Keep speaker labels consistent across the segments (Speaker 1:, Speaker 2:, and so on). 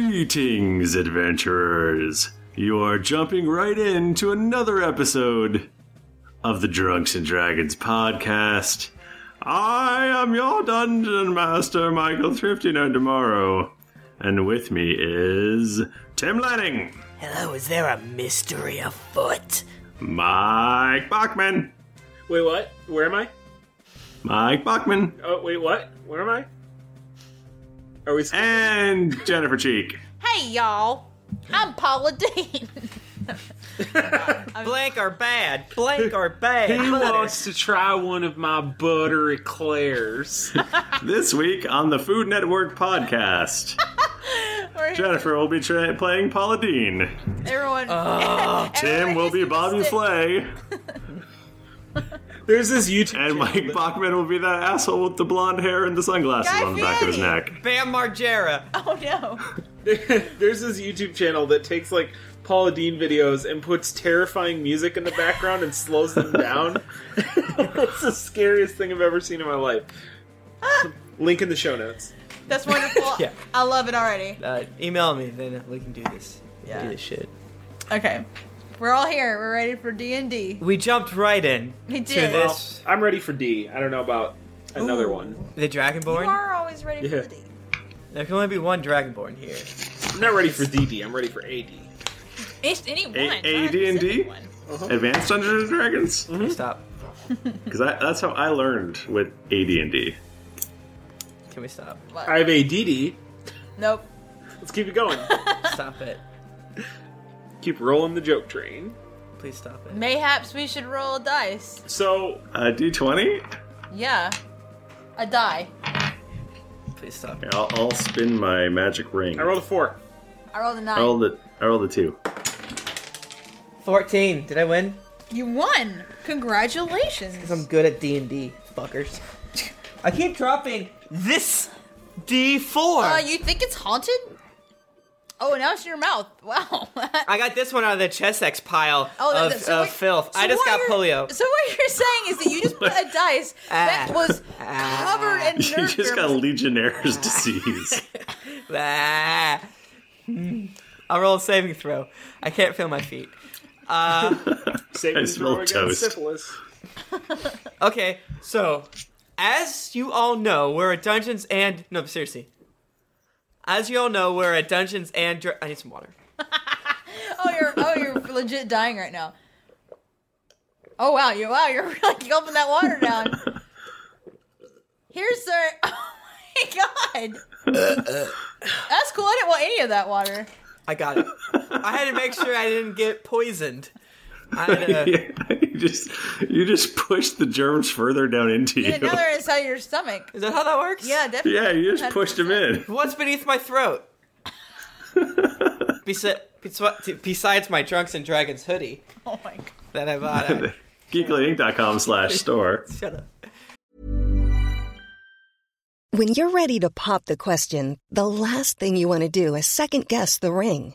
Speaker 1: Greetings, adventurers! You are jumping right into another episode of the Drunks and Dragons podcast. I am your dungeon master, Michael Thriftyner tomorrow, and with me is Tim Lanning,
Speaker 2: Hello, is there a mystery afoot?
Speaker 1: Mike Bachman,
Speaker 3: Wait, what? Where am I?
Speaker 1: Mike Bachman,
Speaker 3: Oh, wait, what? Where am I? Are we?
Speaker 1: and Jennifer Cheek.
Speaker 4: Hey, y'all. I'm Paula Dean.
Speaker 2: Blank are bad. Blank are bad.
Speaker 3: He wants to try one of my butter eclairs.
Speaker 1: This week on the Food Network podcast,
Speaker 4: We're-
Speaker 1: Jennifer will be tra- playing Paula Dean.
Speaker 4: Everyone.
Speaker 1: Ah, Tim will be Bobby Flay,
Speaker 3: There's this YouTube.
Speaker 1: and
Speaker 3: channel
Speaker 1: Mike Bachman will be that asshole with the blonde hair and the sunglasses
Speaker 4: Guy
Speaker 1: on the back of his
Speaker 4: Fieri.
Speaker 1: neck.
Speaker 2: Bam Margera.
Speaker 4: Oh, no.
Speaker 3: that- There's this YouTube channel that takes like Paula Dean videos and puts terrifying music in the background and slows them down. That's the scariest thing I've ever seen in my life. Link in the show notes.
Speaker 4: That's wonderful.
Speaker 2: Yeah.
Speaker 4: I love it already.
Speaker 2: Uh, email me, then we can do this.
Speaker 4: Yeah.
Speaker 2: Do this shit.
Speaker 4: Okay. We're all here. We're ready for D&D.
Speaker 2: We jumped right in to
Speaker 4: We did.
Speaker 3: Well,
Speaker 2: this.
Speaker 3: I'm ready for D. I don't know about another
Speaker 4: Ooh.
Speaker 3: one.
Speaker 2: The
Speaker 4: You
Speaker 2: Dragonborn.
Speaker 4: are always ready for
Speaker 3: Yeah.
Speaker 4: the D.
Speaker 2: There can only be one Dragonborn here.
Speaker 3: I'm not ready for DD. I'm ready for AD.
Speaker 4: It's anyone.
Speaker 1: A- not a AD&D? specific one. Advanced Dungeons and Dragons,
Speaker 4: Mm-hmm.
Speaker 2: Stop.
Speaker 1: because that's how I learned with AD and D.
Speaker 2: Can we stop?
Speaker 3: I have ADD.
Speaker 4: Nope.
Speaker 3: Let's keep it going.
Speaker 2: Stop it.
Speaker 3: keep rolling the joke train.
Speaker 2: Please stop it.
Speaker 4: Mayhaps we should roll dice.
Speaker 3: So
Speaker 1: Uh, D twenty.
Speaker 4: Yeah. A die.
Speaker 2: Please stop.
Speaker 1: I'll, I'll spin my magic ring.
Speaker 3: I rolled a four.
Speaker 4: I rolled a nine.
Speaker 1: I rolled the I rolled the two.
Speaker 2: 14. Did I win?
Speaker 4: You won. Congratulations.
Speaker 2: Because I'm good at D&D, fuckers. I keep dropping this D4.
Speaker 4: Uh, you think it's haunted? Oh, now it's in your mouth. Wow.
Speaker 2: I got this one out of the Chessex pile
Speaker 4: Oh,
Speaker 2: of,
Speaker 4: that- so
Speaker 2: of
Speaker 4: what-
Speaker 2: filth.
Speaker 4: so
Speaker 2: I just
Speaker 4: what
Speaker 2: got
Speaker 4: you're-
Speaker 2: polio.
Speaker 4: So what you're saying is that you just put a dice that
Speaker 2: Ah.
Speaker 4: was
Speaker 2: Ah.
Speaker 4: covered in nerve
Speaker 1: You just got
Speaker 4: germs.
Speaker 1: Legionnaire's disease.
Speaker 2: Ah. Hmm. I'll roll a saving throw. I can't feel my feet.
Speaker 3: Saving
Speaker 1: I smell
Speaker 3: throw against
Speaker 1: toast.
Speaker 3: syphilis.
Speaker 2: Okay, so as you all know, we're at Dungeons and no, seriously. As you all know, we're at Dungeons and Dra- I need some water.
Speaker 4: Oh, you're oh you're legit dying right now. Oh wow, you wow you're really gulping that water down. Here's sir. Oh my god. That's cool. I didn't want any of that water.
Speaker 2: I got it. I had to make sure I didn't get poisoned. I had to,
Speaker 1: Yeah, you just you just push the germs further down into you.
Speaker 4: And now they're inside your stomach.
Speaker 2: Is that how that works?
Speaker 4: Yeah, definitely.
Speaker 1: Yeah, you just pushed them in.
Speaker 2: What's beneath my throat? Besi- besi- besides my Drunks and Dragons hoodie
Speaker 4: Oh my god.
Speaker 2: that I bought. I-
Speaker 1: Geeklyinc.com slash store.
Speaker 2: shut up.
Speaker 5: When you're ready to pop the question, the last thing you want to do is second guess the ring.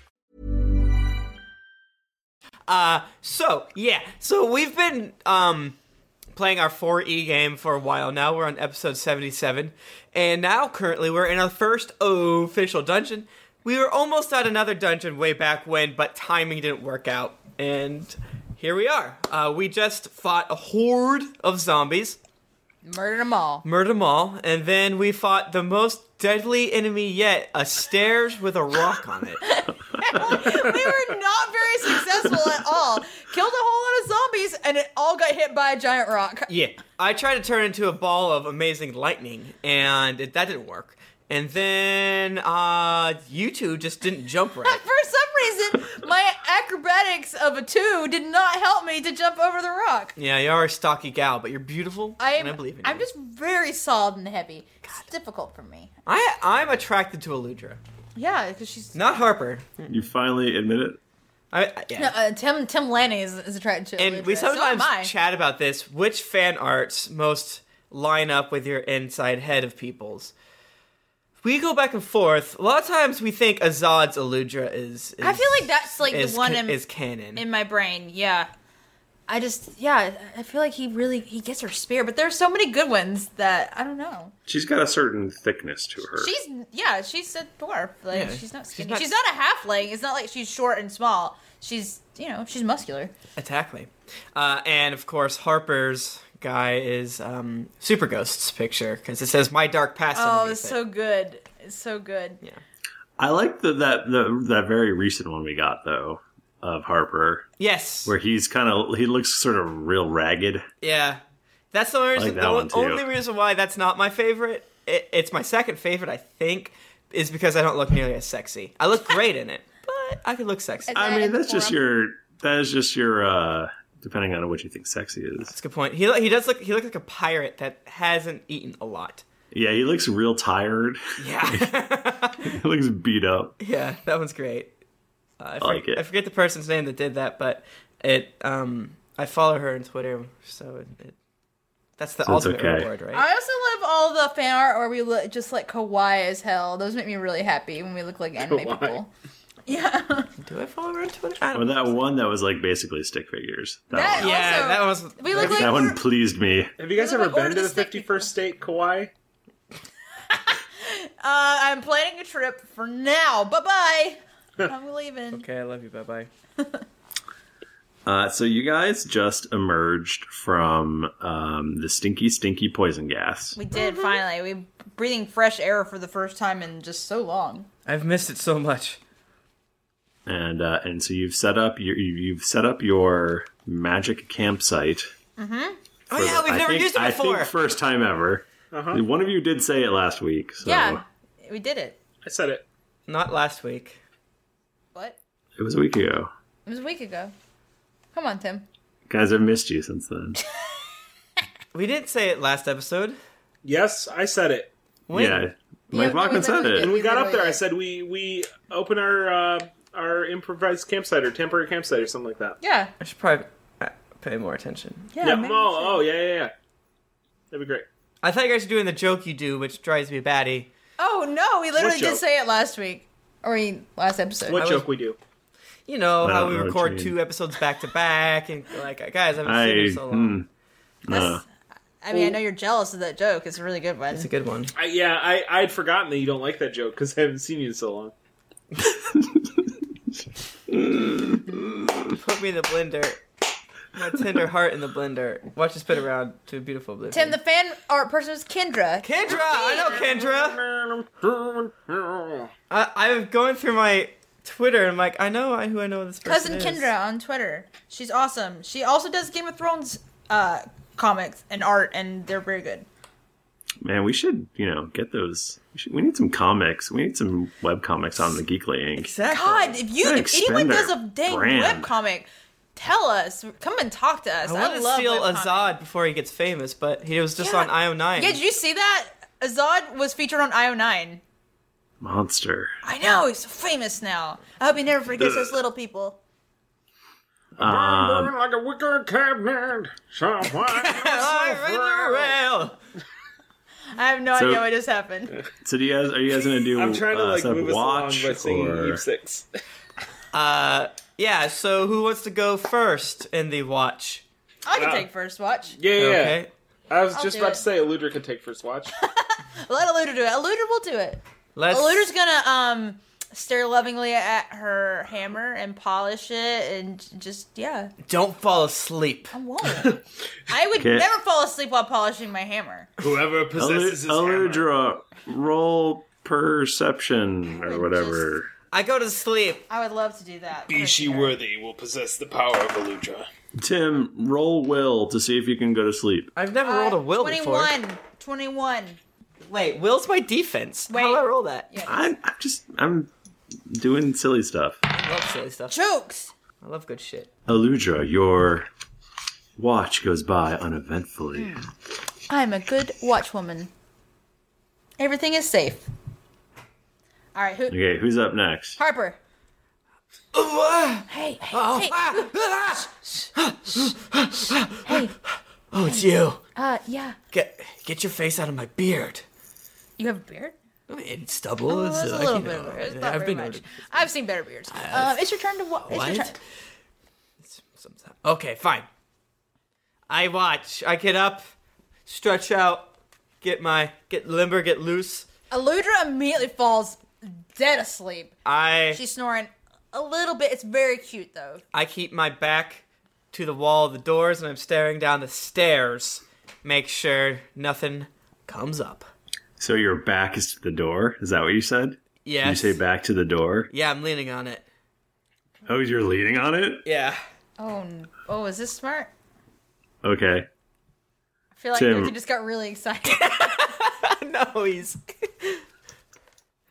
Speaker 2: Uh, so yeah, so we've been um playing our 4E game for a while now. We're on episode 77, and now currently we're in our first official dungeon. We were almost at another dungeon way back when, but timing didn't work out, and here we are. Uh, we just fought a horde of zombies,
Speaker 4: Murdered them all.
Speaker 2: murdered them all, and then we fought the most deadly enemy yet a stairs with a rock on it.
Speaker 4: we were not very successful at all. Killed a whole lot of zombies, and it all got hit by a giant rock.
Speaker 2: Yeah, I tried to turn into a ball of amazing lightning, and it, that didn't work. And then uh, you two just didn't jump right.
Speaker 4: For some reason, my acrobatics of a two did not help me to jump over the rock.
Speaker 2: yeah, you are a stocky gal, but you're beautiful,
Speaker 4: I am.
Speaker 2: and I believe in you.
Speaker 4: I'm just very solid and heavy. It's difficult for me.
Speaker 2: I I'm attracted to Aludra,
Speaker 4: Yeah, because she's
Speaker 2: not Harper.
Speaker 1: You finally admit it?
Speaker 2: I, I- yeah.
Speaker 4: no, uh, Tim. Tim Lanning is, is attracted to.
Speaker 2: and we
Speaker 4: Eludra. So am
Speaker 2: sometimes
Speaker 4: I.
Speaker 2: chat about this. Which fan arts most line up with your inside head of people's? We go back and forth. A lot of times we think Azad's Aludra is. is
Speaker 4: I feel like that's like
Speaker 2: is
Speaker 4: the one
Speaker 2: ca-
Speaker 4: in,
Speaker 2: is canon.
Speaker 4: in my brain. Yeah, I just yeah, I feel like he really he gets her spear, but there's so many good ones that I don't know.
Speaker 1: She's got a certain thickness to her.
Speaker 4: She's yeah, she's a dwarf. Like
Speaker 1: Yeah.
Speaker 4: she's not
Speaker 1: She's
Speaker 4: skinny. She's
Speaker 1: not-
Speaker 4: not, a halfling. It's not like she's short and small. She's you know she's muscular.
Speaker 2: Attack me. Uh, and of course, Harper's guy is um, Super Ghost's picture because it says "My Dark Past."
Speaker 4: oh,
Speaker 2: underneath
Speaker 4: it's so good. It's so good.
Speaker 2: Yeah.
Speaker 1: I like the, that the, that very recent one we got though of Harper.
Speaker 2: Yes.
Speaker 1: where he's kind of he looks sort of real ragged.
Speaker 2: Yeah, that's the only
Speaker 1: I like
Speaker 2: reason.
Speaker 1: that
Speaker 2: the
Speaker 1: one, too.
Speaker 2: only reason why that's not my favorite. It, it's my second favorite, I think, is because I don't look nearly as sexy. I look great in it, but I could look sexy.
Speaker 1: I mean, that's just your that is just your uh depending on what you think sexy is. That's
Speaker 2: a good point. He lo- he does look he looks like a pirate that hasn't eaten a lot.
Speaker 1: Yeah, he looks real tired. Yeah, he looks beat up.
Speaker 2: Yeah, that one's great. Uh, I,
Speaker 1: like
Speaker 2: forget-
Speaker 1: it.
Speaker 2: I forget the person's name that did that, but it. Um, I follow her on Twitter, so it, it, that's the
Speaker 1: So it's
Speaker 2: ultimate
Speaker 1: okay.
Speaker 2: reward, right?
Speaker 4: I also love all the fan art where we look just like kawaii as hell. Those make me really happy when we look like anime
Speaker 1: Kawaii.
Speaker 4: people.
Speaker 2: Do I follow her on Twitter? I
Speaker 1: Or that one that was like basically stick figures.
Speaker 4: That
Speaker 2: yeah,
Speaker 4: also-
Speaker 2: that was.
Speaker 4: we look
Speaker 1: that one pleased me.
Speaker 3: Have you guys ever been to the 51st state Kauai?
Speaker 4: Uh, I'm planning a trip for now. Bye bye. I'm leaving.
Speaker 2: Okay, I love you. Bye bye.
Speaker 1: Uh, so you guys just emerged from um, the stinky, stinky poison gas.
Speaker 4: We did finally. We breathing fresh air for the first time in just so long.
Speaker 2: I've missed it so much.
Speaker 1: and uh, and so you've set up your you- you've set up your magic campsite.
Speaker 4: Mm-hmm.
Speaker 2: Oh
Speaker 1: for
Speaker 2: yeah,
Speaker 1: the-
Speaker 2: we've
Speaker 1: I
Speaker 2: never
Speaker 1: think-
Speaker 2: used it
Speaker 1: I think
Speaker 2: before.
Speaker 1: first time ever.
Speaker 2: Uh-huh.
Speaker 1: One of you did say it last week. So
Speaker 4: Yeah, we did it.
Speaker 2: I said it. Not last week.
Speaker 4: What?
Speaker 1: it was a week ago.
Speaker 4: It was a week ago. Come on, Tim.
Speaker 1: Guys, I've missed you since then.
Speaker 2: We didn't say it last episode.
Speaker 3: Yes, I said it.
Speaker 1: When? Yeah, Mike Yeah, Bachman we said literally it. did.
Speaker 3: When we,
Speaker 1: We
Speaker 3: got up
Speaker 1: literally
Speaker 3: there, I
Speaker 1: did.
Speaker 3: said we we open our uh, our improvised campsite or temporary campsite or something like that.
Speaker 4: Yeah.
Speaker 2: I should probably uh, pay more attention.
Speaker 3: Oh, oh, yeah, yeah, yeah. That'd be great.
Speaker 2: I thought you guys were doing the joke you do, which drives me batty.
Speaker 4: Oh no, we literally
Speaker 2: What
Speaker 4: did
Speaker 2: joke?
Speaker 4: say it last week or we- last episode.
Speaker 2: What I was- joke
Speaker 3: we do?
Speaker 2: You know
Speaker 1: I
Speaker 2: how
Speaker 1: don't
Speaker 2: we
Speaker 1: know what
Speaker 2: record
Speaker 1: you mean.
Speaker 2: two episodes back to back, and like, guys, I haven't
Speaker 1: I
Speaker 2: seen you in so long.
Speaker 1: mm, uh,
Speaker 4: I mean, I know you're jealous of that joke. It's a really good one. It's
Speaker 2: a good one.
Speaker 3: I, yeah, I I'd forgotten that you don't like that joke because I haven't seen you in so long.
Speaker 2: Put me in the blender. My tender heart in the blender. Watch it spin around to a beautiful oblivion.
Speaker 4: Tim, the fan art person was Kendra.
Speaker 2: Kendra, I know Kendra. I, I'm going through my Twitter and I'm like, I know I, who I know this person
Speaker 4: Cousin
Speaker 2: is.
Speaker 4: Kendra on Twitter. She's awesome. She also does Game of Thrones uh, comics and art, and they're very good.
Speaker 1: Man, we should, you know, get those. We, should, we need some comics. We need some web comics on the Geekly Inc.
Speaker 4: God, if you
Speaker 1: Gotta
Speaker 4: if anyone
Speaker 1: expand our
Speaker 4: does a dang
Speaker 1: brand.
Speaker 4: webcomic, tell us. Come and talk to us.
Speaker 2: I
Speaker 4: I,
Speaker 2: want to
Speaker 4: love
Speaker 2: steal
Speaker 4: webcomics.
Speaker 2: Azad before he gets famous, but he was just on IO9.
Speaker 4: Yeah, did you see that? Azad was featured on IO9.
Speaker 1: Monster.
Speaker 4: I know, he's so famous now. I hope he never forgets those little people.
Speaker 1: Um,
Speaker 3: like a wicker cabinet.
Speaker 4: I have no
Speaker 1: So-
Speaker 4: idea what just happened.
Speaker 1: so do you guys? Are you guys gonna do?
Speaker 3: I'm trying to,
Speaker 1: uh,
Speaker 3: like,
Speaker 1: set up
Speaker 3: move us along
Speaker 1: watch
Speaker 3: by singing
Speaker 1: or...
Speaker 3: Eve Six.
Speaker 2: Uh, yeah. So who wants to go first in the watch?
Speaker 4: I can
Speaker 2: Wow.
Speaker 4: take first watch.
Speaker 3: Yeah, yeah. yeah.
Speaker 2: Okay.
Speaker 3: I was
Speaker 4: I'll
Speaker 3: just
Speaker 4: do
Speaker 3: about
Speaker 4: it.
Speaker 3: to say Eludra could take first watch.
Speaker 4: Let Eluder do it. Eluder will do it.
Speaker 3: Let's-
Speaker 4: Eluder's gonna um stare lovingly at her hammer and polish it and j- just yeah.
Speaker 2: Don't fall asleep.
Speaker 4: I won't. I would
Speaker 1: Okay.
Speaker 4: never fall asleep while polishing my hammer.
Speaker 3: Whoever
Speaker 1: possesses Eludra, roll perception or whatever.
Speaker 2: I go to sleep.
Speaker 4: I would love to do that.
Speaker 3: Be she worthy will possess the power of Eludra.
Speaker 1: Tim, roll will to see if you can go to sleep.
Speaker 2: I've never rolled a will before.
Speaker 4: 21. 21.
Speaker 2: Wait, will's my defense. Wait. How do I roll that?
Speaker 1: I'm, I'm just I'm doing silly stuff.
Speaker 2: I love silly stuff.
Speaker 4: Jokes.
Speaker 2: I love good shit.
Speaker 1: Eludra, your watch goes by uneventfully.
Speaker 4: I'm a good watchwoman. Everything is safe. All right, who?
Speaker 1: Okay, who's up next?
Speaker 4: Harper. Hey, hey,
Speaker 2: Oh.
Speaker 4: hey. hey,
Speaker 2: Oh, it's you.
Speaker 4: uh, yeah.
Speaker 2: Get get your face out of my beard.
Speaker 4: You have a beard?
Speaker 2: It's stubble.
Speaker 4: Oh,
Speaker 2: it's,
Speaker 4: that's a
Speaker 2: uh,
Speaker 4: little
Speaker 2: you
Speaker 4: bit
Speaker 2: know,
Speaker 4: of it. It's not
Speaker 2: I've
Speaker 4: very
Speaker 2: been.
Speaker 4: much. I've seen better beards. Uh, it's your turn to watch. It's your
Speaker 2: what?
Speaker 4: turn.
Speaker 2: Okay, fine. I watch. I get up, stretch out, get my get limber, get loose.
Speaker 4: Eludra immediately falls dead asleep.
Speaker 2: I
Speaker 4: She's snoring a little bit. It's very cute though.
Speaker 2: I keep my back to the wall of the doors and I'm staring down the stairs. Make sure nothing comes up.
Speaker 1: So your back is to the door. Is that what you said? Yeah. You
Speaker 2: Yes.
Speaker 1: say back to the door.
Speaker 2: Yeah, I'm leaning on it.
Speaker 1: Oh, you're leaning on it.
Speaker 2: Yeah.
Speaker 4: Oh, n- oh, is this smart?
Speaker 1: Okay.
Speaker 4: I feel like
Speaker 1: Tim.
Speaker 4: Tim. just got really excited.
Speaker 2: no, he's.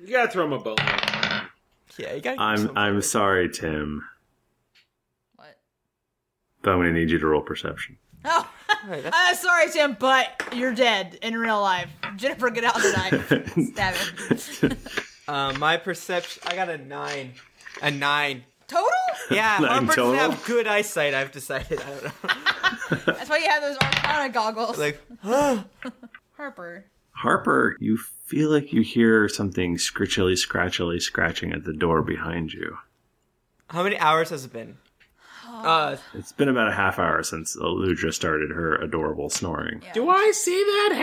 Speaker 3: You gotta throw him a bone.
Speaker 2: Yeah, you gotta.
Speaker 1: I'm I'm sorry, Tim. What? But I'm gonna need you to roll perception.
Speaker 4: Oh, I'm sorry, Tim, but you're dead in real life. Jennifer, get out the knife. Stab him.
Speaker 2: Uh, my perception. I got a nine. A nine.
Speaker 4: Total?
Speaker 2: Yeah,
Speaker 1: Nine
Speaker 2: Harper
Speaker 1: total?
Speaker 2: doesn't have good eyesight. I've decided. I don't know.
Speaker 4: That's why you have those Arcana goggles.
Speaker 2: Like,
Speaker 4: Harper.
Speaker 1: Harper, you feel like you hear something scritchily, scratchily scratching at the door behind you.
Speaker 2: How many hours has it been? Uh,
Speaker 1: It's been about a half hour since Eludra started her adorable snoring.
Speaker 3: Do I see that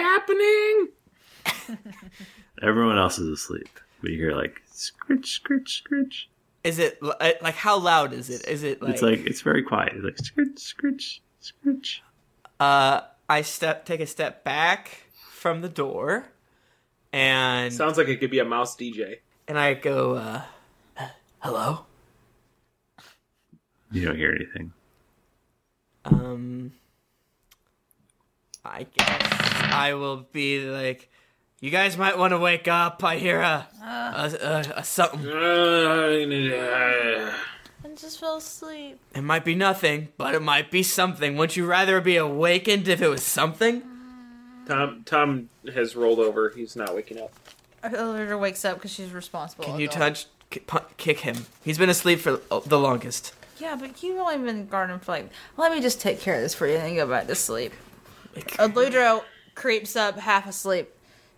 Speaker 3: happening?
Speaker 1: Everyone else is asleep, but you hear like scritch, scritch, scritch.
Speaker 2: is it li- uh, like how loud is it? Is it like?
Speaker 1: it's like it's very quiet. It's like scritch, scritch, scritch.
Speaker 2: Uh, I step, take a step back from the door, and
Speaker 3: Sounds like it could be a mouse DJ.
Speaker 2: and I go, uh, "Hello."
Speaker 1: You don't hear anything.
Speaker 2: Um, I guess I will be like, "You guys might want to wake up." I hear a a, a, a something.
Speaker 3: Uh,
Speaker 4: I just fell asleep.
Speaker 2: It might be nothing, but it might be something. Wouldn't you rather be awakened if it was something?
Speaker 3: Tom Tom has rolled over. He's not waking up.
Speaker 4: Eludra wakes up because she's responsible.
Speaker 2: Can you
Speaker 4: adult.
Speaker 2: touch, ki- pu- kick him? He's been asleep for uh, the longest.
Speaker 4: Yeah, but you've only been garden for like. Let me just take care of this for you and then go back to sleep. Eludra creeps up half asleep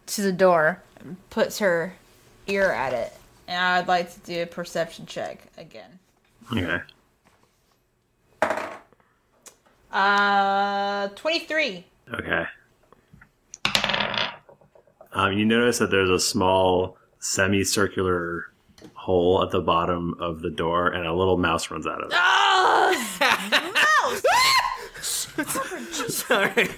Speaker 4: to the door and puts her ear at it. And I would like to do a perception check again.
Speaker 1: Okay.
Speaker 4: Uh, 23.
Speaker 1: Okay. Um, you notice that there's a small semicircular hole at the bottom of the door, and a little mouse runs out of it.
Speaker 2: Sorry.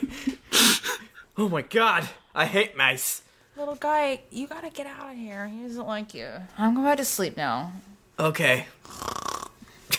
Speaker 2: oh my god, I hate mice.
Speaker 4: Little guy, you gotta get out of here. He doesn't like you. I'm going back to sleep now.
Speaker 2: Okay.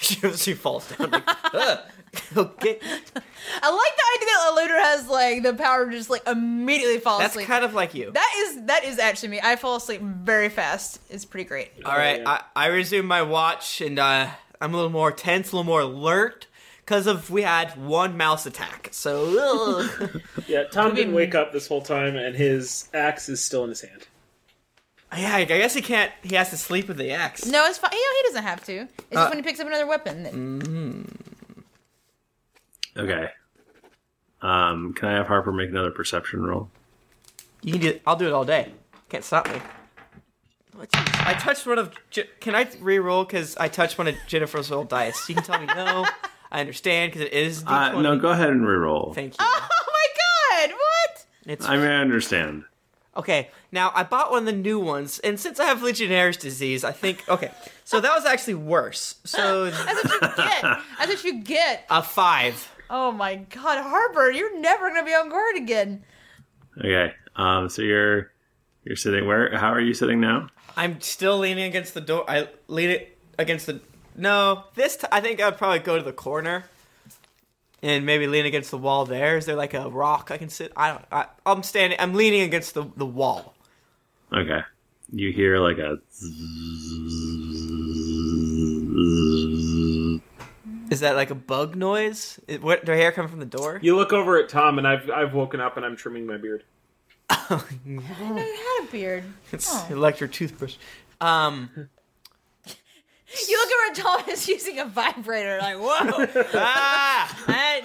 Speaker 2: she, she falls down. Like, Ugh. okay.
Speaker 4: I like the idea that Looter has like the power to just like immediately fall
Speaker 2: That's
Speaker 4: asleep.
Speaker 2: kind of like you.
Speaker 4: that is that is actually me. I fall asleep very fast. It's pretty great.
Speaker 2: All right, I, I resume my watch and uh, I'm a little more tense, a little more alert because of we had one mouse attack. So ugh.
Speaker 3: Yeah, Tom didn't wake up this whole time, and his axe is still in his hand.
Speaker 2: yeah, I guess he can't. He has to sleep with the axe.
Speaker 4: No, it's fine. You know, he doesn't have to. It's
Speaker 2: Uh, mm.
Speaker 4: just when he picks up another weapon. that-
Speaker 1: Okay. Um, can I have Harper make another perception roll?
Speaker 2: You can do. I'll do it all day. Can't stop me. What- I touched one of. Je- Can I re-roll because I touched one of Jennifer's old dice? You can tell me no. I understand because it is.
Speaker 1: Uh,
Speaker 2: D20.
Speaker 1: no, go ahead and reroll.
Speaker 2: Thank you.
Speaker 4: Oh my god! What?
Speaker 2: It's
Speaker 1: I mean, I understand.
Speaker 2: Okay, now I bought one of the new ones, and since I have Legionnaire's disease, I think okay. So that was actually worse. So
Speaker 4: That's what you get.
Speaker 2: a five.
Speaker 4: Oh my god, Harper, you're never gonna be on guard again.
Speaker 1: Okay. Um, so you're you're sitting where? How are you sitting now?
Speaker 2: I'm still leaning against the door. I lean it against the. No, this t- I think I'd probably go to the corner, and maybe lean against the wall. There is there like a rock I can sit? I don't. I, I'm standing. I'm leaning against the the wall.
Speaker 1: Okay. You hear like a.
Speaker 2: Is that like a bug noise? It, what, do I hear it come from the door?
Speaker 3: You look over at Tom, and I've I've woken up, and I'm trimming my beard.
Speaker 4: You had a beard.
Speaker 2: It's
Speaker 4: Oh.
Speaker 2: electric toothbrush. Um,
Speaker 4: You look over at Tom is using a vibrator, like, whoa.
Speaker 2: ah,
Speaker 4: I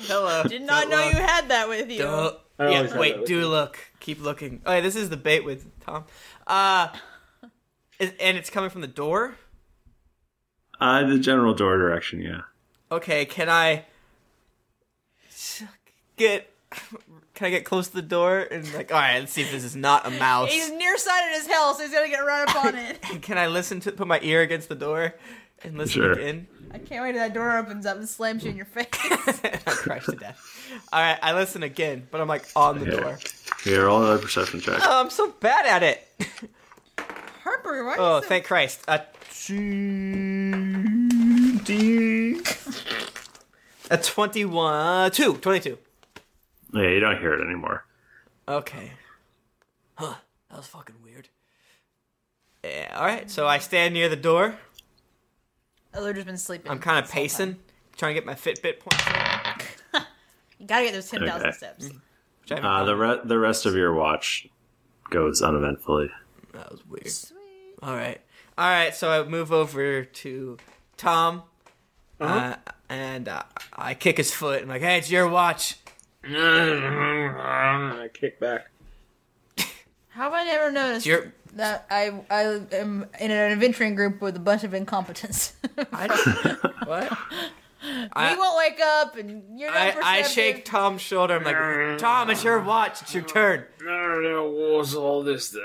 Speaker 4: did not
Speaker 2: Don't
Speaker 4: know
Speaker 2: look.
Speaker 4: you had that with you.
Speaker 2: duh.
Speaker 4: I always
Speaker 2: yeah,
Speaker 4: have that
Speaker 2: wait,
Speaker 4: with
Speaker 2: do look. Keep looking. Oh, yeah, this is the bait with Tom. Uh, is- and it's coming from the door.
Speaker 1: Uh, the general door direction, yeah.
Speaker 2: Okay, can I get can I get close to the door and like all right, let's see if this is not a mouse.
Speaker 4: He's nearsighted as hell, so he's gonna get right up on it.
Speaker 2: Can I listen to put my ear against the door and listen
Speaker 1: Sure.
Speaker 2: again?
Speaker 4: I can't wait till that door opens up and slams you in your face.
Speaker 2: I crash to death. All right, I listen again, but I'm like on the
Speaker 1: Okay.
Speaker 2: door.
Speaker 1: Here, roll another perception check.
Speaker 2: Oh, I'm so bad at it.
Speaker 4: Harper, why are you
Speaker 2: Oh,
Speaker 4: so-
Speaker 2: thank Christ. A twenty. A 21. Two. 22.
Speaker 1: Yeah, you don't hear it anymore.
Speaker 2: Okay. Huh. That was fucking weird. Yeah, alright. So I stand near the door.
Speaker 4: Eludre's been sleeping.
Speaker 2: I'm kind of pacing, trying to get my Fitbit points.
Speaker 4: You gotta get those 10,000
Speaker 1: Okay.
Speaker 4: steps.
Speaker 1: Uh, the re- the rest of your watch goes uneventfully.
Speaker 2: That was weird. Alright. Alright, so I move over to Tom. uh and uh, I kick his foot. I'm like, hey, it's your watch.
Speaker 3: I kick back.
Speaker 4: How have I never noticed
Speaker 2: You're-
Speaker 4: that I, I am in an adventuring group with a bunch of incompetents?
Speaker 2: What?
Speaker 4: I,
Speaker 2: I-
Speaker 4: he won't wake up, and you're not
Speaker 2: I, I
Speaker 4: perceptive.
Speaker 2: shake Tom's shoulder. I'm like, Tom, it's your watch. It's your turn.
Speaker 3: What's all this then?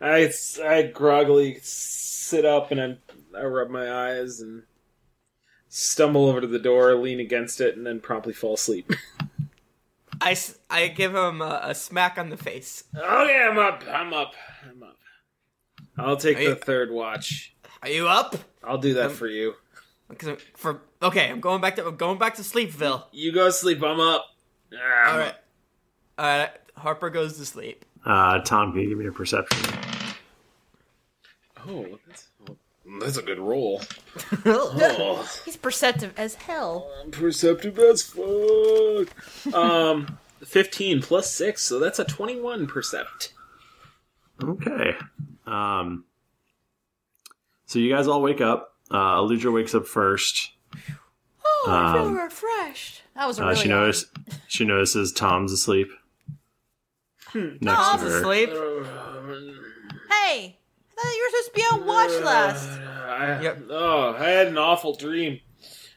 Speaker 3: I s- I groggily sit up, and I I rub my eyes and stumble over to the door, lean against it, and then promptly fall asleep.
Speaker 2: I, s- I give him a, a smack on the face.
Speaker 3: okay, I'm up. I'm up. I'm up. I'll take
Speaker 2: Are you-
Speaker 3: the third watch.
Speaker 2: Are you up?
Speaker 3: I'll do that for you.
Speaker 2: 'Cause I'm- for okay, I'm going back to I'm going back to Sleepville.
Speaker 3: You go to sleep. I'm up. Ah,
Speaker 2: All right, all right. Harper goes to sleep.
Speaker 1: Uh, Tom, can you give me a perception?
Speaker 3: Oh, that's, that's a good roll.
Speaker 4: He's perceptive as hell.
Speaker 3: Oh, I'm perceptive as fuck. Um, 15 plus 6, so that's a 21 percept.
Speaker 1: Okay. Um, so you guys all wake up. Uh, Aludra wakes up first.
Speaker 4: Oh, I feel
Speaker 1: Um,
Speaker 4: refreshed. That
Speaker 2: Oh,
Speaker 4: was a
Speaker 1: Uh,
Speaker 4: really
Speaker 1: she notices. She notices Tom's asleep. Next
Speaker 2: Hmm. Tom's asleep.
Speaker 4: Hey, I thought you were supposed to be on watch last.
Speaker 3: I, Oh, I had an awful dream.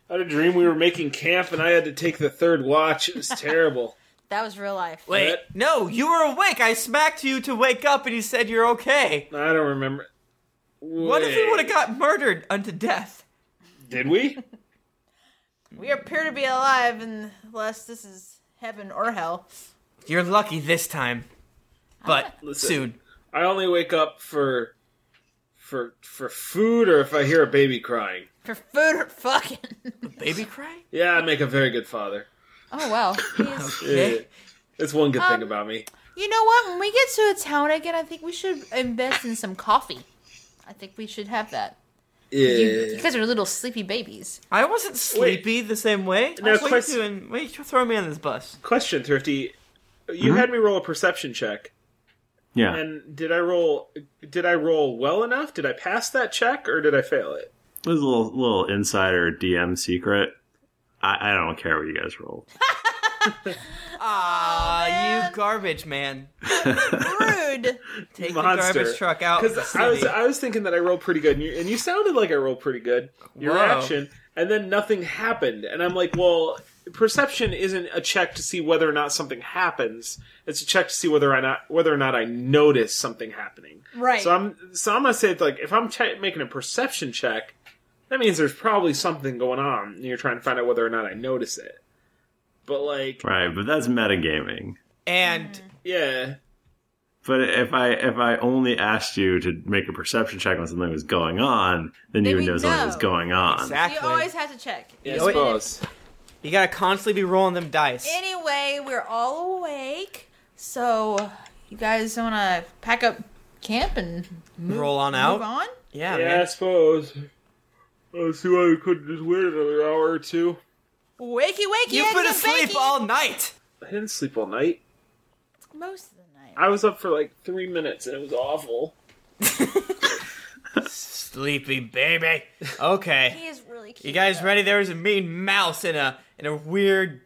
Speaker 3: I had a dream we were making camp and I had to take the third watch. It was terrible.
Speaker 4: That was real life.
Speaker 2: Wait, no, you were awake. I smacked you to wake up, and you said you're okay.
Speaker 3: I don't remember.
Speaker 2: What if we
Speaker 3: Wait.
Speaker 2: would have got murdered unto death?
Speaker 3: Did we?
Speaker 4: We appear to be alive unless this is heaven or hell.
Speaker 2: You're lucky this time, but
Speaker 3: Listen.
Speaker 2: soon.
Speaker 3: I only wake up for for for food or if I hear a baby crying.
Speaker 4: For food or fucking.
Speaker 2: Baby crying?
Speaker 3: Yeah, I make a very good father.
Speaker 4: Oh, wow.
Speaker 3: Yeah. That's one good
Speaker 4: Um,
Speaker 3: thing about me.
Speaker 4: You know what? When we get to a town again, I think we should invest in some coffee. I think we should have that.
Speaker 3: Yeah.
Speaker 4: You, you guys are little sleepy babies.
Speaker 2: I wasn't sleepy the same way.
Speaker 4: Now,
Speaker 2: Now, what, are you
Speaker 4: question-
Speaker 2: doing? what are you throwing me on this bus?
Speaker 3: Question, Thrifty. You had me roll a perception check.
Speaker 1: Yeah.
Speaker 3: And did I roll did I roll well enough? Did I pass that check or did I fail it?
Speaker 1: This is a little, little insider DM secret. I, I don't care what you guys roll.
Speaker 2: Ah, you garbage man.
Speaker 4: Rude.
Speaker 2: Take the
Speaker 3: Monster.
Speaker 2: garbage truck out. of the
Speaker 3: I was
Speaker 2: city.
Speaker 3: I was thinking that I rolled pretty good, and you, and you sounded like I rolled pretty good. Your
Speaker 2: Whoa.
Speaker 3: action, and then nothing happened, and I'm like, well, perception isn't a check to see whether or not something happens. It's a check to see whether or not whether or not I notice something happening.
Speaker 4: Right.
Speaker 3: So I'm so I'm gonna say like if I'm che- making a perception check, that means there's probably something going on, and you're trying to find out whether or not I notice it. But like,
Speaker 1: Right, but that's metagaming.
Speaker 2: and
Speaker 3: yeah,
Speaker 1: But if I if I only asked you to make a perception check when something was going on, then you would know something was going on.
Speaker 2: Exactly.
Speaker 4: You always have to check.
Speaker 2: You know it- You gotta constantly be rolling them dice.
Speaker 4: Anyway, we're all awake. So, you guys want to pack up camp and move,
Speaker 2: Roll on out.
Speaker 4: Mm, Move on?
Speaker 2: Yeah,
Speaker 3: yeah, I
Speaker 2: man.
Speaker 3: suppose. I see why we couldn't just wait another hour or two.
Speaker 4: Wakey, wakey,
Speaker 2: You've been
Speaker 4: eggs and
Speaker 2: asleep
Speaker 4: bacon.
Speaker 2: all night.
Speaker 3: I didn't sleep all night.
Speaker 4: Most of the night.
Speaker 3: I was up for like three minutes and it was awful.
Speaker 2: Sleepy baby. Okay.
Speaker 4: He is really cute.
Speaker 2: You guys ready? There was a mean mouse and a and a weird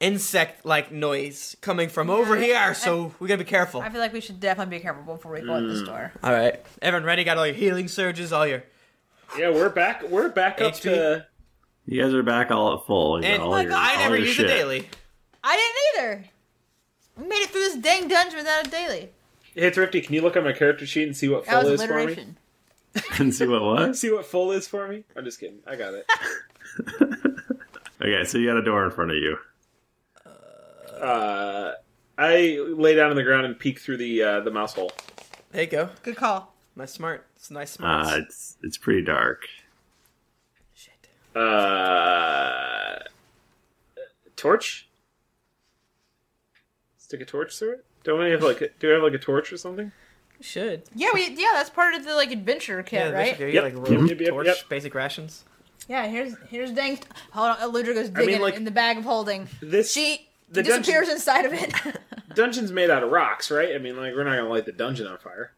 Speaker 2: insect like noise coming from over here, so we gotta be careful.
Speaker 4: I feel like we should definitely be careful before we go in the
Speaker 2: Mm.
Speaker 4: store.
Speaker 2: all right. Everyone ready? Got all your healing surges, all your
Speaker 3: Yeah, we're back. We're back up to.
Speaker 1: You guys are back all at full. You
Speaker 2: And-
Speaker 1: got all
Speaker 2: Oh my
Speaker 1: your,
Speaker 2: God. I
Speaker 1: all
Speaker 2: never
Speaker 1: your
Speaker 2: use a
Speaker 1: shit.
Speaker 2: daily.
Speaker 4: I didn't either. We made it through this dang dungeon without a daily.
Speaker 3: Hey, Thrifty, can you look at my character sheet and see what
Speaker 4: That
Speaker 3: full
Speaker 4: was
Speaker 3: is for me?
Speaker 4: alliteration.
Speaker 1: and see what was.
Speaker 3: See what full is for me? I'm just kidding. I got it.
Speaker 1: Okay, so you got a door in front of you.
Speaker 3: uh, I lay down on the ground and peek through the uh, the mouse hole.
Speaker 2: There you go.
Speaker 4: Good call.
Speaker 2: Nice smart. It's nice smart.
Speaker 1: Uh, it's it's pretty dark.
Speaker 3: Uh, torch. Stick a torch through it. Don't we have like a, do we have like a torch or something?
Speaker 2: should.
Speaker 4: Yeah, we yeah, that's part of the like adventure kit,
Speaker 2: Yeah,
Speaker 4: right?
Speaker 2: basically, you
Speaker 3: Yep.
Speaker 2: got, like
Speaker 3: Yep,
Speaker 1: Mm-hmm.
Speaker 2: rope,
Speaker 3: yep, yep,
Speaker 2: torch,
Speaker 3: yep.
Speaker 2: basic rations.
Speaker 4: Yeah, here's here's dang. Hold on, Eludra goes
Speaker 3: I
Speaker 4: digging
Speaker 3: mean, like,
Speaker 4: in the bag of holding.
Speaker 3: This
Speaker 4: she
Speaker 3: the
Speaker 4: disappears inside of it.
Speaker 1: Hmm.
Speaker 3: dungeon's made out of rocks, right? I mean, like we're not gonna light the dungeon on fire.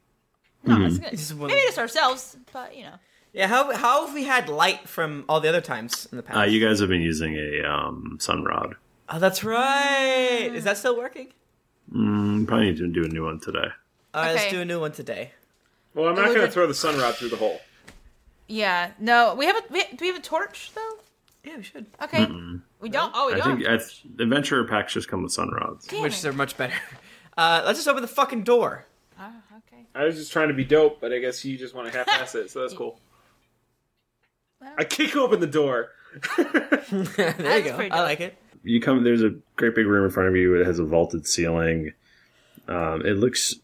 Speaker 4: no, it's good.
Speaker 2: is one-
Speaker 4: Maybe just ourselves, but you know.
Speaker 2: Yeah, how how have we had light from all the other times in the past?
Speaker 1: Uh, you guys have been using a um, sun rod.
Speaker 2: oh, that's right.
Speaker 4: Ah.
Speaker 2: Is that still working?
Speaker 1: Mm, probably need to do a new one today.
Speaker 2: All right,
Speaker 4: Okay.
Speaker 2: let's do a new one today.
Speaker 3: Well, I'm
Speaker 4: Oh,
Speaker 3: not
Speaker 4: we
Speaker 3: gonna
Speaker 4: did-
Speaker 3: throw the sun rod through the hole.
Speaker 4: Yeah, no, we have a we do we have a torch though?
Speaker 2: Yeah, we should.
Speaker 4: Okay, we don't. Oh, we
Speaker 1: I
Speaker 4: don't.
Speaker 1: think I th- adventurer packs just come with sun rods.
Speaker 4: Damn
Speaker 2: which
Speaker 4: it.
Speaker 2: are much better. Uh, let's just open the fucking door.
Speaker 4: Ah, okay.
Speaker 3: I was just trying to be dope, but I guess you just want to half-ass it, so that's cool. I kick open the door.
Speaker 2: there you go. I like it.
Speaker 1: You come. There's a great big room in front of you. It has a vaulted ceiling. Um, it looks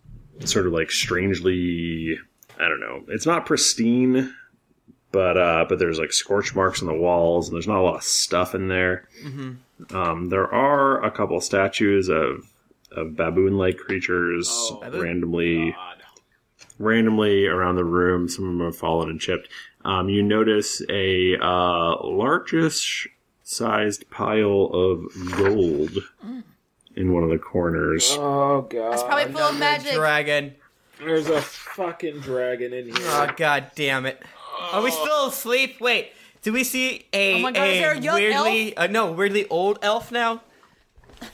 Speaker 1: sort of like strangely. I don't know. It's not pristine, but uh, but there's like scorch marks on the walls, and there's not a lot of stuff in there.
Speaker 2: Mm-hmm.
Speaker 1: Um, there are a couple statues of, of baboon-like creatures randomly, randomly around the room. Some of them are fallen and chipped. Um, you notice a uh, largest-sized pile of gold in one of the corners.
Speaker 3: Oh god.
Speaker 4: That's probably full of magic.
Speaker 2: Dragon.
Speaker 3: There's a fucking dragon in here.
Speaker 2: Oh god damn it. Are we still asleep? Wait, do we see a,
Speaker 4: Oh my God, is
Speaker 2: a
Speaker 4: there a young
Speaker 2: weirdly Uh, no weirdly old elf now?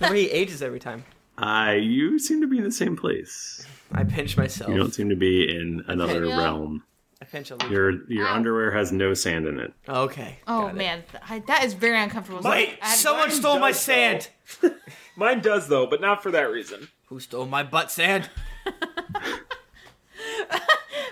Speaker 2: Remember he ages every time.
Speaker 1: Uh, you seem to be in the same place.
Speaker 2: I pinch myself.
Speaker 1: You don't seem to be in another
Speaker 4: Yeah.
Speaker 1: realm.
Speaker 2: I pinch a little.
Speaker 1: Your your
Speaker 4: Ow.
Speaker 1: underwear has no sand in it.
Speaker 2: Okay.
Speaker 4: Oh man, th- I, that is very uncomfortable. So
Speaker 2: Wait,
Speaker 4: Oh, I had-
Speaker 2: someone stole my sand.
Speaker 3: Mine does though, but not for that reason.
Speaker 2: Who stole my butt sand?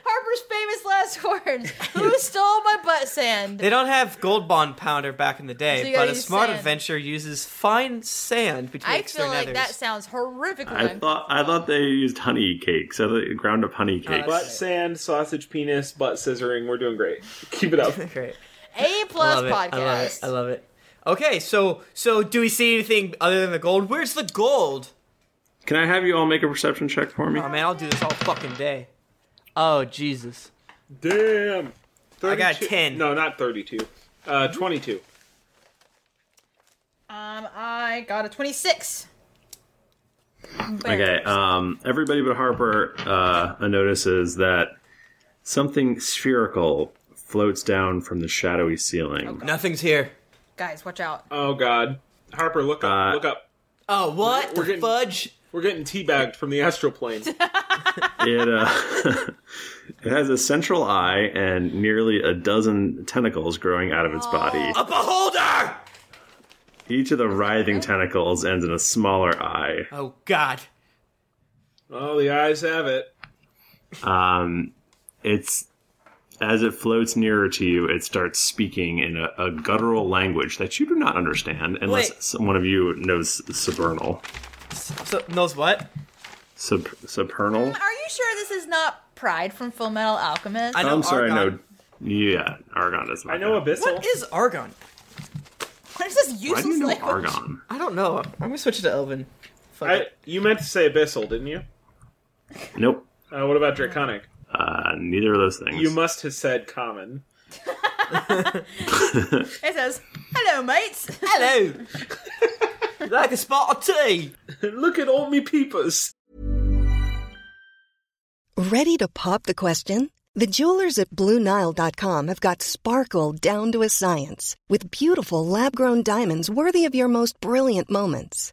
Speaker 4: Harper's famous last words. words. Who stole my butt sand?
Speaker 2: They don't have Gold Bond Pounder back in the day,
Speaker 4: So you gotta
Speaker 2: but a
Speaker 4: use
Speaker 2: smart
Speaker 4: sand.
Speaker 2: adventure uses fine sand between
Speaker 4: I
Speaker 2: its two
Speaker 4: feel like
Speaker 2: nethers.
Speaker 4: that sounds horrific.
Speaker 1: I thought I thought they used honey cakes. I thought they ground up honey cakes.
Speaker 3: Butt sand, sausage penis, butt scissoring. We're doing great. Keep it up.
Speaker 2: great.
Speaker 4: A
Speaker 2: I
Speaker 4: plus
Speaker 2: love
Speaker 4: podcast.
Speaker 2: It. I love it. I love it. Okay, so so do we see anything other than the gold? Where's the gold?
Speaker 1: Can I have you all make a perception check for me?
Speaker 2: Oh man, I'll do this all fucking day. Oh Jesus.
Speaker 3: Damn.
Speaker 2: I got
Speaker 3: 32
Speaker 2: 10.
Speaker 3: No, not 32. Uh, 22.
Speaker 4: Um, I got a twenty-six.
Speaker 2: uh,
Speaker 1: Okay. Um, everybody but Harper uh, notices that something spherical floats down from the shadowy ceiling.
Speaker 2: Nothing's here.
Speaker 4: Guys, watch out.
Speaker 2: uh,
Speaker 3: Oh God, Harper, look up, look up.
Speaker 2: Oh what
Speaker 3: we're, the getting,
Speaker 2: fudge?
Speaker 3: We're getting teabagged from the astral plane.
Speaker 1: It uh, it has a central eye and nearly a dozen tentacles growing out of its body.
Speaker 2: A beholder!
Speaker 1: Each of the writhing tentacles ends in a smaller eye.
Speaker 2: Oh God.
Speaker 3: Oh, the eyes have it.
Speaker 1: Um, it's as it floats nearer to you, it starts speaking in a, a guttural language that you do not understand, unless
Speaker 2: Wait.
Speaker 1: some- one of you knows Subernal.
Speaker 2: So knows what?
Speaker 1: Sub Subernal.
Speaker 4: Are you sure this is not Pride from Full Metal Alchemist?
Speaker 1: Oh, I'm sorry, no. Yeah, Argon is. I know
Speaker 3: Abyssal.
Speaker 2: What is argon?
Speaker 4: What is this
Speaker 1: Why
Speaker 4: useless
Speaker 1: do you know
Speaker 4: language?
Speaker 1: Argon?
Speaker 2: I don't know. I'm gonna switch it to Elven.
Speaker 3: I, you meant to say abyssal, didn't you?
Speaker 1: Nope.
Speaker 3: Uh, what about draconic?
Speaker 1: Uh, neither of those things.
Speaker 3: You must have said common.
Speaker 4: It says, "Hello, mates."
Speaker 2: Hello. like a spot of tea.
Speaker 3: Look at all me peepers.
Speaker 5: Ready to pop the question? The jewelers at BlueNile.com have got sparkle down to a science with beautiful lab grown diamonds worthy of your most brilliant moments.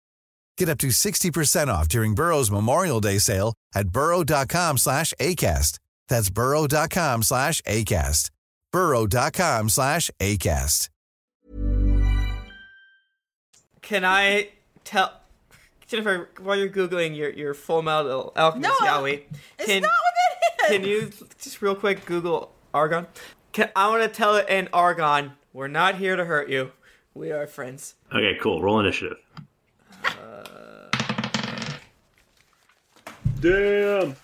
Speaker 6: Get up to 60% off during Burrow's Memorial Day sale at burrow.com slash ACAST. That's burrow.com slash ACAST. burrow.com slash ACAST.
Speaker 2: Can I tell Jennifer while you're googling your your full metal alchemist
Speaker 4: No,
Speaker 2: yaoi?
Speaker 4: it's
Speaker 2: can,
Speaker 4: not what that is.
Speaker 2: Can you just real quick Google argon? Can I want to tell it in argon? We're not here to hurt you. We are friends.
Speaker 1: Okay, cool. Roll initiative.
Speaker 3: Damn.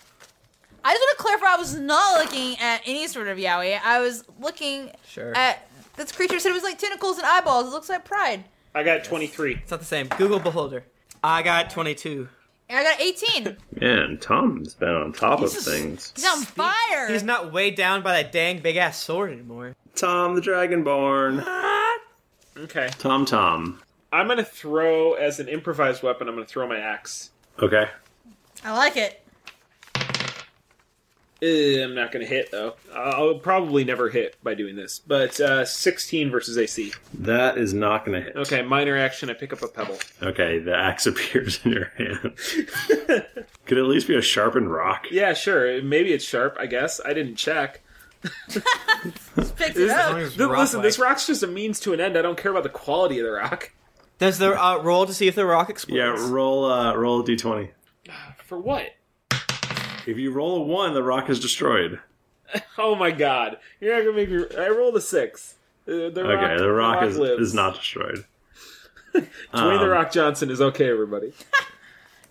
Speaker 4: I just want to clarify. I was not looking at any sort of yaoi. I was looking
Speaker 2: Sure.
Speaker 4: at this creature. Said it was like tentacles and eyeballs. It looks like Pride.
Speaker 3: I got 23.
Speaker 2: It's not the same. Google beholder. I got 22.
Speaker 4: And I got eighteen.
Speaker 1: Man, Tom's been on top of things.
Speaker 4: He's on fire.
Speaker 2: He's not weighed down by that dang big ass sword anymore.
Speaker 1: Tom the Dragonborn.
Speaker 3: Okay.
Speaker 1: Tom Tom.
Speaker 3: I'm gonna throw as an improvised weapon. I'm gonna throw my axe.
Speaker 1: Okay.
Speaker 4: I like it.
Speaker 3: Eh, I'm not going to hit though. I'll probably never hit by doing this. But uh, 16 versus AC.
Speaker 1: That is not going to hit.
Speaker 3: Okay, minor action. I pick up a pebble.
Speaker 1: Okay, the axe appears in your hand. Could it at least be a sharpened rock?
Speaker 3: Yeah, sure. Maybe it's sharp. I guess I didn't check. This- th- listen, this rock's just a means to an end. I don't care about the quality of the rock.
Speaker 2: Does the uh, roll to see if the rock explodes?
Speaker 1: Yeah, roll uh, roll a d20.
Speaker 3: For what?
Speaker 1: If you roll a one, the rock is destroyed.
Speaker 3: Oh my god! You're not gonna make me. I rolled a six. Uh, the
Speaker 1: okay,
Speaker 3: rock,
Speaker 1: the rock, is,
Speaker 3: lives.
Speaker 1: is not destroyed.
Speaker 3: Dwayne the
Speaker 1: Um,
Speaker 3: Rock Johnson is okay, everybody.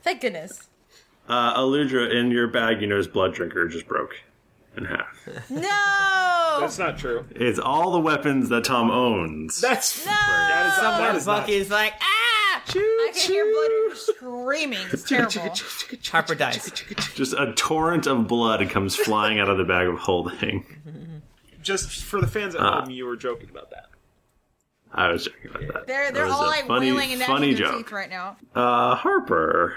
Speaker 4: Thank goodness.
Speaker 1: Uh, Aludra, in your bag, you notice Blood Drinker just broke in half.
Speaker 4: No! Ah!
Speaker 3: That's not true.
Speaker 1: It's all the weapons that Tom owns.
Speaker 3: That's
Speaker 4: no.
Speaker 3: That is- that is not-
Speaker 2: Bucky's like ah!
Speaker 4: I can hear blood screaming. It's terrible.
Speaker 2: Harper dies.
Speaker 1: Just a torrent of blood comes flying out of the bag of holding.
Speaker 3: Just for the fans at
Speaker 1: Ah.
Speaker 3: home, you were joking about that.
Speaker 1: I was joking about that.
Speaker 4: They're
Speaker 1: That
Speaker 4: they're
Speaker 1: was
Speaker 4: all
Speaker 1: a
Speaker 4: like
Speaker 1: funny,
Speaker 4: wailing and
Speaker 1: funny
Speaker 4: gnashing their
Speaker 1: joke.
Speaker 4: teeth right now.
Speaker 1: Uh, Harper.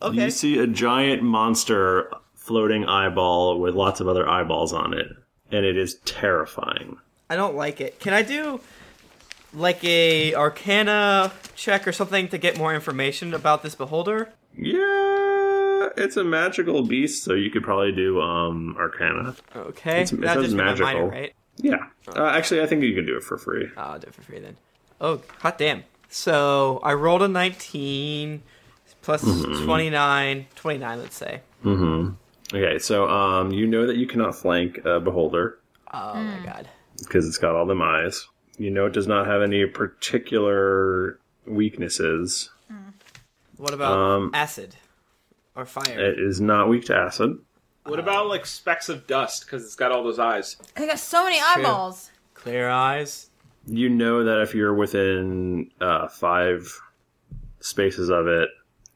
Speaker 2: Okay.
Speaker 1: You see a giant monster floating eyeball with lots of other eyeballs on it, and it is terrifying.
Speaker 2: I don't like it. Can I do like a Arcana check or something to get more information about this beholder?
Speaker 1: Yeah, it's a magical beast, so you could probably do um Arcana.
Speaker 2: Okay,
Speaker 1: it's, it
Speaker 2: That'd
Speaker 1: sounds
Speaker 2: just be my
Speaker 1: magical,
Speaker 2: minor, right? Ah,
Speaker 1: Yeah. Uh, actually, I think you can do it for free.
Speaker 2: I'll do it for free then. Oh, hot damn. So I rolled a 19 plus
Speaker 1: Mhm.
Speaker 2: 29, 29, let's say.
Speaker 1: Mm-hmm. Okay, so um, you know that you cannot flank a beholder
Speaker 2: Oh my god.
Speaker 1: because it's got all them eyes. You know it does not have any particular weaknesses.
Speaker 2: What about
Speaker 1: Um,
Speaker 2: acid or fire?
Speaker 1: It is not weak to acid.
Speaker 3: What about like specks of dust because it's got all those eyes?
Speaker 4: I got so many
Speaker 3: True.
Speaker 4: eyeballs.
Speaker 2: Clear eyes.
Speaker 1: You know that if you're within uh, five spaces of it,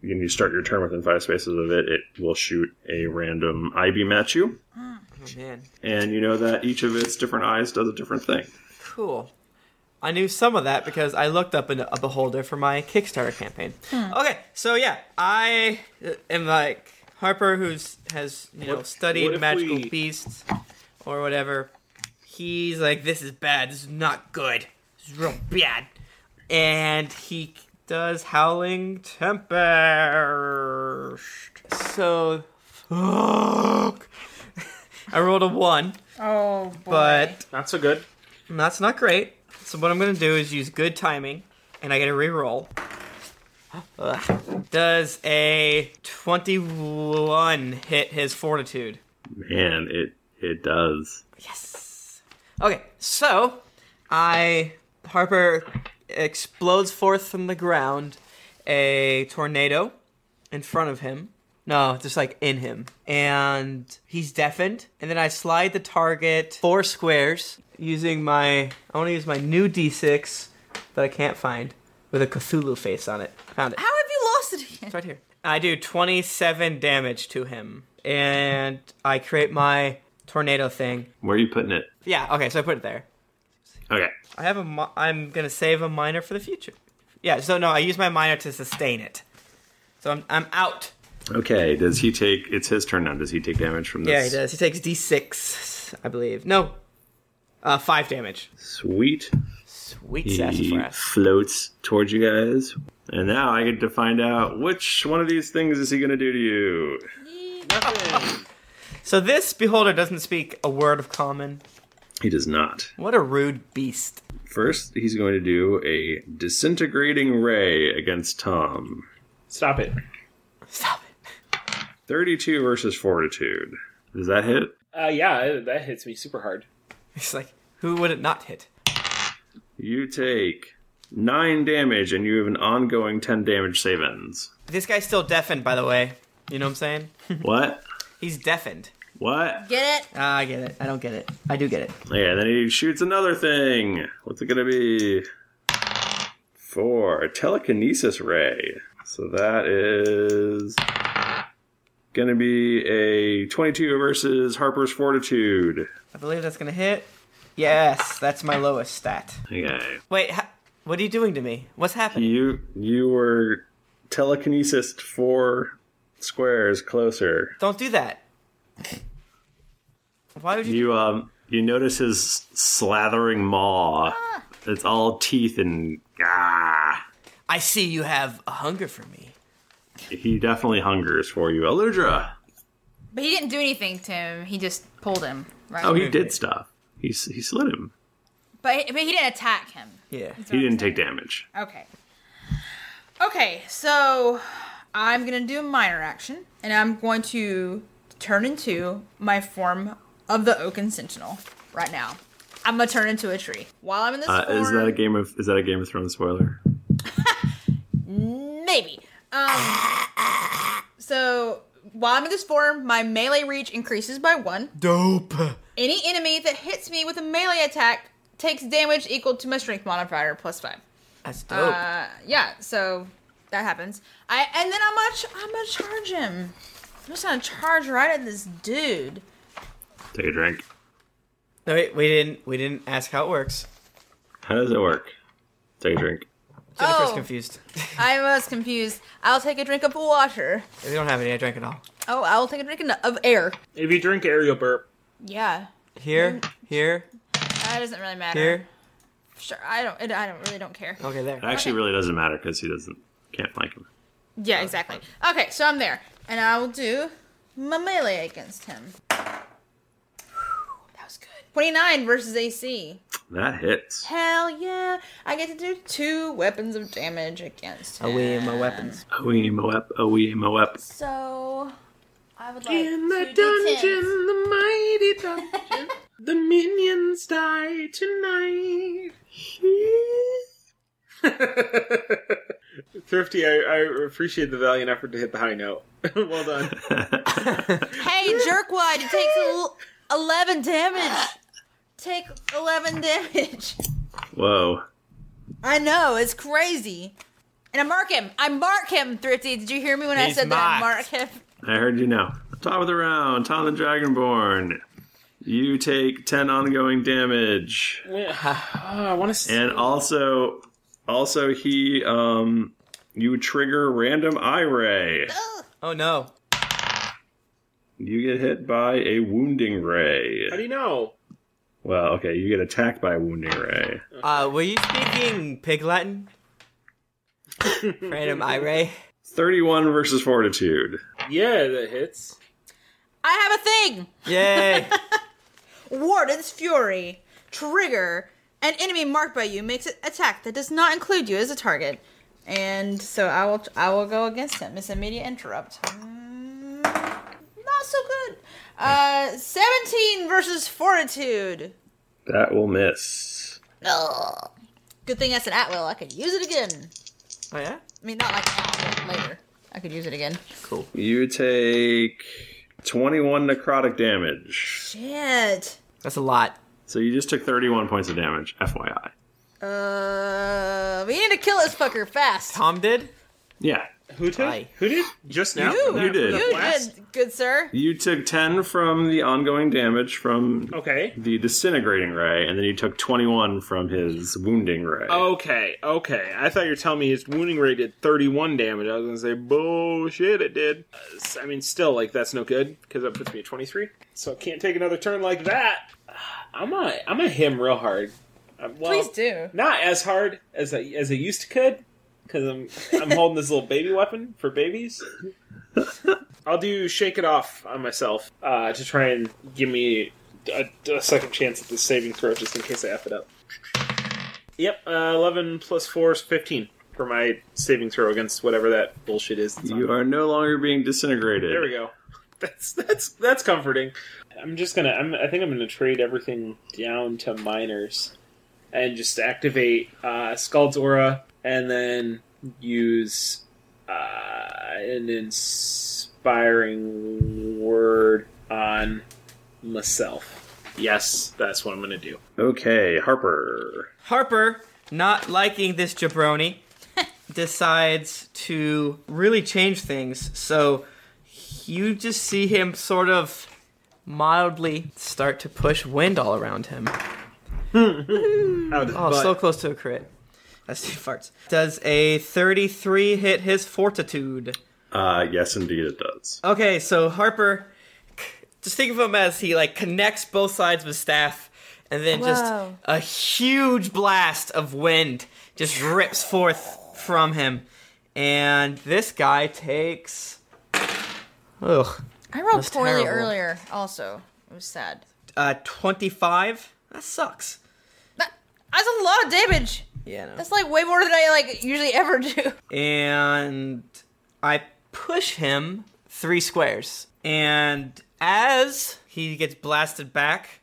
Speaker 1: and you start your turn within five spaces of it, it will shoot a random eye beam at you.
Speaker 2: Oh man,
Speaker 1: And you know that each of its different eyes does a different thing.
Speaker 2: cool. I knew some of that because I looked up an, a beholder for my Kickstarter campaign. Okay, so yeah, I uh, am like Harper, who's has you know
Speaker 7: What- what
Speaker 2: studied
Speaker 7: if
Speaker 2: magical
Speaker 7: we-
Speaker 2: beasts or whatever. He's like, this is bad. This is not good. This is real bad. And he does howling temper. So fuck. I rolled a one.
Speaker 4: Oh boy.
Speaker 2: But
Speaker 3: not so good.
Speaker 2: That's not great. So what I'm gonna do is use good timing, and I get a reroll. Ugh. Does a 21 hit his fortitude?
Speaker 1: Man, it it does.
Speaker 2: Okay, so I Harper explodes forth from the ground a tornado in front of him. No, just like in him. And he's deafened. And then I slide the target four squares using my I want to use my new D6 that I can't find with a Cthulhu face on it. Found it.
Speaker 4: How have you lost it again? It's
Speaker 2: right here. I do 27 damage to him. And I create my tornado thing.
Speaker 1: Where are you putting it?
Speaker 2: Yeah, okay, so I put it there.
Speaker 1: Okay.
Speaker 2: I have a. mi- I'm gonna save a minor for the future. Yeah. So no, I use my minor to sustain it. So I'm I'm out.
Speaker 1: Okay, does he take it's his turn now. Does he take damage from this?
Speaker 2: Yeah, he does. He takes D6, I believe. No, uh, five damage.
Speaker 1: Sweet.
Speaker 2: Sweet
Speaker 1: He
Speaker 2: sassafras.
Speaker 1: floats towards you guys. And now I get to find out which one of these things is he going to do to you.
Speaker 2: So this beholder doesn't speak a word of common.
Speaker 1: He does not.
Speaker 2: What a rude beast.
Speaker 1: First, he's going to do a disintegrating ray against Tom.
Speaker 3: Stop it.
Speaker 2: Stop
Speaker 1: it. 32 versus fortitude. Does that hit?
Speaker 3: Uh, yeah, that hits me super hard.
Speaker 2: It's like who would it not hit?
Speaker 1: You take 9 damage and you have an ongoing 10 damage save ends.
Speaker 2: This guy's still deafened, by the way. You know what I'm saying?
Speaker 1: What?
Speaker 2: He's deafened.
Speaker 1: What?
Speaker 4: Get it?
Speaker 2: Ah, I get it. I don't get it. I do get it.
Speaker 1: Yeah, and then he shoots another thing. What's it gonna be? Four telekinesis ray. So that is gonna be a twenty-two versus Harper's fortitude.
Speaker 2: I believe that's gonna hit. Yes, that's my lowest stat.
Speaker 1: Okay.
Speaker 2: Wait, ha- what are you doing to me? What's happening?
Speaker 1: You you were telekinesis four squares closer.
Speaker 2: Don't do that. Why would
Speaker 1: you? You um, you notice his slathering maw. It's all teeth and ah.
Speaker 2: I see you have a hunger for me.
Speaker 1: He definitely hungers for you, Eludra.
Speaker 4: But he didn't do anything to him. He just pulled him. Right.
Speaker 1: Oh, he did stuff. He s- he slid him.
Speaker 4: But but he didn't attack him.
Speaker 2: Yeah,
Speaker 1: he didn't take damage.
Speaker 4: Okay. Okay, so I'm gonna do a minor action, and I'm going to turn into my form of the Oaken Sentinel right now. I'm gonna turn into a tree while I'm in this
Speaker 1: Uh,
Speaker 4: form.
Speaker 1: is that a game of is that a Game of Thrones spoiler?
Speaker 4: Maybe. Um. so while I'm in this form, my melee reach increases by one.
Speaker 2: Dope.
Speaker 4: Any enemy that hits me with a melee attack takes damage equal to my strength modifier plus five.
Speaker 2: That's dope.
Speaker 4: Uh, yeah, so that happens. I and then I'm gonna ch- I'm gonna charge him. I'm just gonna charge right at this dude.
Speaker 1: Take a drink.
Speaker 2: no, wait, we didn't. We didn't ask how it works.
Speaker 1: How does it work? Take a drink.
Speaker 2: Jennifer's
Speaker 4: Oh.
Speaker 2: confused.
Speaker 4: I was confused. I'll take a drink of water.
Speaker 2: We don't have any. I drank it all.
Speaker 4: Oh, I'll take a drink of- of air.
Speaker 3: If you drink air, you'll burp.
Speaker 4: Yeah,
Speaker 2: Here,
Speaker 4: Mm.
Speaker 2: here,
Speaker 4: that doesn't really matter.
Speaker 2: here.
Speaker 4: Sure, I don't. It, I don't really don't care.
Speaker 2: Okay, there.
Speaker 1: It actually really doesn't matter because he doesn't can't flank him.
Speaker 4: Yeah, exactly. Okay, so I'm there, and I will do my melee against him. That was good. Twenty-nine versus AC.
Speaker 1: That hits.
Speaker 4: Hell yeah! I get to do two weapons of damage against him.
Speaker 1: Away my weapons. Away my wep. Away my wep.
Speaker 4: So, I would like
Speaker 3: In the
Speaker 4: two
Speaker 3: dungeon,
Speaker 4: D10s.
Speaker 3: the mighty dungeon, the minions die tonight. Thrifty, I, I appreciate the valiant effort to hit the high note. well done.
Speaker 4: Hey, jerkwad, you take el- eleven damage. Take eleven damage.
Speaker 1: Whoa.
Speaker 4: I know it's crazy. And I mark him. I mark him, Thrifty. Did you hear me when I
Speaker 1: He's
Speaker 4: said that? I mark him.
Speaker 1: I heard you now. Top of the round, Tom the Dragonborn. You take ten ongoing damage,
Speaker 3: Ah, I want to.
Speaker 1: and also, also he, um, you trigger random eye ray.
Speaker 2: Oh no!
Speaker 1: You get hit by a wounding ray.
Speaker 3: How do you know?
Speaker 1: Well, okay, you get attacked by a wounding ray.
Speaker 2: Uh, were you speaking pig Latin? Random eye ray.
Speaker 1: Thirty-one versus fortitude.
Speaker 3: Yeah, that hits.
Speaker 4: I have a thing.
Speaker 1: Yay!
Speaker 4: Warden's Fury. Trigger. An enemy marked by you makes an attack that does not include you as a target. And so I will I will go against him. It's immediate interrupt. Mm, not so good. Uh 17 versus fortitude.
Speaker 1: that will miss.
Speaker 4: Ugh. Good thing that's an at will. I could use it again.
Speaker 2: Oh yeah?
Speaker 4: I mean not like at will, later. I could use it again.
Speaker 1: Cool. You take twenty-one necrotic damage.
Speaker 4: Shit.
Speaker 2: That's a lot.
Speaker 1: So you just took 31 points of damage, FYI.
Speaker 4: Uh we need to kill this fucker fast.
Speaker 2: Tom did?
Speaker 1: Yeah.
Speaker 3: Who did? Who did? Just now?
Speaker 1: You, you did.
Speaker 4: You did, good sir.
Speaker 1: You took 10 from the ongoing damage from
Speaker 3: okay.
Speaker 1: the disintegrating ray, and then you took 21 from his wounding ray.
Speaker 3: Oh, Okay, okay. I thought you were telling me his wounding ray did 31 damage. I was going to say, bullshit, it did. Uh, s- I mean, still, like, that's no good, because that puts me at 23. So I can't take another turn like that. I'm a, I'm a him real hard. Uh, well,
Speaker 4: Please do.
Speaker 3: Not as hard as I, as I used to could, because I'm, I'm holding this little baby weapon for babies. I'll do Shake It Off on myself uh, to try and give me a, a second chance at the saving throw just in case I F it up. Yep, uh, 11 plus 4 is 15 for my saving throw against whatever that bullshit is. that's on
Speaker 1: You are no longer being disintegrated.
Speaker 3: There we go. That's that's that's comforting. I'm just gonna. I'm, I think I'm gonna trade everything down to miners, and just activate uh, Scald's aura, and then use uh, an inspiring word on myself. Yes, that's what I'm gonna do.
Speaker 1: Okay, Harper.
Speaker 2: Harper, not liking this jabroni, decides to really change things. So you just see him sort of mildly start to push wind all around him.
Speaker 3: Out his
Speaker 2: Oh,
Speaker 3: butt.
Speaker 2: so close to a crit. That's two farts. Does a 33 hit his fortitude?
Speaker 3: Oh.
Speaker 1: Uh, yes, indeed it does.
Speaker 2: Okay, so Harper Just think of him as he like connects both sides of his staff, and then just
Speaker 4: Whoa.
Speaker 2: a huge blast of wind just rips forth from him, and this guy takes. Ugh.
Speaker 4: I rolled
Speaker 2: That's
Speaker 4: poorly
Speaker 2: terrible.
Speaker 4: earlier. Also, it was sad.
Speaker 2: Uh, twenty-five. That sucks.
Speaker 4: That's a lot of damage.
Speaker 2: Yeah. No.
Speaker 4: That's like way more than I like usually ever do.
Speaker 2: and I push him three squares. And as he gets blasted back,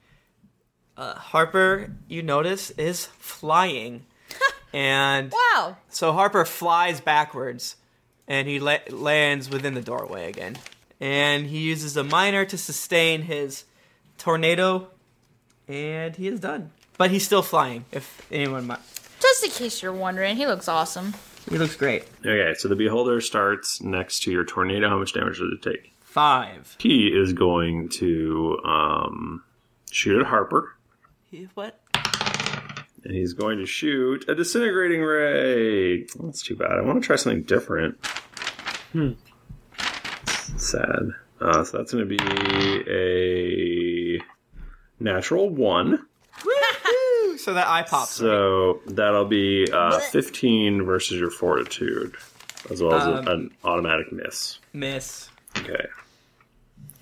Speaker 2: uh, Harper, you notice, is flying. and
Speaker 4: wow!
Speaker 2: So Harper flies backwards, and he la- lands within the doorway again. And he uses a minor to sustain his tornado, and he is done. But he's still flying. If anyone, might.
Speaker 4: Just in case you're wondering, he looks awesome.
Speaker 2: he looks great.
Speaker 1: Okay, so the beholder starts next to your tornado. How much damage does it take?
Speaker 2: Five.
Speaker 1: He is going to um, shoot at Harper,
Speaker 2: He- What?
Speaker 1: and he's going to shoot a disintegrating ray. That's too bad. I want to try something different.
Speaker 3: Hmm.
Speaker 1: Sad. Uh, so that's going to be a natural one.
Speaker 2: Woohoo! So that eye pops.
Speaker 1: So that'll be uh, 15 versus your fortitude, as well as
Speaker 2: Um,
Speaker 1: a, an automatic miss.
Speaker 2: Miss.
Speaker 1: Okay.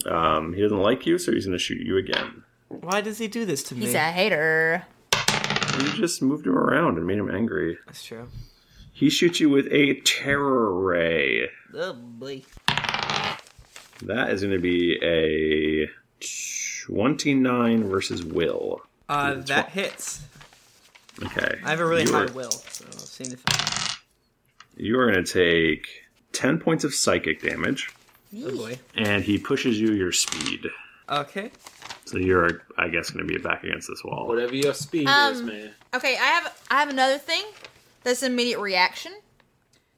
Speaker 1: Um, he doesn't like you, so he's going to shoot you again.
Speaker 2: Why does he do this to me?
Speaker 4: He's a hater.
Speaker 1: You just moved him around and made him angry.
Speaker 2: That's true.
Speaker 1: He shoots you with a terror ray.
Speaker 2: Oh boy.
Speaker 1: That is going to be a 29 versus will.
Speaker 2: Uh, that hits.
Speaker 1: Okay.
Speaker 2: I have a really
Speaker 1: you
Speaker 2: high
Speaker 1: are-
Speaker 2: will, so I've seen if.
Speaker 1: You are going to take 10 points of psychic damage,
Speaker 2: Oh boy.
Speaker 1: and he pushes you your speed.
Speaker 2: Okay.
Speaker 1: So you're, I guess, going to be back against this wall.
Speaker 3: Whatever your speed is,
Speaker 4: Um,
Speaker 3: man.
Speaker 4: Okay, I have I have another thing. That's an immediate reaction.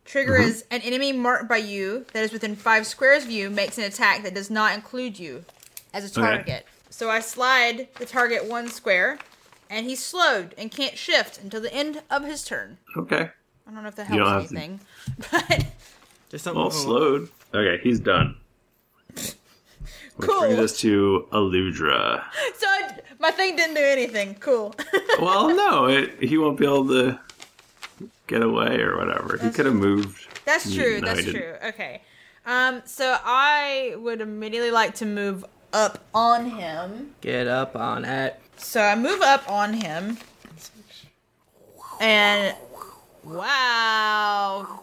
Speaker 4: Trigger
Speaker 1: Mhm.
Speaker 4: is an enemy marked by you that is within five squares of you makes an attack that does not include you as a
Speaker 1: Okay.
Speaker 4: target. So I slide the target one square, and he's slowed and can't shift until the end of his turn.
Speaker 1: Okay.
Speaker 4: I don't know if that
Speaker 1: You
Speaker 4: helps
Speaker 1: don't have to-
Speaker 4: anything, but
Speaker 2: Just
Speaker 1: Well, slowed. Okay, he's done. Which
Speaker 4: Cool.
Speaker 1: brings us to Aludra.
Speaker 4: so I- my thing didn't do anything. Cool.
Speaker 1: well, no, it, he won't be able to get away or whatever. he could have moved.
Speaker 4: That's true.
Speaker 1: No,
Speaker 4: that's
Speaker 1: he didn't.
Speaker 4: true. Okay. Um, so I would immediately like to move up on him.
Speaker 2: Get up on it.
Speaker 4: So I move up on him. And wow.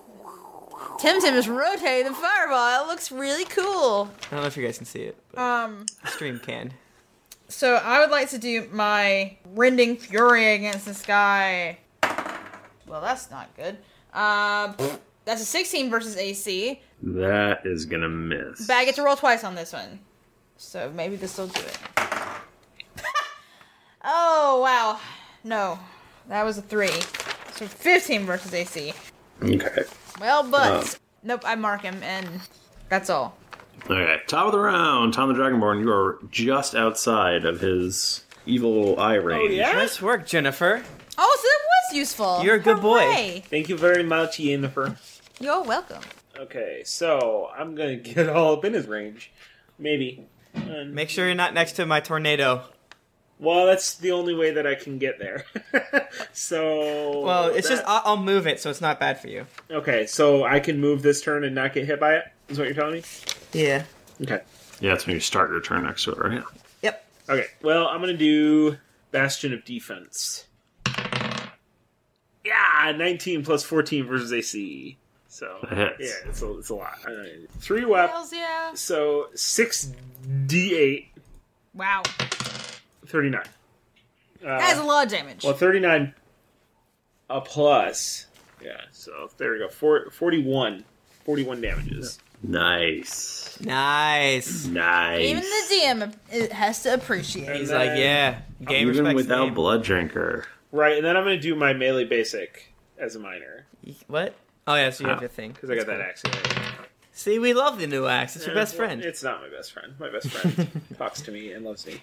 Speaker 4: Tim Tim is rotating the fireball. It looks really cool.
Speaker 2: I don't know if you guys can see it.
Speaker 4: Um
Speaker 2: Stream can.
Speaker 4: so I would like to do my rending fury against this guy. Well, that's not good. Um that's a 16 versus AC.
Speaker 1: That is gonna miss.
Speaker 4: But I get to roll twice on this one. So maybe this will do it. oh, wow. No. That was a three. So 15 versus AC.
Speaker 1: Okay.
Speaker 4: Well, but.
Speaker 1: Oh.
Speaker 4: Nope, I mark him, and that's all.
Speaker 1: Okay. Top of the round, Tom the Dragonborn. You are just outside of his evil eye
Speaker 3: Oh,
Speaker 1: range.
Speaker 4: yeah?
Speaker 2: Nice work, Jennifer.
Speaker 4: Oh, so that was useful. Hooray.
Speaker 3: Thank you very much, Yennefer.
Speaker 4: You're welcome.
Speaker 3: Okay, so I'm gonna get all up in his range. Maybe.
Speaker 2: Make sure you're not next to my tornado.
Speaker 3: Well, that's the only way that I can get there. so.
Speaker 2: Well, it's just
Speaker 3: that-
Speaker 2: I'll, I'll move it, so it's not bad for you.
Speaker 3: Okay, so I can move this turn and not get hit by it? Is what you're telling me?
Speaker 2: Yeah.
Speaker 3: Okay.
Speaker 1: Yeah, that's when you start your turn next to it, right?
Speaker 2: Yep.
Speaker 3: Okay, well, I'm gonna do Bastion of Defense. Yeah, 19 plus 14 versus AC. So,
Speaker 1: That hits.
Speaker 3: yeah, it's a, it's a lot. All right. Three wep.
Speaker 4: Hells yeah.
Speaker 3: So, 6d8,
Speaker 4: Wow.
Speaker 3: 39. Uh,
Speaker 4: That is a lot of damage.
Speaker 3: Well, 39 a plus. Yeah, so there we go. Four, 41. 41 damages.
Speaker 1: Nice.
Speaker 2: Nice.
Speaker 1: Nice.
Speaker 4: Even the DM it has to appreciate
Speaker 3: He's like, yeah, game
Speaker 1: Even
Speaker 3: respects
Speaker 1: without
Speaker 3: game.
Speaker 1: blood drinker.
Speaker 3: Right, and then I'm going to do my melee basic as a minor.
Speaker 2: What? Oh yeah, so you have
Speaker 3: Oh,
Speaker 2: your thing.
Speaker 3: 'cause I got that axe.
Speaker 2: See, we love the new axe. It's your
Speaker 3: Eh,
Speaker 2: best
Speaker 3: well,
Speaker 2: friend.
Speaker 3: It's not my best friend. My best friend talks to me and loves me.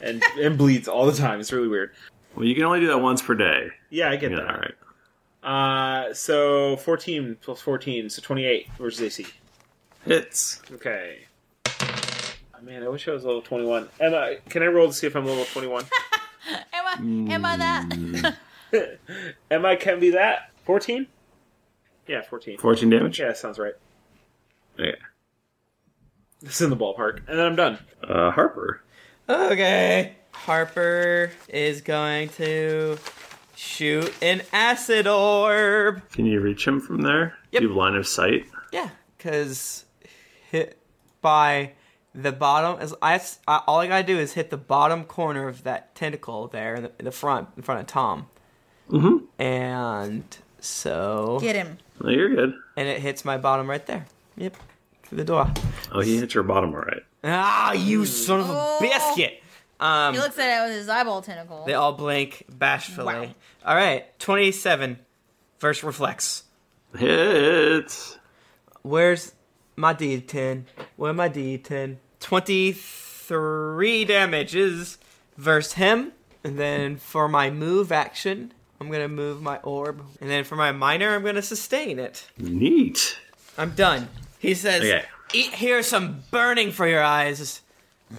Speaker 3: And, and bleeds all the time. It's really weird.
Speaker 1: Well, you can only do that once per day.
Speaker 3: Yeah, I get
Speaker 1: Yeah,
Speaker 3: that.
Speaker 1: all right.
Speaker 3: Uh, so 14 plus 14, so 28 versus AC.
Speaker 1: Hits.
Speaker 3: Okay. Oh, man, I wish I was level 21. Emma, can I roll to see if I'm level 21?
Speaker 4: Am I? Am I that?
Speaker 3: Am I can be that? 14? Yeah, 14.
Speaker 1: 14 damage?
Speaker 3: Yeah, sounds right.
Speaker 1: Yeah.
Speaker 3: It's in the ballpark. And then I'm done.
Speaker 1: Uh, Harper.
Speaker 2: Okay. Harper is going to shoot an acid orb.
Speaker 1: Can you reach him from there?
Speaker 2: Yep.
Speaker 1: Do you have line of sight?
Speaker 2: Yeah, because hit by the bottom. As I, I- all I gotta do is hit the bottom corner of that tentacle there in the, in the front, in front of Tom.
Speaker 1: Mm-hmm.
Speaker 2: And so
Speaker 4: Get him.
Speaker 1: No, you're good.
Speaker 2: And it hits my bottom right there. Yep, through the door.
Speaker 1: Oh, he hit your bottom all right.
Speaker 2: Ah, you son of
Speaker 4: Oh.
Speaker 2: a biscuit! Um,
Speaker 4: he looks at it with his eyeball tentacle.
Speaker 2: They all blink bashfully.
Speaker 4: Wow.
Speaker 2: All right, 27. First reflex.
Speaker 1: Hits.
Speaker 2: Where's my D10? Where my D10? 23 damages versus him. And then for my move action, I'm going to move my orb. And then for my minor, I'm going to sustain it.
Speaker 1: Neat.
Speaker 2: I'm done. He says,
Speaker 1: Okay.
Speaker 2: Eat here some burning for your eyes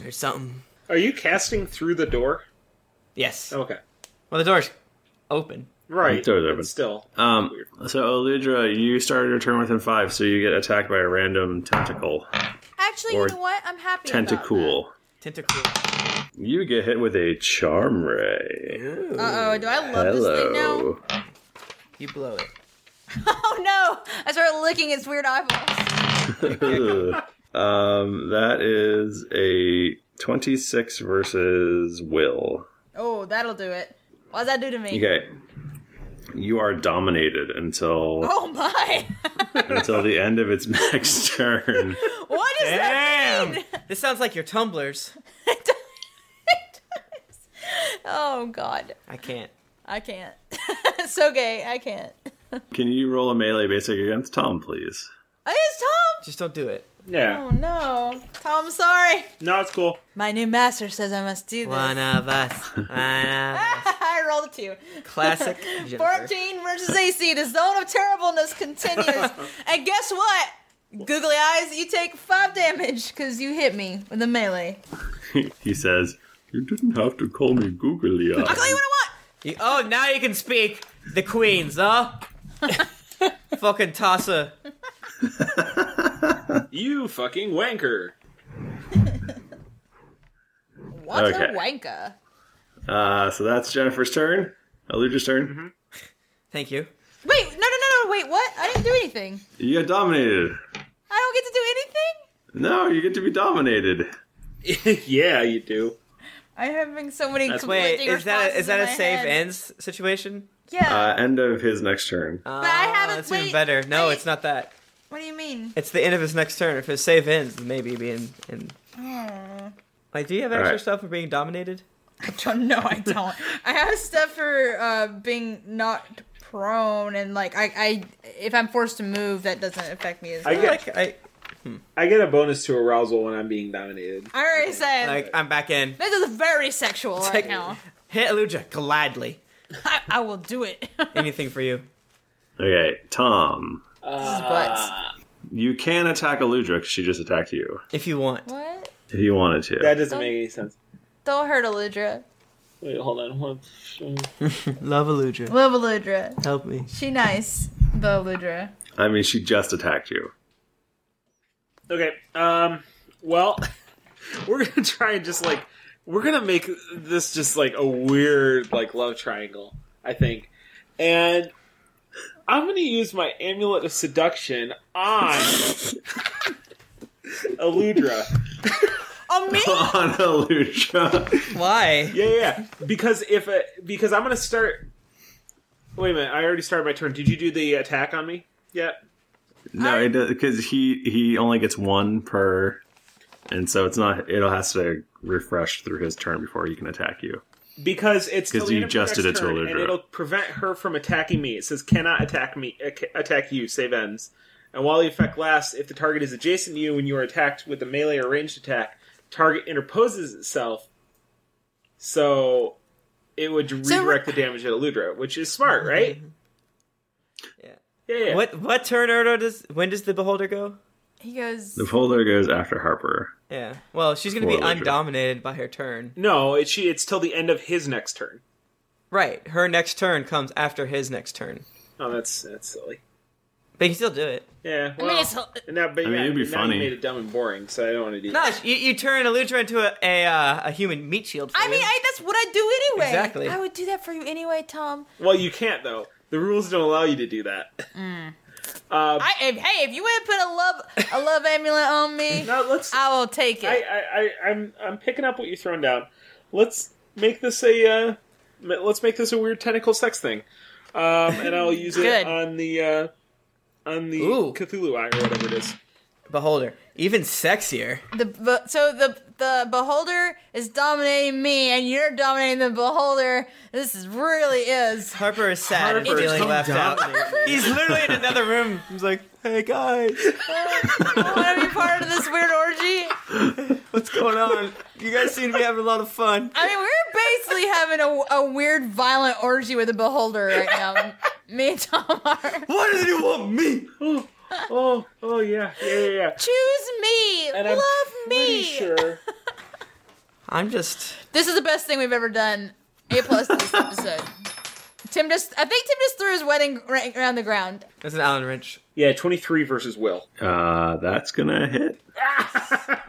Speaker 2: or something.
Speaker 3: Are you casting through the door? Oh,
Speaker 2: Yes.
Speaker 3: Okay.
Speaker 2: Well, the door's open.
Speaker 3: Right.
Speaker 1: The door's open.
Speaker 3: Still.
Speaker 1: Um, so, Oludra, you started your turn within five, so you get attacked by a random tentacle.
Speaker 4: Actually,
Speaker 1: Or
Speaker 4: you know what? I'm happy.
Speaker 1: Tentacool.
Speaker 2: Tentacle.
Speaker 1: You get hit with a charm ray.
Speaker 4: Uh oh, do I love this thing now?
Speaker 1: Hello.
Speaker 2: You blow it.
Speaker 4: Oh no! I started licking its weird eyeball.
Speaker 1: um, that is a 26 versus will.
Speaker 4: Oh, that'll do it. What does that do to me?
Speaker 1: Okay. You are dominated until
Speaker 4: Oh my!
Speaker 1: until the end of its next turn.
Speaker 4: What does that mean?
Speaker 2: This sounds like your tumblers.
Speaker 4: Oh god,
Speaker 2: I can't.
Speaker 4: I can't. it's so gay. I can't.
Speaker 1: Can you roll a melee basic against Tom, please?
Speaker 4: Oh, it's Tom.
Speaker 2: Just don't do it.
Speaker 1: Yeah.
Speaker 4: Oh no, Tom. Sorry.
Speaker 3: No, it's cool.
Speaker 4: My new master says I must do this.
Speaker 2: One of us. One of-
Speaker 4: I rolled a two.
Speaker 2: Classic Jennifer.
Speaker 4: 14 versus AC. The zone of terribleness continues. and guess what? Googly eyes, you take five damage because you hit me with a melee.
Speaker 1: he says, You didn't have to call me googly
Speaker 2: I'll
Speaker 1: eyes.
Speaker 2: call you
Speaker 4: what I
Speaker 2: want. oh, now you can speak the queens, huh? Fucking Tassa.
Speaker 3: You fucking wanker.
Speaker 4: What
Speaker 1: Okay.
Speaker 4: a wanker.
Speaker 1: Uh, so that's Jennifer's turn. Eludra's turn.
Speaker 2: Thank you.
Speaker 4: Wait, no, no, no, no, wait, what? I didn't do anything.
Speaker 1: You got dominated.
Speaker 4: I don't get to do anything?
Speaker 1: No, you get to be dominated.
Speaker 3: yeah, you do.
Speaker 4: I'm having so many
Speaker 1: That's-
Speaker 4: conflicting
Speaker 2: Wait, is that
Speaker 4: responses
Speaker 2: is that
Speaker 4: in
Speaker 2: a
Speaker 4: my
Speaker 2: save
Speaker 4: head.
Speaker 2: ends situation?
Speaker 4: Yeah.
Speaker 1: Uh, end of his next turn.
Speaker 4: Uh,
Speaker 2: but I haven't. That's even better. No, it's not that.
Speaker 4: What do you mean?
Speaker 2: It's the end of his next turn. If his save ends, then maybe be in. in... Hmm.
Speaker 4: Oh.
Speaker 2: Like, do you have
Speaker 1: All
Speaker 2: extra
Speaker 1: right.
Speaker 2: stuff for being dominated?
Speaker 4: I don't know. I don't. I have stuff for uh, being not prone and like I, I if I'm forced to move that doesn't affect me as
Speaker 3: I
Speaker 4: much.
Speaker 3: get,
Speaker 2: I,
Speaker 3: get a bonus to arousal when I'm being dominated.
Speaker 4: I already said
Speaker 2: Like, I'm back in.
Speaker 4: this is very sexual right
Speaker 2: Like-
Speaker 4: now.
Speaker 2: Hit Aludra gladly.
Speaker 4: I, I will do it.
Speaker 2: Anything for you.
Speaker 1: Okay, Tom.
Speaker 4: this is butts.
Speaker 1: You can attack Aludra because she just attacked you.
Speaker 2: If you want.
Speaker 4: What?
Speaker 1: If you wanted to.
Speaker 3: That doesn't make any sense.
Speaker 4: Don't hurt Aludra.
Speaker 3: Wait, hold on. Hold on.
Speaker 2: Love Aludra.
Speaker 4: Love Aludra.
Speaker 2: Help me.
Speaker 4: She nice, though Aludra.
Speaker 1: I mean, she just attacked you.
Speaker 3: Okay. Um. Well, we're gonna try and just like we're gonna make this just like a weird like love triangle. I think, and I'm gonna use my amulet of seduction on Aludra.
Speaker 4: Oh me?
Speaker 1: On Aludra.
Speaker 2: Why?
Speaker 3: Yeah, yeah. Because if a, because I'm gonna start. Wait a minute. I already started my turn. Did you do the attack on me? Yeah.
Speaker 1: No, because he he only gets one per, and so it's not. It'll has to refresh through his turn before he can attack you.
Speaker 3: Because it's
Speaker 1: 'Cause
Speaker 3: till the
Speaker 1: you
Speaker 3: end of
Speaker 1: just
Speaker 3: her
Speaker 1: did
Speaker 3: next
Speaker 1: it to
Speaker 3: turn, and
Speaker 1: Aludra.
Speaker 3: it'll prevent her from attacking me. It says cannot attack me, ac- attack you. Save ends. And while the effect lasts, if the target is adjacent to you when you are attacked with a melee or ranged attack, target interposes itself. So it would redirect the damage at Aludra, which is smart, right? Yeah. Yeah.
Speaker 2: What what turn order does when does the beholder go?
Speaker 4: He goes.
Speaker 1: The folder goes after Harper.
Speaker 2: Yeah. Well, she's going to be
Speaker 1: Well, Richard.
Speaker 2: undominated by her turn.
Speaker 3: No, it, she, it's till the end of his next turn.
Speaker 2: Right. Her next turn comes after his next turn.
Speaker 3: Oh, that's that's silly.
Speaker 2: But you can still do it.
Speaker 3: Yeah.
Speaker 2: mean,
Speaker 3: Well,
Speaker 2: it's-
Speaker 3: and now, but
Speaker 2: I mean,
Speaker 3: yeah,
Speaker 2: it'd be
Speaker 3: now
Speaker 2: funny.
Speaker 3: You made it dumb and boring, so I don't want to do
Speaker 2: No,
Speaker 3: that.
Speaker 2: it's- you, you turn a Lutra into a a, uh, a human meat shield. For
Speaker 4: I mean,
Speaker 2: you.
Speaker 4: I, that's what I do anyway.
Speaker 2: Exactly.
Speaker 4: I would do that for you anyway, Tom.
Speaker 3: Well, you can't though. The rules don't allow you to do that. Uh,
Speaker 4: I, if, hey, if you would put a love a love amulet on me,
Speaker 2: Uh,
Speaker 4: I will take it.
Speaker 3: I, I, I, I'm I'm picking up what you're throwing down. Let's make this a uh, m- let's make this a weird tentacle sex thing, um, and I'll use
Speaker 2: Good.
Speaker 3: it on the uh, on the
Speaker 2: Ooh.
Speaker 3: Cthulhu eye or whatever it is.
Speaker 2: Beholder, even sexier.
Speaker 4: the be- so the the beholder is dominating me, and you're dominating the beholder. This is really is.
Speaker 2: Harper is sad and
Speaker 4: Harper is
Speaker 2: feeling left out.
Speaker 4: dominating.
Speaker 2: He's literally in another room. He's like, "Hey guys,
Speaker 4: want to be part of this weird orgy?
Speaker 2: what's going on? You guys seem to be having a lot of fun."
Speaker 4: I mean, we're basically having a, a weird, violent orgy with a beholder right now. Me and Tom are.
Speaker 2: Why does he want me?
Speaker 3: Oh, oh, oh yeah, yeah, yeah. yeah.
Speaker 4: Choose me,
Speaker 3: And I'm
Speaker 4: love
Speaker 3: pretty
Speaker 4: me.
Speaker 3: sure.
Speaker 2: I'm just
Speaker 4: This is the best thing we've ever done. A plus to this episode. Tim just, I think Tim just threw his wedding ring around the ground.
Speaker 2: That's an Allen wrench.
Speaker 3: Yeah, twenty three versus Will.
Speaker 1: Uh, that's gonna hit.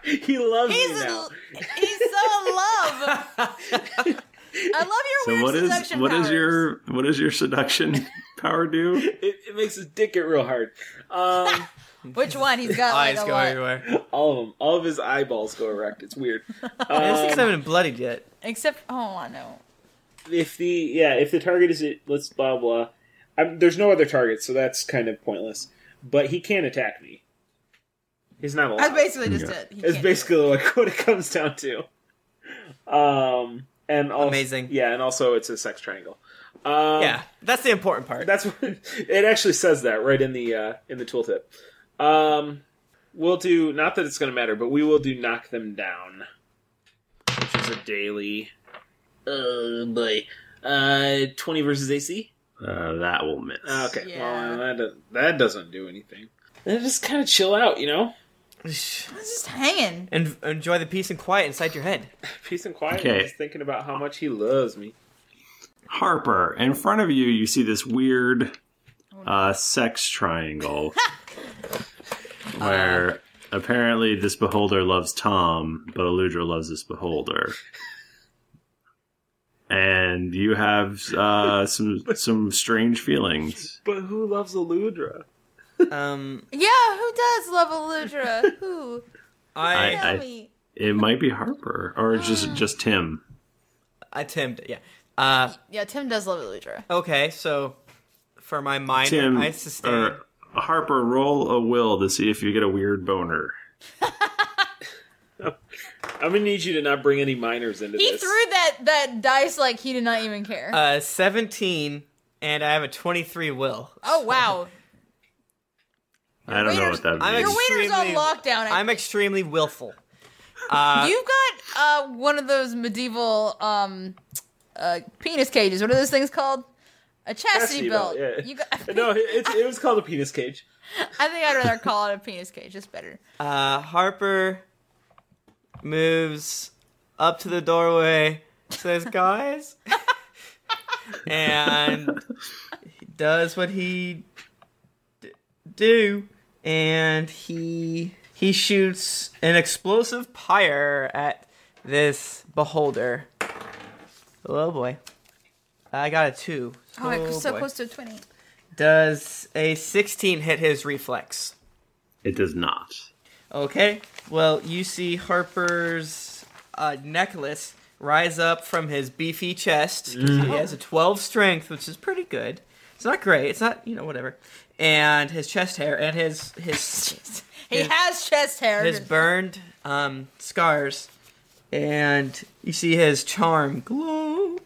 Speaker 3: he loves me now.
Speaker 4: He's so in love. I love your
Speaker 1: So
Speaker 4: weird
Speaker 1: what is
Speaker 4: seduction
Speaker 1: what
Speaker 4: powers.
Speaker 1: is your what is your seduction power do?
Speaker 3: It, it makes his dick get real hard. Um,
Speaker 4: Which one? He's got like a lot.
Speaker 3: All of them. All of his eyeballs go erect. It's weird.
Speaker 2: I don't think
Speaker 3: Um,
Speaker 2: I haven't bloodied yet.
Speaker 4: Except, oh, I know.
Speaker 3: if the yeah if the target is it let's blah blah um, there's no other target so that's kind of pointless but he can attack me he's not allowed
Speaker 4: That's basically just Yeah. it. He
Speaker 3: it's
Speaker 4: can't.
Speaker 3: basically like what it comes down to um and also, amazing yeah and also it's a sex triangle um,
Speaker 2: Yeah, that's the important part
Speaker 3: that's what it actually says that right in the uh in the tooltip um we'll do not that it's gonna matter but we will do knock them down which is a daily uh boy uh 20 versus ac
Speaker 1: Uh, that will miss.
Speaker 3: Okay, well, that, doesn't- that doesn't do anything. Then just kind of chill out, you know?
Speaker 4: Just hanging.
Speaker 2: and enjoy the peace and quiet inside your head.
Speaker 3: Peace and quiet.
Speaker 1: Okay.
Speaker 3: Just thinking about how much he loves me.
Speaker 1: Harper, in front of you, you see this weird
Speaker 4: Oh,
Speaker 1: uh, sex triangle Uh, where apparently this beholder loves Tom, but Eludra loves this beholder. And you have uh, some some strange feelings.
Speaker 3: But who loves Aludra?
Speaker 2: Um,
Speaker 4: Yeah, who does love Eludra? who?
Speaker 2: I,
Speaker 4: Tell me.
Speaker 1: it might be Harper or
Speaker 4: Uh,
Speaker 1: just just Tim.
Speaker 2: I Tim, yeah. Uh,
Speaker 4: Yeah, Tim does love Eludra.
Speaker 2: okay, so for my minor,
Speaker 1: Tim
Speaker 2: I sustain.
Speaker 1: or Harper, roll a will to see if you get a weird boner.
Speaker 3: I'm gonna need you to not bring any minors into
Speaker 4: He
Speaker 3: this.
Speaker 4: threw that that dice like he did not even care.
Speaker 2: uh, seventeen, and I have a twenty-three will.
Speaker 4: oh wow,
Speaker 1: I don't know what that
Speaker 2: I'm
Speaker 1: means.
Speaker 4: your waiter's on
Speaker 2: extremely-
Speaker 4: lockdown. I
Speaker 2: I'm extremely willful. Uh,
Speaker 4: You've got uh, one of those medieval um, uh, penis cages. What are those things called? A chastity, belt.
Speaker 3: yeah.
Speaker 4: You got,
Speaker 3: no, it, it's, it was called a penis cage.
Speaker 4: I think I'd rather call it a penis cage. It's better.
Speaker 2: Uh, Harper moves up to the doorway, says, guys, and he does what he d- do, and he he shoots an explosive pyre at this beholder. Oh boy, I got a two.
Speaker 4: Oh, I'm so
Speaker 2: boy.
Speaker 4: close to a twenty.
Speaker 2: Does a sixteen hit his reflex?
Speaker 1: It does not.
Speaker 2: Okay. Well, you see Harper's uh, necklace rise up from his beefy chest.
Speaker 8: Mm.
Speaker 2: He has a 12 strength, which is pretty good. It's not great. It's not, you know, whatever. And his chest hair and his his
Speaker 4: He has chest hair.
Speaker 2: his burned um, scars, and you see his charm glow.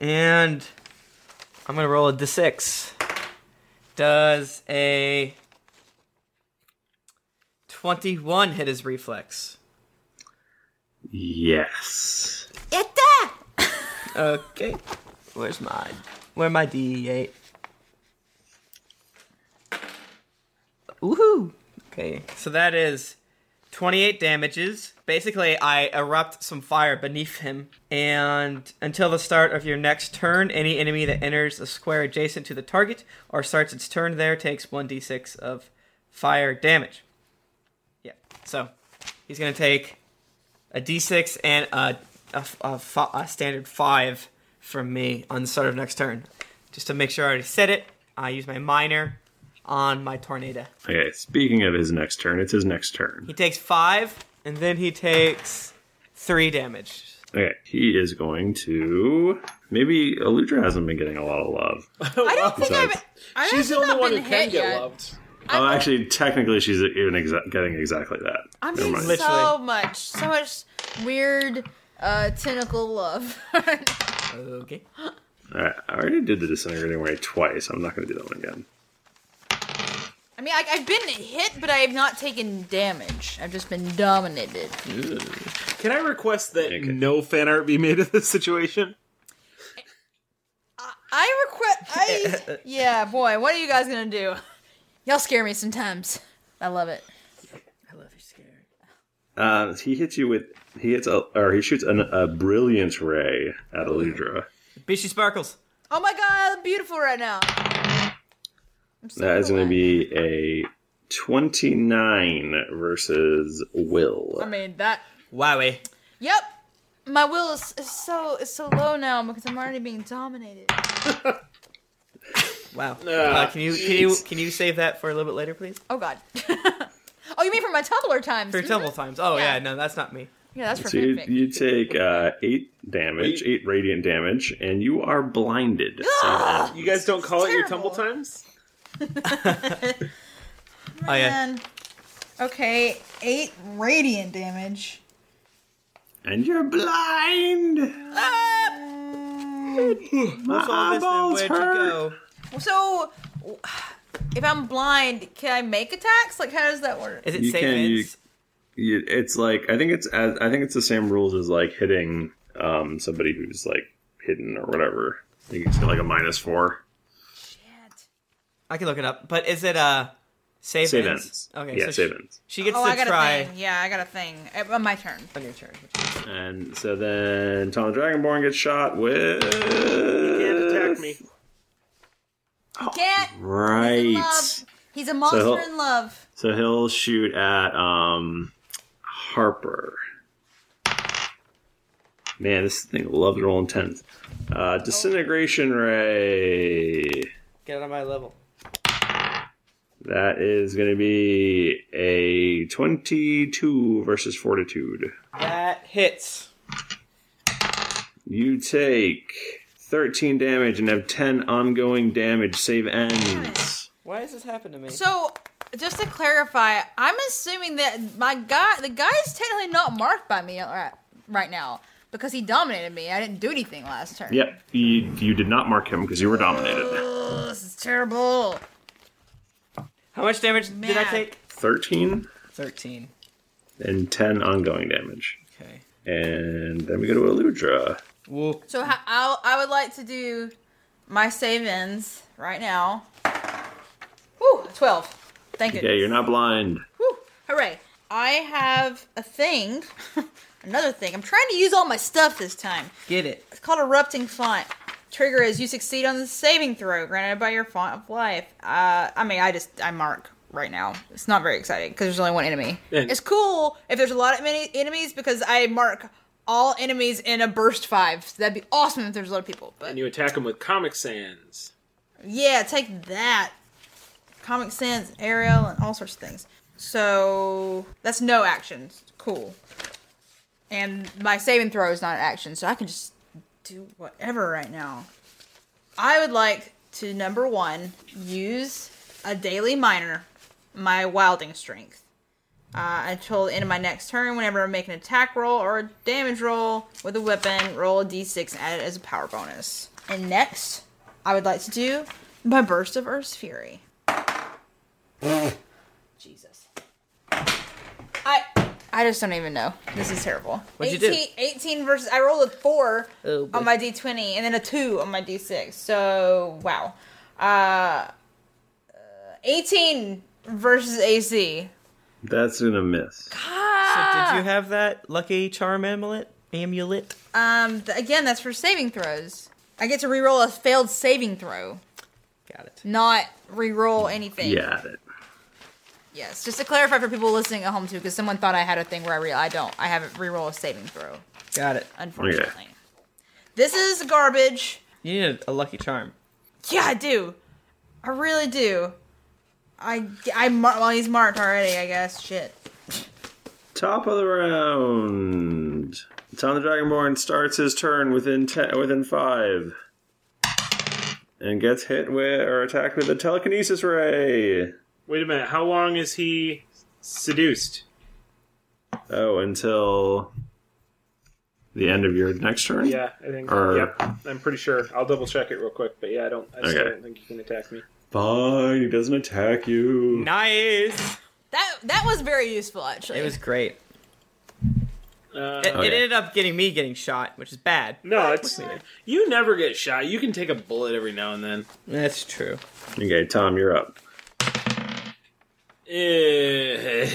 Speaker 2: And I'm gonna roll a d6. Does a 21 hit his reflex?
Speaker 1: Yes.
Speaker 2: Okay. Where's mine? Where my D8? Woohoo! Okay, so that is 28 damages. Basically, I erupt some fire beneath him, and until the start of your next turn, any enemy that enters a square adjacent to the target or starts its turn there takes 1d6 of fire damage. Yeah, so he's going to take a d6 and a, a, a fi- a standard 5 from me on the start of next turn. Just to make sure I already said it, I use my minor on my tornado.
Speaker 1: Okay, speaking of his next turn, it's his next turn.
Speaker 2: He takes five, and then he takes three damage.
Speaker 1: Okay, he is going to. Maybe Aludra hasn't been getting a lot of love.
Speaker 4: I don't think
Speaker 1: Besides-
Speaker 4: I've. I've She's the only one who can get loved.
Speaker 1: Oh, actually, technically, she's even exa- getting exactly that.
Speaker 4: I'm
Speaker 1: Never
Speaker 4: getting
Speaker 1: mind.
Speaker 4: so much, so much weird uh, tentacle love.
Speaker 2: okay.
Speaker 1: All right, I already did the disintegrating ray twice. I'm not going to do that one again.
Speaker 4: I mean, I, I've been hit, but I have not taken damage. I've just been dominated.
Speaker 3: Can I request that no fan art be made of this situation?
Speaker 4: I request. I yeah, boy. What are you guys gonna do? Y'all scare me sometimes. I love it.
Speaker 1: Uh, he hits you with he hits a, or he shoots an, a brilliant ray at Aludra.
Speaker 2: Bishy sparkles.
Speaker 4: Oh my god, I'm beautiful right now.
Speaker 1: That is going to be a twenty-nine versus Will.
Speaker 4: I mean that.
Speaker 2: Wowie.
Speaker 4: Yep. My will is, is so is so low now because I'm already being dominated.
Speaker 2: Wow.
Speaker 3: Ah,
Speaker 2: Uh, can you can you
Speaker 3: jeez.
Speaker 2: can you save that for a little bit later, please?
Speaker 4: Oh god. oh, you mean for my Tumblr times?
Speaker 2: For
Speaker 4: Mhm.
Speaker 2: double times. Oh yeah. no, that's not me.
Speaker 4: Yeah, that's for
Speaker 1: So you,
Speaker 4: fanfic.
Speaker 1: you take uh, eight damage, eight radiant damage, and you are blinded. So-
Speaker 3: You guys don't call it your tumble times?
Speaker 1: Oh, yeah.
Speaker 4: Man. Okay, eight radiant damage.
Speaker 1: and you're blind. Ah!
Speaker 4: What's all this then? Where'd you go? So, if I'm blind, can I make attacks? Like, how does that work?
Speaker 2: Is
Speaker 1: you can you, you it's like I think it's as, I think it's the same rules as like hitting um somebody who's like hidden or whatever. I think it's like a minus four.
Speaker 2: I can look it up. But is it uh save,
Speaker 1: Save
Speaker 2: ends?
Speaker 1: ends.
Speaker 2: Okay.
Speaker 1: Yeah,
Speaker 2: so
Speaker 1: save
Speaker 2: she,
Speaker 1: ends.
Speaker 2: She gets
Speaker 4: oh,
Speaker 2: to
Speaker 4: I got
Speaker 2: try.
Speaker 4: a thing. Yeah, I got a thing. Uh, my turn.
Speaker 2: On your turn.
Speaker 1: And so then Tom the Dragonborn gets shot with
Speaker 3: Attack me.
Speaker 4: He can't.
Speaker 1: right.
Speaker 4: Love. He's a monster
Speaker 1: he'll-
Speaker 4: in love.
Speaker 1: So he'll shoot at um Harper. Man, this thing loves rolling tens. Uh, disintegration ray.
Speaker 2: Get out of my level.
Speaker 1: That is going to be a 22 versus fortitude.
Speaker 2: That hits.
Speaker 1: You take 13 damage and have 10 ongoing damage save ends.
Speaker 2: Why does this happen to me?
Speaker 4: So, just to clarify, I'm assuming that my guy, the guy is technically not marked by me right, right now because he dominated me. I didn't do anything last turn.
Speaker 1: Yep, you, you did not mark him because you were dominated.
Speaker 4: Ugh, this is terrible.
Speaker 2: How much damage did I
Speaker 4: Mad.
Speaker 2: take?
Speaker 1: 13
Speaker 2: Thirteen.
Speaker 1: and 10 ongoing damage.
Speaker 2: Okay.
Speaker 1: And then we go to Eludra.
Speaker 2: Well,
Speaker 4: So ho- I'll, I would like to do my save ins right now. Woo, 12. Thank
Speaker 1: Okay,
Speaker 4: you.
Speaker 1: you're not blind.
Speaker 4: Woo, hooray. I have a thing, another thing. I'm trying to use all my stuff this time.
Speaker 2: Get it.
Speaker 4: It's called Erupting Font. Trigger is you succeed on the saving throw granted by your font of life. Uh, I mean, I just, I mark right now. It's not very exciting because there's only one enemy.
Speaker 3: And-
Speaker 4: it's cool if there's a lot of many enemies because I mark all enemies in a burst five. So that'd be awesome if there's a lot of people. But
Speaker 3: And you attack him with Comic Sans.
Speaker 4: yeah, take that. Comic Sans, Ariel, and all sorts of things. So that's no actions. Cool. And my saving throw is not an action, so I can just do whatever right now. I would like to number one use a daily minor, my wilding strength. Uh, until the end of my next turn, whenever I make an attack roll or a damage roll with a weapon, roll a d6 add it as a power bonus. And next, I would like to do my burst of Earth's Fury. Jesus. I I just don't even know. This is terrible.
Speaker 2: What'd you
Speaker 4: 18,
Speaker 2: do?
Speaker 4: 18 versus I rolled a four
Speaker 2: Oh, boy.
Speaker 4: on my d20 and then a two on my d6. So wow, uh, uh, 18 versus AC
Speaker 1: That's going to miss.
Speaker 4: Ah.
Speaker 2: Did you have that lucky charm amulet? Amulet.
Speaker 4: Um, th- again, that's for saving throws. I get to reroll a failed saving throw.
Speaker 2: Got it.
Speaker 4: Not reroll anything.
Speaker 1: Yeah. that-
Speaker 4: Yes. Just to clarify for people listening at home too, because someone thought I had a thing where I re- I don't. I haven't reroll a saving throw.
Speaker 2: Got it.
Speaker 4: Unfortunately. This is garbage.
Speaker 2: You need a, a lucky charm.
Speaker 4: Yeah, I do. I really do. I I mar- well, he's marked already. I guess. Shit.
Speaker 1: Top of the round. Tom the Dragonborn starts his turn within ten, within five, and gets hit with or attacked with a telekinesis ray.
Speaker 3: Wait a minute. How long is he seduced?
Speaker 1: Oh, until the end of your next turn.
Speaker 3: Yeah, I think.
Speaker 1: Or-
Speaker 3: Yep, I'm pretty sure. I'll double check it real quick, but yeah, I don't. I still
Speaker 1: Okay.
Speaker 3: don't think you can attack me.
Speaker 1: Fine, he doesn't attack you.
Speaker 2: Nice.
Speaker 4: That that was very useful actually.
Speaker 2: It was great.
Speaker 3: Uh,
Speaker 2: it, it ended up getting me getting shot, which is bad.
Speaker 3: No, it's you never get shot. You can take a bullet every now and then.
Speaker 2: That's true.
Speaker 1: Okay, Tom, you're up.
Speaker 3: Eh,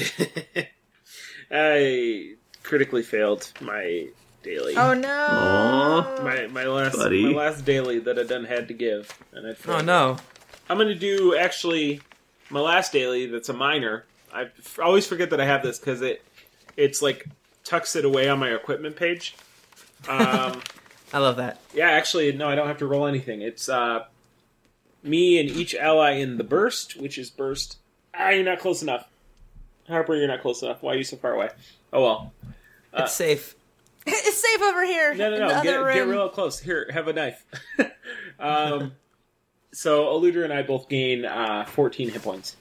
Speaker 3: I critically failed my daily.
Speaker 4: Oh, no. Aw.
Speaker 3: My my last
Speaker 1: Buddy.
Speaker 3: my last daily that I done had to give, and I. failed.
Speaker 2: Oh no.
Speaker 3: I'm gonna do actually my last daily. That's a minor. I f- always forget that I have this because it it's like tucks it away on my equipment page. Um,
Speaker 2: I love that.
Speaker 3: yeah, actually, no, I don't have to roll anything. It's uh, me and each ally in the burst, which is burst. Ah, you're not close enough, Harper. You're not close enough. Why are you so far away? Oh well,
Speaker 4: Uh,
Speaker 2: it's safe.
Speaker 4: it's safe over here.
Speaker 3: No,
Speaker 4: in
Speaker 3: no,
Speaker 4: the
Speaker 3: no.
Speaker 4: other
Speaker 3: Get, get
Speaker 4: room.
Speaker 3: real close. Here, have a knife. um, so Eluder and I both gain uh, 14 hit points.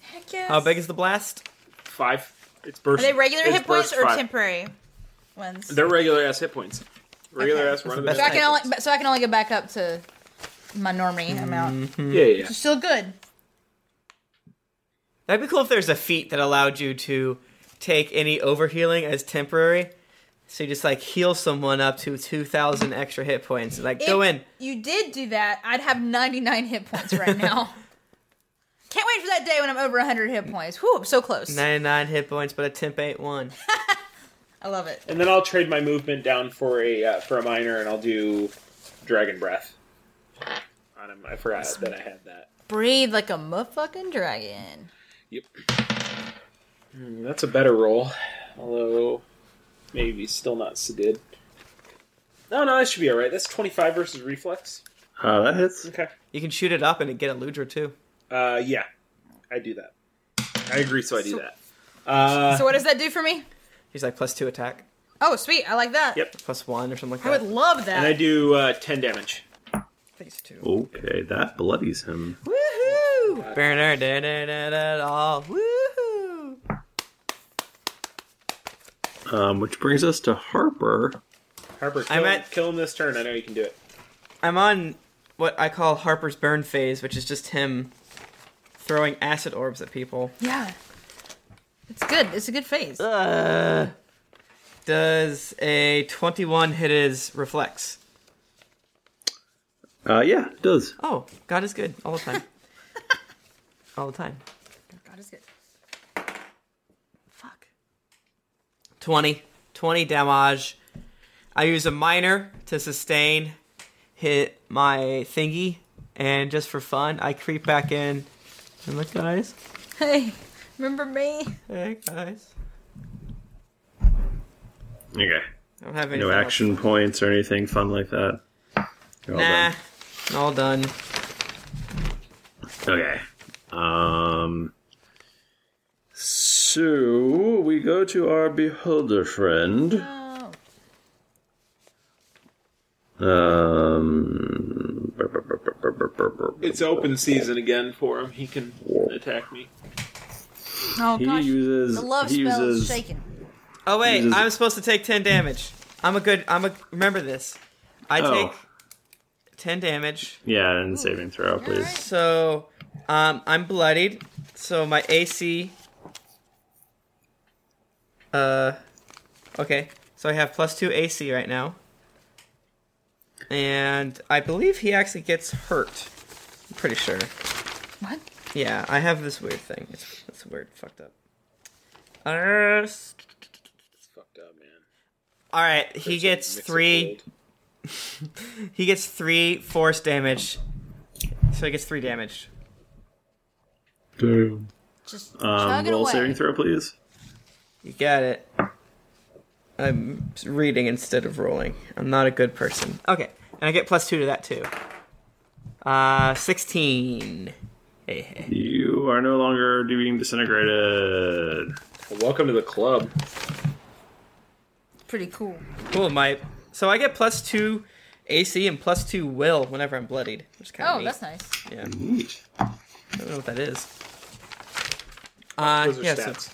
Speaker 4: Heck yes.
Speaker 2: How big is the blast?
Speaker 3: Five. It's burst.
Speaker 4: Are they regular
Speaker 3: it's
Speaker 4: hit points
Speaker 3: burst
Speaker 4: or
Speaker 3: five.
Speaker 4: temporary ones?
Speaker 3: They're regular ass hit points. Regular
Speaker 4: Okay.
Speaker 3: ass run of
Speaker 4: So I can only so I can only get back up to my normie
Speaker 1: Mm.
Speaker 4: amount.
Speaker 3: Yeah, yeah.
Speaker 4: Which is still good.
Speaker 2: That'd be cool if there's a feat that allowed you to take any overhealing as temporary. So you just like heal someone up to two thousand extra hit points. Like go
Speaker 4: If
Speaker 2: in.
Speaker 4: You did do that. I'd have 99 hit points right now. Can't wait for that day when I'm over 100 hit points. Whew, I'm so close.
Speaker 2: Ninety nine hit points, but a temp eight one.
Speaker 4: I love it.
Speaker 3: And then I'll trade my movement down for a uh, for a minor, and I'll do Dragon Breath on him. I forgot that I had that.
Speaker 4: Breathe like a motherfucking dragon.
Speaker 3: Hmm, that's a better roll, although maybe still not sedated. No, no, that should be all right. That's 25 versus reflex.
Speaker 1: Oh, that hits.
Speaker 3: Okay.
Speaker 2: You can shoot it up and get a Ludra too.
Speaker 3: Uh, yeah, I do that. I agree, so I do that. Uh,
Speaker 4: so what does that do for me?
Speaker 2: He's like plus two attack,
Speaker 4: Oh, sweet. I like that.
Speaker 3: Yep.
Speaker 2: plus one or something like
Speaker 4: I
Speaker 2: that.
Speaker 4: would love that.
Speaker 3: and I do uh, 10 damage.
Speaker 1: Okay, that bloodies him.
Speaker 4: Woohoo!
Speaker 2: Burner, da da da da da. Woohoo!
Speaker 1: Um, which brings us to Harper.
Speaker 3: Harper, kill,
Speaker 2: I'm
Speaker 3: him-
Speaker 2: at-
Speaker 3: kill him this turn. I know you can do it.
Speaker 2: I'm on what I call Harper's burn phase, which is just him throwing acid orbs at people.
Speaker 4: Yeah. It's good. It's a good phase.
Speaker 2: Uh, does a 21 hit his reflex?
Speaker 1: Uh, yeah, it does.
Speaker 2: Oh, God is good all the time. all the time.
Speaker 4: God is good.
Speaker 2: 20. 20 damage. I use a minor to sustain hit my thingy, and just for fun, I creep back in. And look, guys.
Speaker 4: Hey, remember me?
Speaker 2: Hey, guys.
Speaker 1: Okay.
Speaker 2: I don't have anything
Speaker 1: No
Speaker 2: else.
Speaker 1: action points or anything fun like that. You're all
Speaker 2: Nah. All done.
Speaker 1: done. Okay. Um. So we go to our beholder friend. Oh. Um.
Speaker 3: It's open season again for him. He can attack me.
Speaker 4: Oh,
Speaker 1: He gosh. uses- The love he spell is uses-
Speaker 4: shaken.
Speaker 2: Oh wait,
Speaker 1: Uses-
Speaker 2: I'm supposed to take 10 damage. I'm a good I'm a remember this. I
Speaker 1: Oh.
Speaker 2: take 10 damage.
Speaker 1: Yeah, and saving throw, please.
Speaker 2: So um I'm bloodied. So my AC uh okay. So I have plus 2 AC right now. And I believe he actually gets hurt. I'm pretty sure.
Speaker 4: What?
Speaker 2: Yeah, I have this weird thing. It's it's weird, fucked up. It's fucked up, man. All right, he gets
Speaker 3: mix of
Speaker 2: three. he gets three force damage, so he gets three damage.
Speaker 1: Boom.
Speaker 4: Just
Speaker 1: um,
Speaker 2: chug it
Speaker 1: roll
Speaker 2: away.
Speaker 1: saving throw, please.
Speaker 2: You got it. I'm reading instead of rolling. I'm not a good person. Okay, and I get plus two to that too. Uh, sixteen. Hey, hey.
Speaker 1: You are no longer being disintegrated.
Speaker 3: Welcome to the club.
Speaker 4: Pretty cool.
Speaker 2: Cool, my. So I get plus two AC and plus two will whenever I'm bloodied. Which is kind of
Speaker 4: Oh, that's nice.
Speaker 2: Yeah. I don't know what that is. Uh,
Speaker 1: Those are
Speaker 2: yeah, so-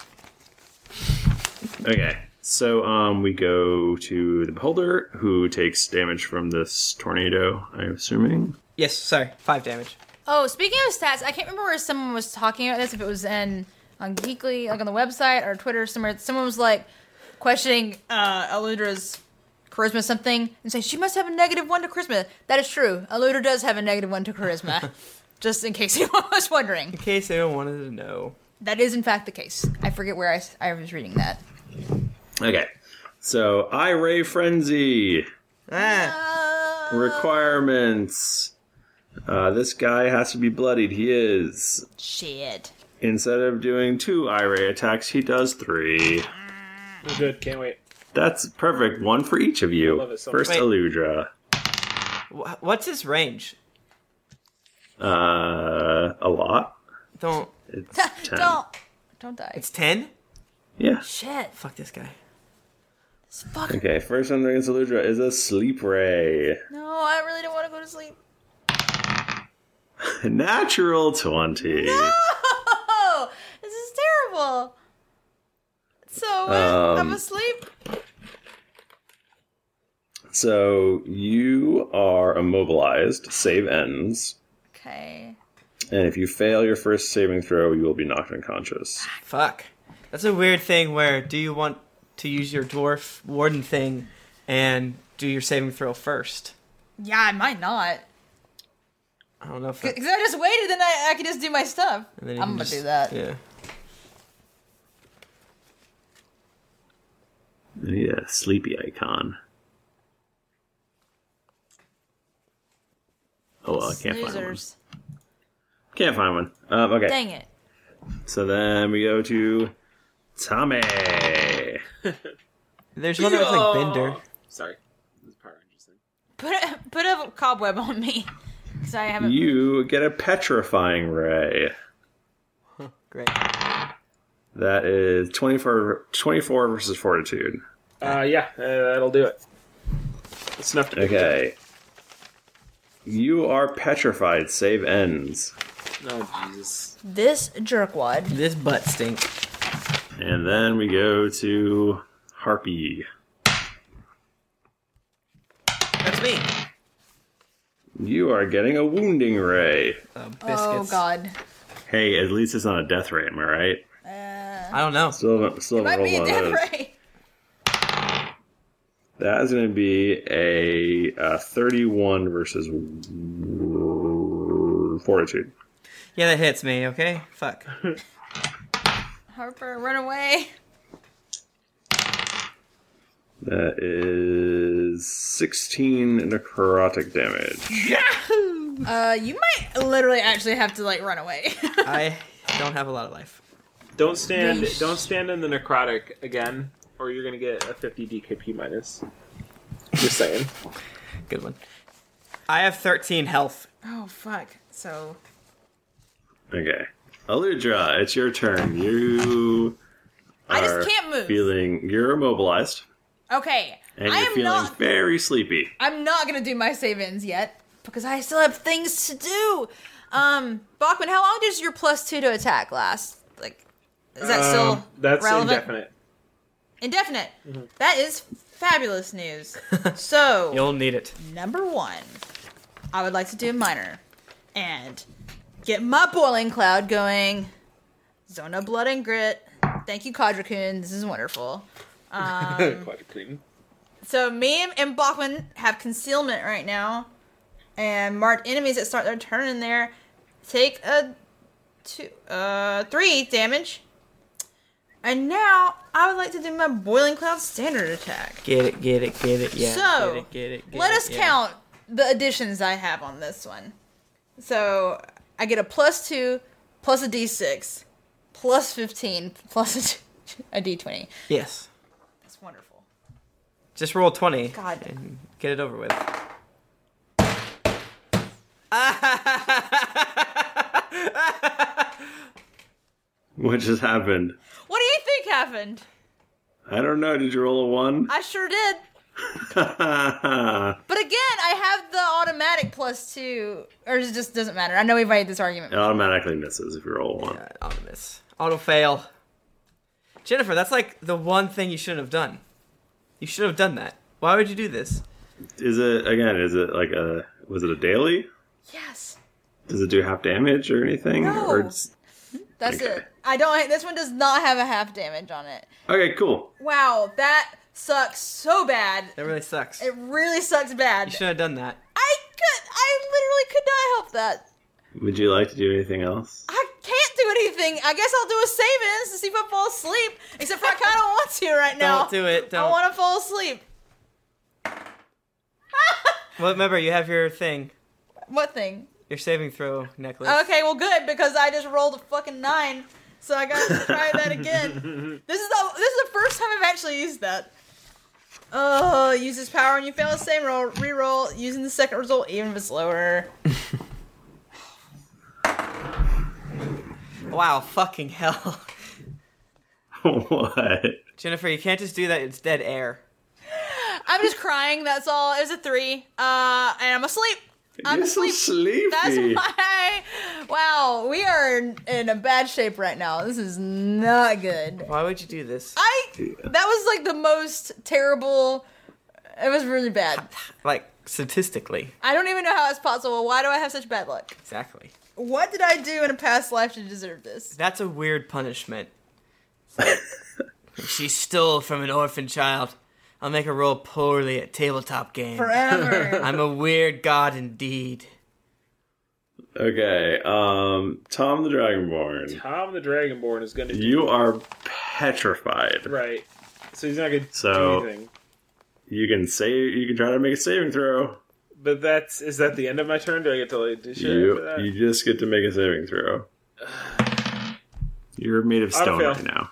Speaker 1: Okay, so um, we go to the beholder who takes damage from this tornado. I'm assuming.
Speaker 2: yes, sorry, five damage.
Speaker 4: Oh, speaking of stats, I can't remember where someone was talking about this. If it was in on Geekly, like on the website or Twitter somewhere, someone was like questioning uh, Eludra's charisma something and saying she must have a negative one to charisma. That is true. Eludra does have a negative one to charisma. just in case anyone was wondering,
Speaker 2: In case anyone wanted to know.
Speaker 4: that is in fact the case. I forget where I, s- I was reading that.
Speaker 1: Okay, so I ray frenzy requirements. Uh, this guy has to be bloodied. He is.
Speaker 4: Shit.
Speaker 1: Instead of doing two I ray attacks, he does three.
Speaker 3: We're good. Can't wait.
Speaker 1: That's perfect. One for each of you.
Speaker 3: I love it so much.
Speaker 1: First,
Speaker 3: Wait.
Speaker 1: Aludra.
Speaker 2: Wh- What's his range?
Speaker 1: Uh, a lot.
Speaker 2: Don't.
Speaker 1: It's ten.
Speaker 4: don't don't die. It's
Speaker 2: ten.
Speaker 1: Yeah.
Speaker 4: Shit.
Speaker 2: Fuck this guy.
Speaker 4: Fuck.
Speaker 1: Okay, first one against Aludra is a sleep ray.
Speaker 4: No, I really don't want to go to sleep.
Speaker 1: Natural 20.
Speaker 4: Oh, this is terrible. So what? I'm
Speaker 1: Um,
Speaker 4: asleep.
Speaker 1: So you are immobilized, save ends,
Speaker 4: Okay.
Speaker 1: and if you fail your first saving throw, you will be knocked unconscious.
Speaker 2: Fuck. That's a weird thing where do you want to use your dwarf warden thing and do your saving throw first?
Speaker 4: Yeah, I might not.
Speaker 2: I don't know if that-
Speaker 4: Because I just waited, then I, I could just do my stuff.
Speaker 2: and
Speaker 4: I'm
Speaker 2: then you can
Speaker 4: gonna
Speaker 2: just-
Speaker 4: do that.
Speaker 2: Yeah.
Speaker 1: I need a sleepy icon. Oh well, I can't find one.
Speaker 4: Snoozers.
Speaker 1: Can't find one. Um, okay.
Speaker 4: Dang it.
Speaker 1: So then we go to Tommy.
Speaker 2: There's
Speaker 3: one that looks like Bender.
Speaker 1: Sorry.
Speaker 4: Put a, put a cobweb on me. Because I haven't.
Speaker 1: You get a petrifying ray.
Speaker 2: Great.
Speaker 1: That is 24, 24 versus fortitude.
Speaker 3: Uh, yeah, uh, that'll do it. It's enough to
Speaker 1: Okay. You are petrified. Save ends.
Speaker 3: Oh, Jesus.
Speaker 4: This jerkwad.
Speaker 2: This butt stink.
Speaker 1: And then we go to Harpy.
Speaker 2: That's me.
Speaker 1: You are getting a wounding ray.
Speaker 4: Oh God.
Speaker 1: Hey, at least it's not a death ray, am I right?
Speaker 2: I don't know.
Speaker 1: Still haven't, still
Speaker 4: It might
Speaker 1: haven't
Speaker 4: be a
Speaker 1: rolled one of
Speaker 4: death
Speaker 1: those.
Speaker 4: ray.
Speaker 1: That is going to be a, uh 31 versus w- fortitude.
Speaker 2: Yeah, that hits me, okay? Fuck.
Speaker 4: Harper, run away.
Speaker 1: That is 16 necrotic damage.
Speaker 4: Yahoo! Uh, you might literally actually have to like run away.
Speaker 2: I don't have a lot of life.
Speaker 3: Don't stand. Don't stand in the necrotic again, or you're gonna get a 50 DKP minus. Just saying.
Speaker 2: Good one. I have 13 health.
Speaker 4: oh fuck. So
Speaker 1: Okay. Aludra, it's your turn. You are
Speaker 4: I just can't move.
Speaker 1: feeling you're immobilized
Speaker 4: okay,
Speaker 1: and
Speaker 4: I
Speaker 1: you're
Speaker 4: am
Speaker 1: feeling
Speaker 4: not.
Speaker 1: very sleepy.
Speaker 4: I'm not gonna do my save ins yet because I still have things to do. Um, Bachman, how long does your plus two to attack last? Like, is that still
Speaker 3: Um, that's
Speaker 4: relevant?
Speaker 3: indefinite? Mm-hmm.
Speaker 4: Indefinite. That is fabulous news. so
Speaker 2: You'll need it.
Speaker 4: number one, I would like to do a minor and get my boiling cloud going. Zona blood and grit. Thank you, Kadrakun. This is wonderful. Um,
Speaker 3: Quadruplegic.
Speaker 4: so me and- and Bachman have concealment right now, and marked enemies that start their turn in there take a two, uh, three damage, And now I would like to do my boiling cloud standard attack.
Speaker 2: Get it, get it, get it. Yeah.
Speaker 4: So,
Speaker 2: get it, get it, get
Speaker 4: Let
Speaker 2: it,
Speaker 4: us
Speaker 2: yeah.
Speaker 4: count the additions I have on this one. So I get a plus two, plus a d6, plus 15, plus a, d- a d20.
Speaker 2: Yes.
Speaker 4: That's wonderful.
Speaker 2: Just roll twenty.
Speaker 4: God.
Speaker 2: And get it over with.
Speaker 1: What just happened?
Speaker 4: What do you think happened?
Speaker 1: I don't know. Did you roll a one?
Speaker 4: I sure did.
Speaker 1: it
Speaker 4: But again, I have the automatic plus two, or it just doesn't matter. I know we've made this argument.
Speaker 1: automatically misses if you roll a one. Yeah,
Speaker 2: auto miss. Uh, Auto fail. Jennifer, that's like the one thing you shouldn't have done. You should have done that. Why would you do this?
Speaker 1: Is it again? Is it like a? Was it a daily?
Speaker 4: Yes.
Speaker 1: Does it do half damage or anything?
Speaker 4: No.
Speaker 1: Or it's-
Speaker 4: That's it. I don't. This one does not have a half damage on it.
Speaker 1: okay, cool.
Speaker 4: Wow, that sucks so bad.
Speaker 2: That really sucks.
Speaker 4: It really sucks bad.
Speaker 2: You should have done that.
Speaker 4: I could. I literally could not help that.
Speaker 1: Would you like to do anything else?
Speaker 4: I can't do anything. I guess I'll do a savings to see if I fall asleep. Except for I kind of want to right now.
Speaker 2: Don't do it. Don't.
Speaker 4: I want to fall asleep.
Speaker 2: Well, remember, you have your thing,
Speaker 4: What thing?
Speaker 2: your saving throw necklace.
Speaker 4: Okay, well, good because I just rolled a fucking nine, so I got to try that again. This is the this is the first time I've actually used that. Uh, use this power and you fail the same roll. Reroll using the second result, even if it's lower.
Speaker 2: Wow, fucking hell.
Speaker 1: what?
Speaker 2: Jennifer, you can't just do that. It's dead air.
Speaker 4: I'm just crying. That's all. It was a three. Uh, and I'm asleep. I'm
Speaker 1: You're so
Speaker 4: asleep. That's
Speaker 1: sleepy.
Speaker 4: why. Wow, we are in- in a bad shape right now. This is not good.
Speaker 2: Why would you do this?
Speaker 4: I. That was like the most terrible. It was really bad.
Speaker 2: Like, statistically.
Speaker 4: I don't even know how it's possible. Why do I have such bad luck?
Speaker 2: Exactly.
Speaker 4: What did I do in a past life to deserve this?
Speaker 2: That's a weird punishment. she stole from an orphan child. I'll make her roll poorly at tabletop games.
Speaker 4: Forever.
Speaker 2: I'm a weird god indeed.
Speaker 1: Okay. Um, Tom the Dragonborn,
Speaker 3: Tom the Dragonborn is going to.
Speaker 1: you are petrified.
Speaker 3: Right. So he's not going to do
Speaker 1: So
Speaker 3: anything.
Speaker 1: you can say you can try to make a saving throw.
Speaker 3: But that's is that the end of my turn? Do I get to like do shit after
Speaker 1: You
Speaker 3: that?
Speaker 1: you just get to make a saving throw. You're made of
Speaker 3: I
Speaker 1: stone
Speaker 3: fail.
Speaker 1: right now.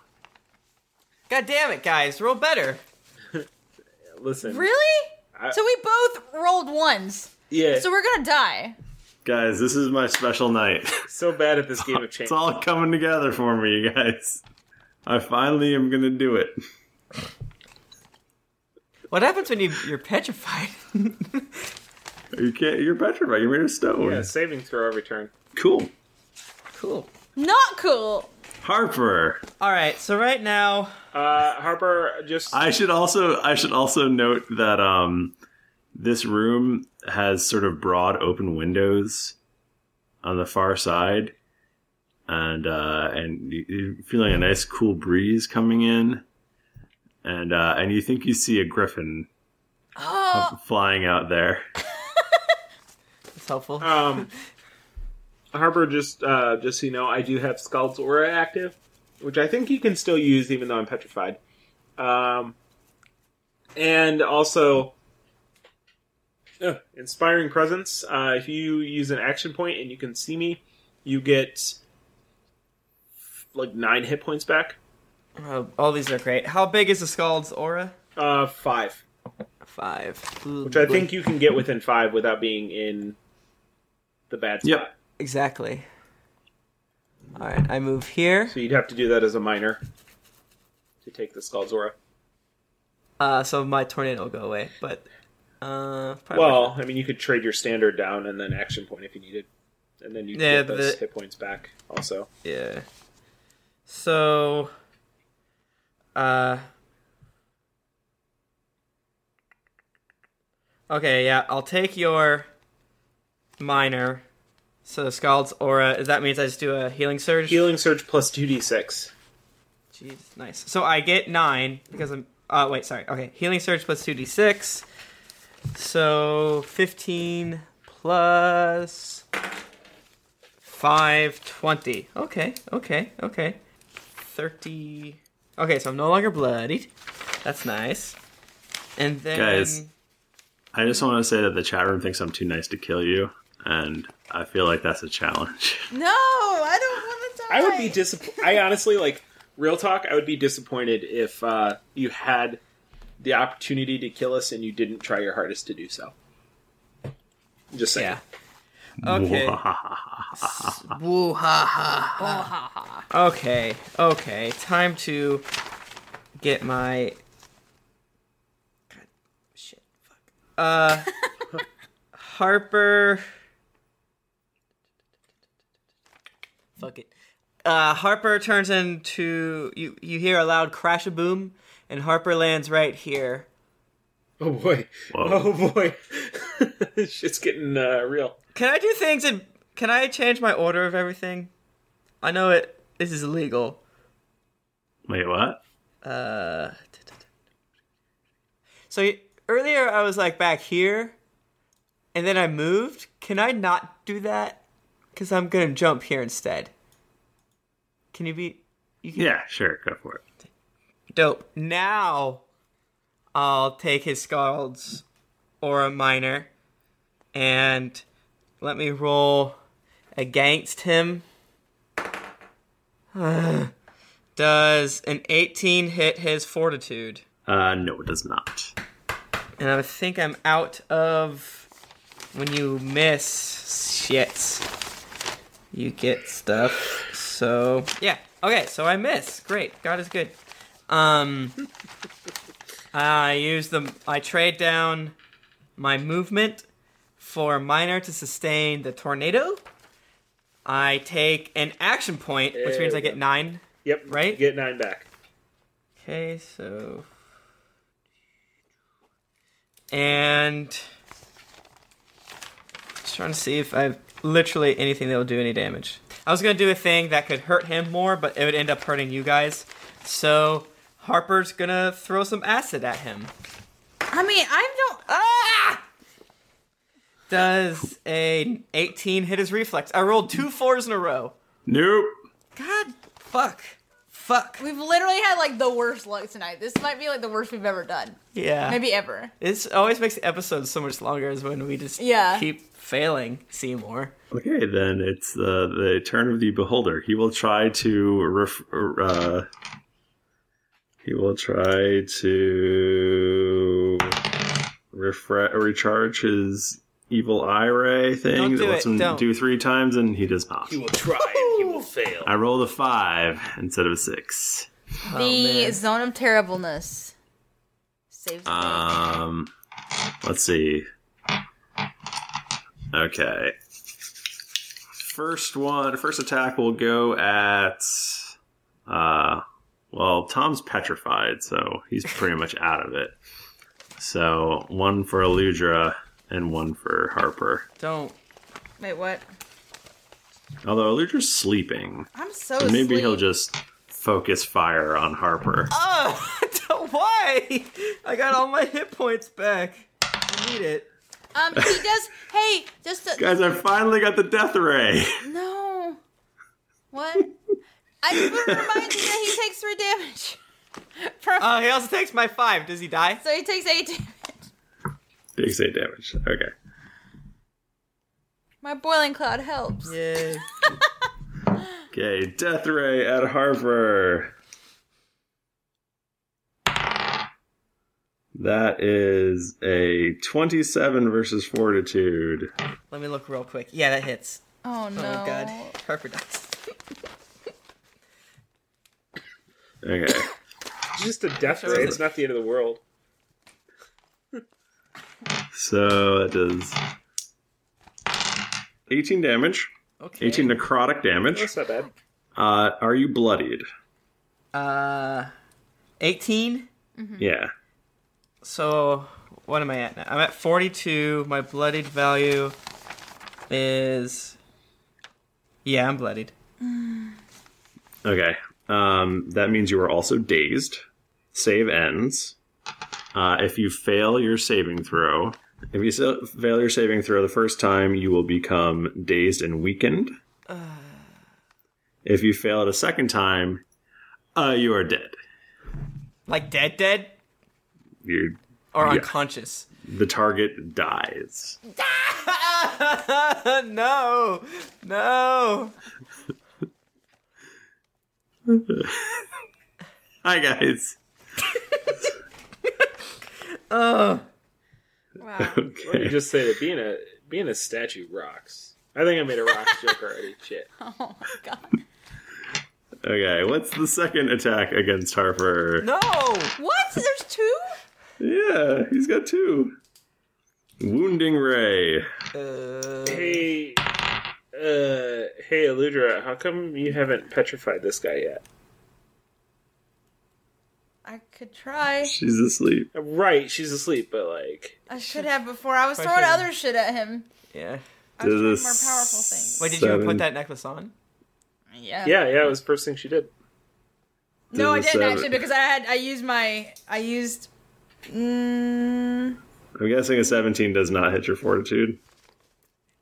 Speaker 2: God damn it, guys. Roll better.
Speaker 3: Listen.
Speaker 4: Really?
Speaker 1: I-
Speaker 4: so we both rolled ones.
Speaker 1: Yeah.
Speaker 4: So we're gonna die.
Speaker 1: Guys, this is my special night.
Speaker 3: So bad at this game of chance.
Speaker 1: It's all coming together for me, you guys. I finally am gonna do it.
Speaker 2: What happens when you, you're petrified?
Speaker 1: You can't. You're petrified. You're made of stone.
Speaker 3: Yeah, saving throw every turn.
Speaker 1: Cool.
Speaker 2: Cool.
Speaker 4: Not cool.
Speaker 1: Harper.
Speaker 2: All right, so right now,
Speaker 3: uh, Harper just
Speaker 1: I should also I should also note that um this room has sort of broad open windows on the far side and uh and you- you're feeling a nice cool breeze coming in and uh and you think you see a griffin
Speaker 4: Oh,
Speaker 1: flying out there.
Speaker 2: It's helpful.
Speaker 3: Um, Harper, just uh, just so you know, I do have Scald's Aura active, which I think you can still use even though I'm petrified. Um, and also, uh, Inspiring Presence. Uh, if you use an action point and you can see me, you get like nine hit points back.
Speaker 2: Oh, all these are great. How big is the Scald's aura?
Speaker 3: Uh, five.
Speaker 2: Five.
Speaker 3: Which I think you can get within five without being in the bad spot.
Speaker 2: Yep. Exactly. All right, I move here.
Speaker 3: So you'd have to do that as a minor to take the Scald's Aura.
Speaker 2: Uh, so my tornado will go away, but uh, probably
Speaker 3: Well, I mean, you could trade your standard down and then action point if you needed, and then you
Speaker 2: Yeah,
Speaker 3: get those
Speaker 2: the-
Speaker 3: hit points back. Also,
Speaker 2: yeah. So, uh, okay, yeah, I'll take your minor. So the Scald's aura. That means I just do a healing surge.
Speaker 3: healing surge plus two d six.
Speaker 2: Jeez, nice. So I get nine because I'm. Uh, wait, sorry. Okay, healing surge plus two d six. So fifteen plus five twenty. Okay, okay, okay. Thirty Okay, so I'm no longer bloodied. That's nice. And then
Speaker 1: Guys, I just want to say that the chat room thinks I'm too nice to kill you, and I feel like that's a challenge.
Speaker 4: No, I don't want to die.
Speaker 3: I would be disappointed. I honestly like real talk. I would be disappointed if uh, you had the opportunity to kill us and you didn't try your hardest to do so. Just saying.
Speaker 2: Okay. Woo ha ha. Okay, okay. Time to get my. God, shit, fuck. Uh, Harper. Fuck it. Uh, Harper turns into you. You hear a loud crash a boom, and Harper lands right here.
Speaker 3: Oh boy! Oh boy! Shit's getting uh, real.
Speaker 2: Can I do things in? Can I change my order of everything? I know it. This is illegal.
Speaker 1: Wait, what?
Speaker 2: Uh. So y- earlier I was like back here, and then I moved. Can I not do that? Because I'm gonna jump here instead. Can you be? You can,
Speaker 1: Yeah, sure, go for it.
Speaker 2: Dope. Now, I'll take his scald's aura minor, and let me roll against him. Does an 18 hit his fortitude?
Speaker 1: Uh, no, it does not.
Speaker 2: And I think I'm out of when you miss shit. You get stuff. So yeah. Okay, so I miss. Great. God is good. Um I use the I trade down my movement for minor to sustain the tornado. I take an action point, which
Speaker 3: There
Speaker 2: means
Speaker 3: we
Speaker 2: I get
Speaker 3: go.
Speaker 2: nine.
Speaker 3: Yep.
Speaker 2: Right?
Speaker 3: Get nine back.
Speaker 2: Okay, so. And. Just trying to see if I have literally anything that will do any damage. I was going to do a thing that could hurt him more, but it would end up hurting you guys. So, Harper's going to throw some acid at him.
Speaker 4: I mean, I don't. Ah!
Speaker 2: Does a 18 hit his reflex? I rolled two fours in a row.
Speaker 1: Nope.
Speaker 2: Fuck. Fuck.
Speaker 4: We've literally had like the worst luck tonight. This might be like the worst we've ever done.
Speaker 2: Yeah.
Speaker 4: Maybe ever.
Speaker 2: This always makes the episodes so much longer is when we just
Speaker 4: Yeah.
Speaker 2: keep failing Seymour.
Speaker 1: Okay, then it's the the turn of the beholder. He will try to ref, uh, he will try to refre- recharge his evil eye ray thing
Speaker 3: Don't
Speaker 1: that
Speaker 3: do
Speaker 1: lets
Speaker 3: it,
Speaker 1: him
Speaker 3: don't.
Speaker 1: do three times, and he does not.
Speaker 3: He will try and he will fail.
Speaker 1: I rolled a five instead of a six.
Speaker 4: the zone of terribleness. Saves.
Speaker 1: Um, let's see. Okay. First one, first attack will go at. Uh, well, Tom's petrified, so he's pretty much out of it. So one for Eludra and one for Harper.
Speaker 2: Don't.
Speaker 4: Wait, what?
Speaker 1: Although Eludra's sleeping,
Speaker 4: I'm so.
Speaker 1: so maybe
Speaker 4: asleep.
Speaker 1: he'll just focus fire on Harper.
Speaker 2: Oh, why? I got all my hit points back. I need it.
Speaker 4: Um, he does. hey, just to,
Speaker 1: Guys, I finally got the death ray.
Speaker 4: No. What? I just want to remind you that he takes three damage.
Speaker 2: Oh, he also takes my five. Does he die?
Speaker 4: So he takes eight damage.
Speaker 1: Takes eight damage. Okay.
Speaker 4: My boiling cloud helps.
Speaker 2: Yay.
Speaker 1: Okay, Death Ray at Harper. That is a 27 versus Fortitude.
Speaker 2: Let me look real quick. Yeah, that hits.
Speaker 4: Oh no.
Speaker 2: Oh god. Harper dies.
Speaker 1: Okay.
Speaker 3: Just a death ray. It's not the end of the world.
Speaker 1: So that does 18 damage.
Speaker 2: Okay.
Speaker 1: 18 necrotic damage.
Speaker 3: That's not bad.
Speaker 1: Uh, are you bloodied?
Speaker 2: Uh, 18?
Speaker 1: Yeah.
Speaker 2: So, what am I at now? I'm at 42. My bloodied value is. Yeah, I'm bloodied.
Speaker 1: Okay. Um, that means you are also dazed. Save ends. Uh, if you fail your saving throw, if you sa- fail your saving throw the first time, you will become dazed and weakened. If you fail it a second time, uh, you are dead.
Speaker 2: Like dead, dead
Speaker 1: You're,
Speaker 2: or
Speaker 1: yeah.
Speaker 2: unconscious.
Speaker 1: The target dies.
Speaker 2: no, no.
Speaker 1: Hi guys.
Speaker 2: Oh,
Speaker 4: Wow.
Speaker 3: Let me just say that being a being a statue rocks. I think I made a rocks joke already. Shit.
Speaker 4: Oh my god.
Speaker 1: Okay, what's the second attack against Harper?
Speaker 2: No.
Speaker 4: What? There's two?
Speaker 1: Yeah, he's got two. Wounding Ray.
Speaker 3: hey, uh, hey, Eludra, how come you haven't petrified this guy yet?
Speaker 4: I could try.
Speaker 1: She's asleep.
Speaker 3: Right, she's asleep, but like,
Speaker 4: I should have before. I was
Speaker 3: Try
Speaker 4: throwing
Speaker 3: shooting.
Speaker 4: other shit at him.
Speaker 2: Yeah.
Speaker 4: I was doing more powerful things.
Speaker 2: Wait, did you
Speaker 3: Seven.
Speaker 2: put that necklace on?
Speaker 4: Yeah.
Speaker 3: yeah, yeah, it was the first thing she did.
Speaker 4: No, I
Speaker 1: Does
Speaker 4: didn't
Speaker 1: this have-
Speaker 4: actually because I had I used my I used
Speaker 1: I'm guessing a 17 does not hit your fortitude.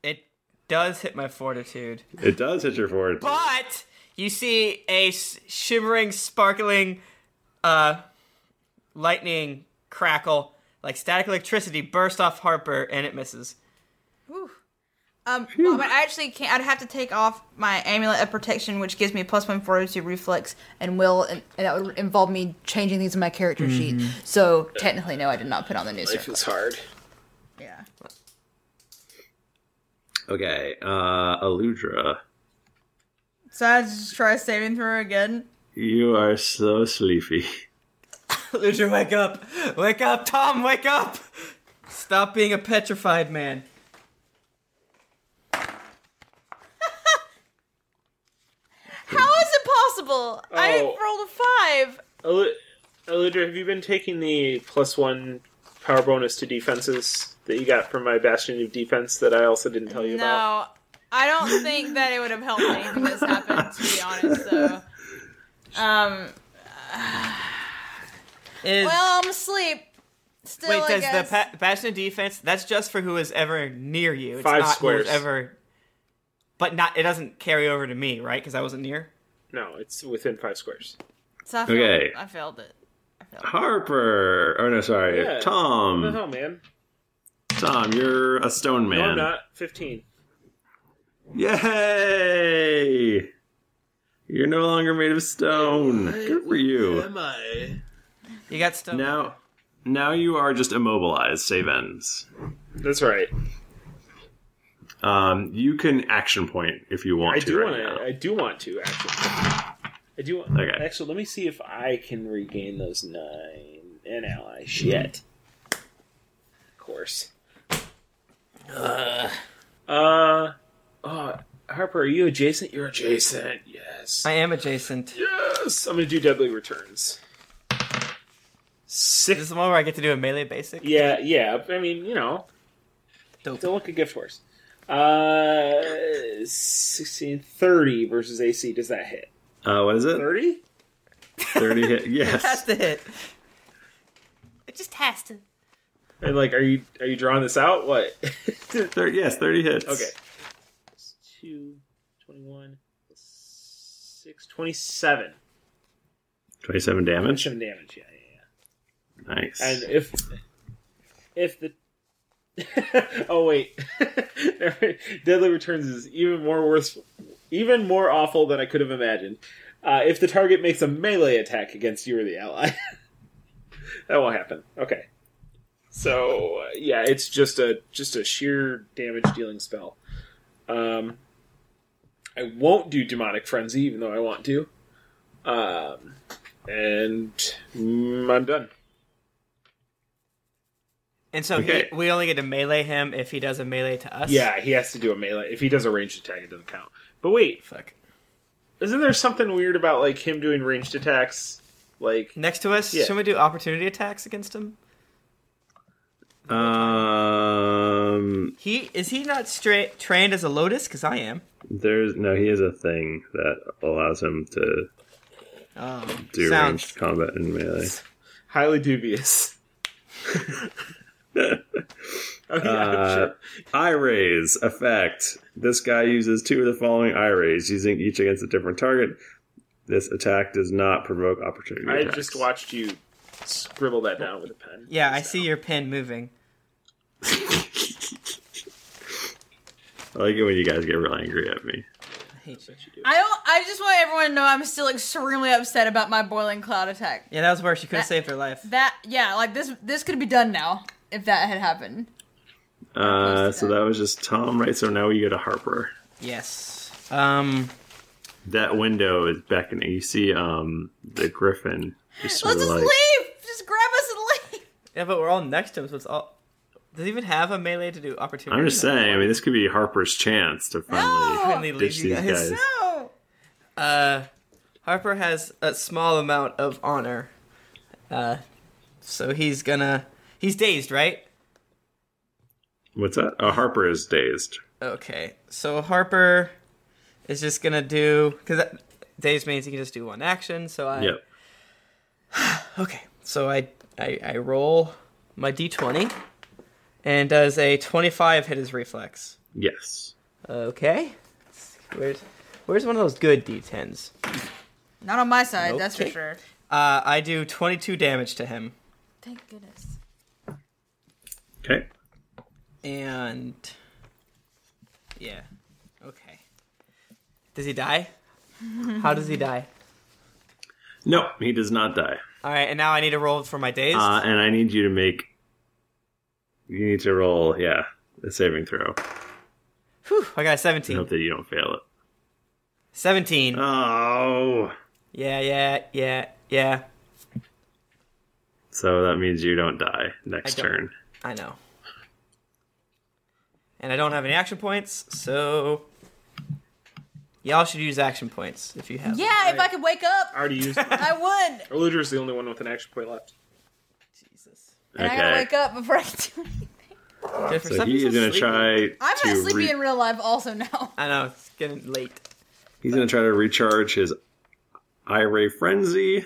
Speaker 2: It does hit my fortitude.
Speaker 1: It does hit your fortitude.
Speaker 2: But you see a s- shimmering, sparkling, uh, lightning crackle, like static electricity, burst off Harper, and it misses.
Speaker 4: Whew. Um, well, but I actually can't. I'd have to take off my amulet of protection, which gives me plus one fortitude reflex and will, and, and that would involve me changing things in my character sheet.
Speaker 2: Mhm.
Speaker 4: So technically, no, I did not put on the new
Speaker 3: Life
Speaker 4: circle.
Speaker 3: is hard.
Speaker 4: Yeah.
Speaker 1: Okay, uh, Aludra.
Speaker 4: So I just try saving throw again.
Speaker 1: You are so sleepy.
Speaker 2: Luger, wake up! Wake up, Tom! Wake up! Stop being a petrified man.
Speaker 4: How is it possible? I rolled a five.
Speaker 3: Elu- Eludra, have you been taking the plus one power bonus to defenses that you got from my Bastion of Defense that I also didn't tell you about?
Speaker 4: No, I don't think that it would have helped me if this happened. To be honest, though. Um.
Speaker 2: Is-
Speaker 4: well, I'm asleep. Still,
Speaker 2: Wait,
Speaker 4: I
Speaker 2: does
Speaker 4: guess.
Speaker 2: the pa- passion defense? That's just for who is ever near you. It's
Speaker 3: Five
Speaker 2: not
Speaker 3: squares.
Speaker 2: Who's ever, but not. It doesn't carry over to me, right? Because I wasn't near.
Speaker 3: No, it's within five squares.
Speaker 4: So I
Speaker 1: failed- Okay.
Speaker 4: I failed it.
Speaker 1: Harper! Oh, no, sorry.
Speaker 3: Yeah. What the
Speaker 1: Tom.
Speaker 3: hell, man?
Speaker 1: Tom, you're a stone man.
Speaker 3: No, I'm not. 15.
Speaker 1: Yay! You're no longer made of stone. Good for you.
Speaker 3: I?
Speaker 2: You got stone.
Speaker 1: Now, now you are just immobilized. Save ends.
Speaker 3: That's right.
Speaker 1: Um, you can action point if you want
Speaker 3: I
Speaker 1: to.
Speaker 3: do
Speaker 1: right
Speaker 3: want
Speaker 1: now.
Speaker 3: to. I do want to actually. I do want.
Speaker 1: Okay.
Speaker 3: Actually, let me see if I can regain those nine and ally shit. Of course. Uh, uh, oh, Harper, are you adjacent? You're adjacent. Yes.
Speaker 2: I am adjacent.
Speaker 3: Yes. I'm gonna do deadly returns. Six.
Speaker 2: This is the one where I get to do a melee basic.
Speaker 3: Yeah, yeah. I mean, you know, don't look a gift horse. Uh, 16, 30 versus AC. Does that hit?
Speaker 1: Uh, what is it?
Speaker 3: 30?
Speaker 1: 30 hit. Yes.
Speaker 2: to hit.
Speaker 4: It just has to.
Speaker 3: And like, are you are you drawing this out? What?
Speaker 1: 30, yes, 30 hits.
Speaker 3: Okay. Plus Two, 21, plus six, 27.
Speaker 1: 27 damage.
Speaker 3: 27 damage, yeah, yeah,
Speaker 1: Nice.
Speaker 3: yeah. And if, if the. oh, wait. Never- Deadly Returns is even more worth, even more awful than I could have imagined. Uh, if the target makes a melee attack against you or the ally, that won't happen. Okay. So uh, yeah, it's just a just a sheer damage dealing spell. Um, I won't do demonic frenzy, even though I want to. Um, and mm, I'm done.
Speaker 2: And so he-
Speaker 3: Okay.
Speaker 2: we only get to melee him if he does a melee to us.
Speaker 3: Yeah, he has to do a melee. If he does a ranged attack, it doesn't count. But wait,
Speaker 2: fuck.
Speaker 3: Isn't there something weird about like him doing ranged attacks? Like
Speaker 2: next to us,
Speaker 3: Yeah.
Speaker 2: should we do opportunity attacks against him?
Speaker 1: Um,
Speaker 2: He is he not straight trained as a lotus? Because I am.
Speaker 1: there's no, he has a thing that allows him to
Speaker 2: Um,
Speaker 1: do
Speaker 2: sounds
Speaker 1: ranged combat and melee.
Speaker 3: Highly dubious. Oh,
Speaker 1: uh, Eye raise effect. This guy uses two of the following eye rays, using each against a different target. This attack does not provoke opportunity.
Speaker 3: I
Speaker 1: attacks.
Speaker 3: just watched you scribble that down with a pen.
Speaker 2: Yeah, I see your pen moving.
Speaker 1: I like it when you guys get real angry at me.
Speaker 4: I don't. I just want everyone to know I'm still extremely upset about my boiling cloud attack.
Speaker 2: Yeah, that was worse. You could have
Speaker 4: That-
Speaker 2: saved her life.
Speaker 4: That yeah, like this. This could be done now if that had happened.
Speaker 1: Uh, so that was just Tom, right? So now we go to Harper.
Speaker 2: Yes.
Speaker 1: Um, that window is back in. You see, um, the Griffin. Just sort of like,
Speaker 4: leave. Just grab us and leave.
Speaker 2: Yeah, but we're all next to him, so it's all. Does he even have a melee to do opportunity?
Speaker 1: I'm just saying. I mean, this could be Harper's chance to finally
Speaker 2: Finally leave
Speaker 1: ditch
Speaker 2: you
Speaker 1: these guys.
Speaker 2: guys. Uh, Harper has a small amount of honor. Uh, so he's gonna. He's dazed, right?
Speaker 1: What's that? Oh, Harper is dazed.
Speaker 2: Okay. So Harper is just gonna do because dazed means he can just do one action. So I.
Speaker 1: Yep.
Speaker 2: Okay. So I I, I roll my d20, and does a 25 hit his reflex?
Speaker 1: Yes.
Speaker 2: Okay. Where's Where's one of those good d10s?
Speaker 4: Not on my side. That's for
Speaker 2: Okay.
Speaker 4: sure.
Speaker 2: Uh, I do 22 damage to him.
Speaker 4: Thank goodness.
Speaker 1: Okay.
Speaker 2: And yeah. Okay. Does he die? How does he die?
Speaker 1: No, he does not die.
Speaker 2: All right, and now I need to roll for my days.
Speaker 1: Uh, and I need you to make. You need to roll, yeah, a saving throw.
Speaker 2: Whew, Oh, I got a
Speaker 1: I
Speaker 2: 17.
Speaker 1: hope that you don't fail it.
Speaker 2: 17.
Speaker 1: Uh, Oh.
Speaker 2: Yeah, yeah, yeah, yeah.
Speaker 1: So that means you don't die next
Speaker 2: I don't-
Speaker 1: turn.
Speaker 2: I know. And I don't have any action points, so y'all should use action points if you have. them.
Speaker 4: Yeah, if I could wake up,
Speaker 3: I already used.
Speaker 4: I would.
Speaker 3: Eludra's the only one with an action point left.
Speaker 4: And I gotta wake up before I can do anything.
Speaker 2: Jennifer,
Speaker 1: So
Speaker 2: stop
Speaker 1: he
Speaker 2: being
Speaker 1: is going to
Speaker 2: sleepy.
Speaker 1: try.
Speaker 4: I'm not
Speaker 1: to
Speaker 4: sleepy
Speaker 1: re-
Speaker 4: in real life, also now.
Speaker 2: I know it's getting late.
Speaker 1: He's going to try to recharge his eye ray frenzy.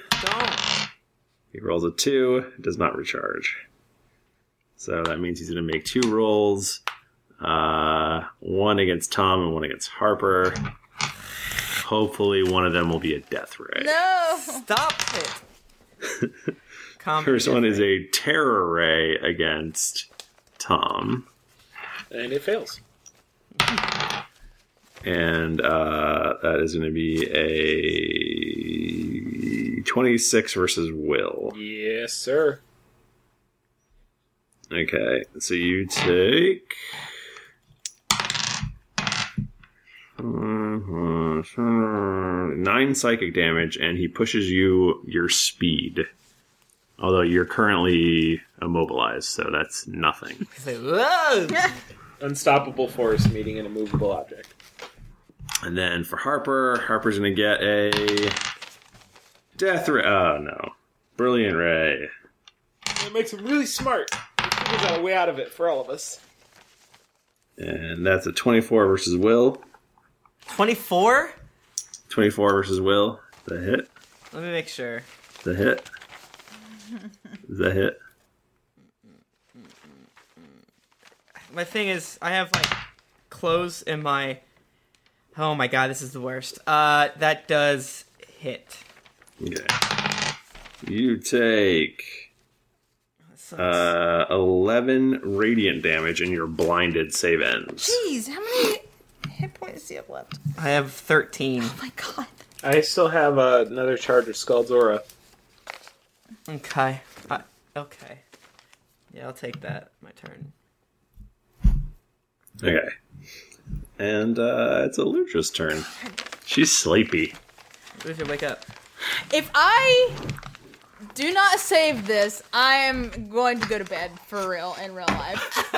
Speaker 1: He rolls a two, does not recharge. So that means he's going to make two rolls, uh, one against Tom and one against Harper. Hopefully, one of them will be a death ray.
Speaker 4: No.
Speaker 2: Stop it.
Speaker 1: First one is a terror ray against Tom,
Speaker 3: And it fails.
Speaker 1: and uh, that is going to be a twenty-six versus Will.
Speaker 3: Yes, sir.
Speaker 1: Okay, so you take. uh-huh, Nine psychic damage, and he pushes you your speed. Although you're currently immobilized, so that's nothing.
Speaker 2: Whoa!
Speaker 3: Unstoppable force meeting an immovable object.
Speaker 1: And then for Harper, Harper's gonna get a death ray. Oh no, brilliant ray.
Speaker 3: It makes him really smart. He figures out a way out of it for all of us.
Speaker 1: And that's a 24 versus Will.
Speaker 2: 24?
Speaker 1: 24 versus Will. The hit.
Speaker 2: Let me make sure.
Speaker 1: The hit. The hit.
Speaker 2: My thing is, I have like clothes in my. Oh my god, this is the worst. Uh, that does hit.
Speaker 1: Okay. You take uh, 11 radiant damage and your blinded save ends.
Speaker 4: Jeez, how many hit points do you have left?
Speaker 2: I have 13. Oh
Speaker 4: my god.
Speaker 3: I still have uh, another charge of Scaldora.
Speaker 2: Okay. I, okay. Yeah, I'll take that. My turn.
Speaker 1: Okay. And uh, it's Eludra's turn. She's sleepy.
Speaker 2: Lucia, wake up.
Speaker 4: If I do not save this, I am going to go to bed for real in real life.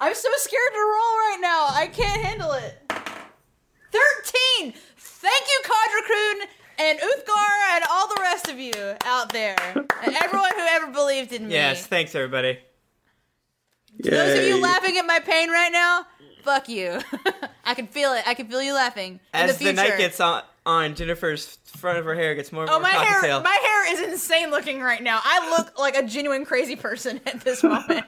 Speaker 4: I'm so scared to roll right now. I can't handle it. 13! Thank you, Kadrakun and Uthgar and all the rest of you out there. And everyone who ever believed in me.
Speaker 2: Yes, thanks everybody.
Speaker 4: Those of you
Speaker 2: Yay.
Speaker 4: laughing at my pain right now, fuck you. I can feel it. I can feel you laughing.
Speaker 2: As
Speaker 4: in the
Speaker 2: the,
Speaker 4: future.
Speaker 2: night gets on, on, Jennifer's front of her hair gets more and
Speaker 4: Oh
Speaker 2: more
Speaker 4: my hair!
Speaker 2: cocktail.
Speaker 4: My hair is insane looking right now. I look like a genuine crazy person at this moment.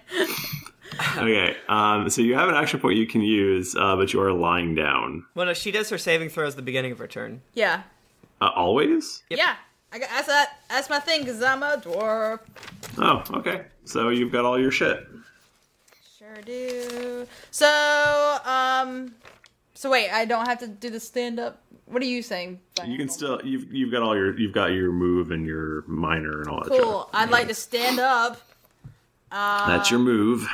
Speaker 1: Okay, um, so you have an action point you can use, uh, but you are lying down.
Speaker 2: Well, no, she does her saving throws at the beginning of her turn.
Speaker 4: yeah.
Speaker 1: Uh, always?
Speaker 4: Yeah. I got, that's that. That's my thing, cause I'm a dwarf.
Speaker 1: Oh, okay. So you've got all your shit.
Speaker 4: Sure do. So, um, so wait, I don't have to do the stand up. What are you saying?
Speaker 1: You can still you've you've got all your you've got your move and your minor and all that. jazz.
Speaker 4: Cool. I'd like to stand up. Uh,
Speaker 1: That's your move.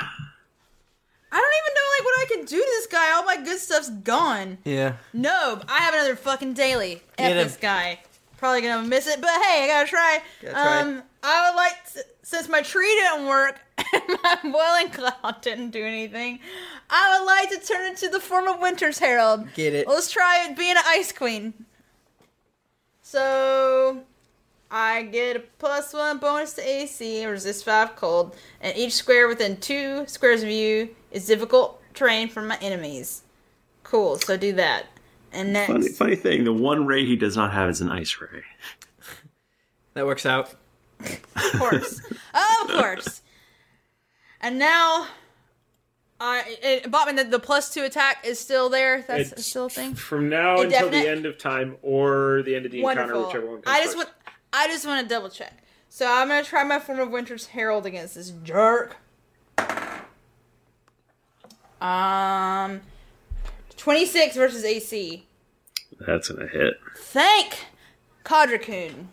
Speaker 4: I don't even know like what I can do to this guy. All my good stuff's gone.
Speaker 2: Yeah.
Speaker 4: No, I have another fucking daily. F
Speaker 2: Get him.
Speaker 4: this guy. Probably gonna miss it, but hey, I gotta try.
Speaker 2: Gotta try.
Speaker 4: Um, I would like to, since my tree didn't work and my boiling cloud didn't do anything, I would like to turn into the form of Winter's Herald.
Speaker 2: Get it.
Speaker 4: Let's try being an ice queen. So I get a plus one bonus to AC, resist five cold, and each square within two squares of you is difficult terrain from my enemies. Cool. So do that. And next,
Speaker 1: Funny, funny thing, the one ray he does not have is an ice ray.
Speaker 2: That works out.
Speaker 4: of course, oh, of course. And now, I it, Botman, the, the plus two attack is still there. That's
Speaker 3: It's
Speaker 4: still a thing.
Speaker 3: From now until the
Speaker 4: Indefinite?
Speaker 3: end of time or the end of the encounter,
Speaker 4: Wonderful.
Speaker 3: whichever one comes
Speaker 4: I just
Speaker 3: first.
Speaker 4: want, I just want to double check. So I'm gonna try my form of Winter's Herald against this jerk. Um, 26 versus AC.
Speaker 1: That's gonna hit.
Speaker 4: Thank Kadracoon.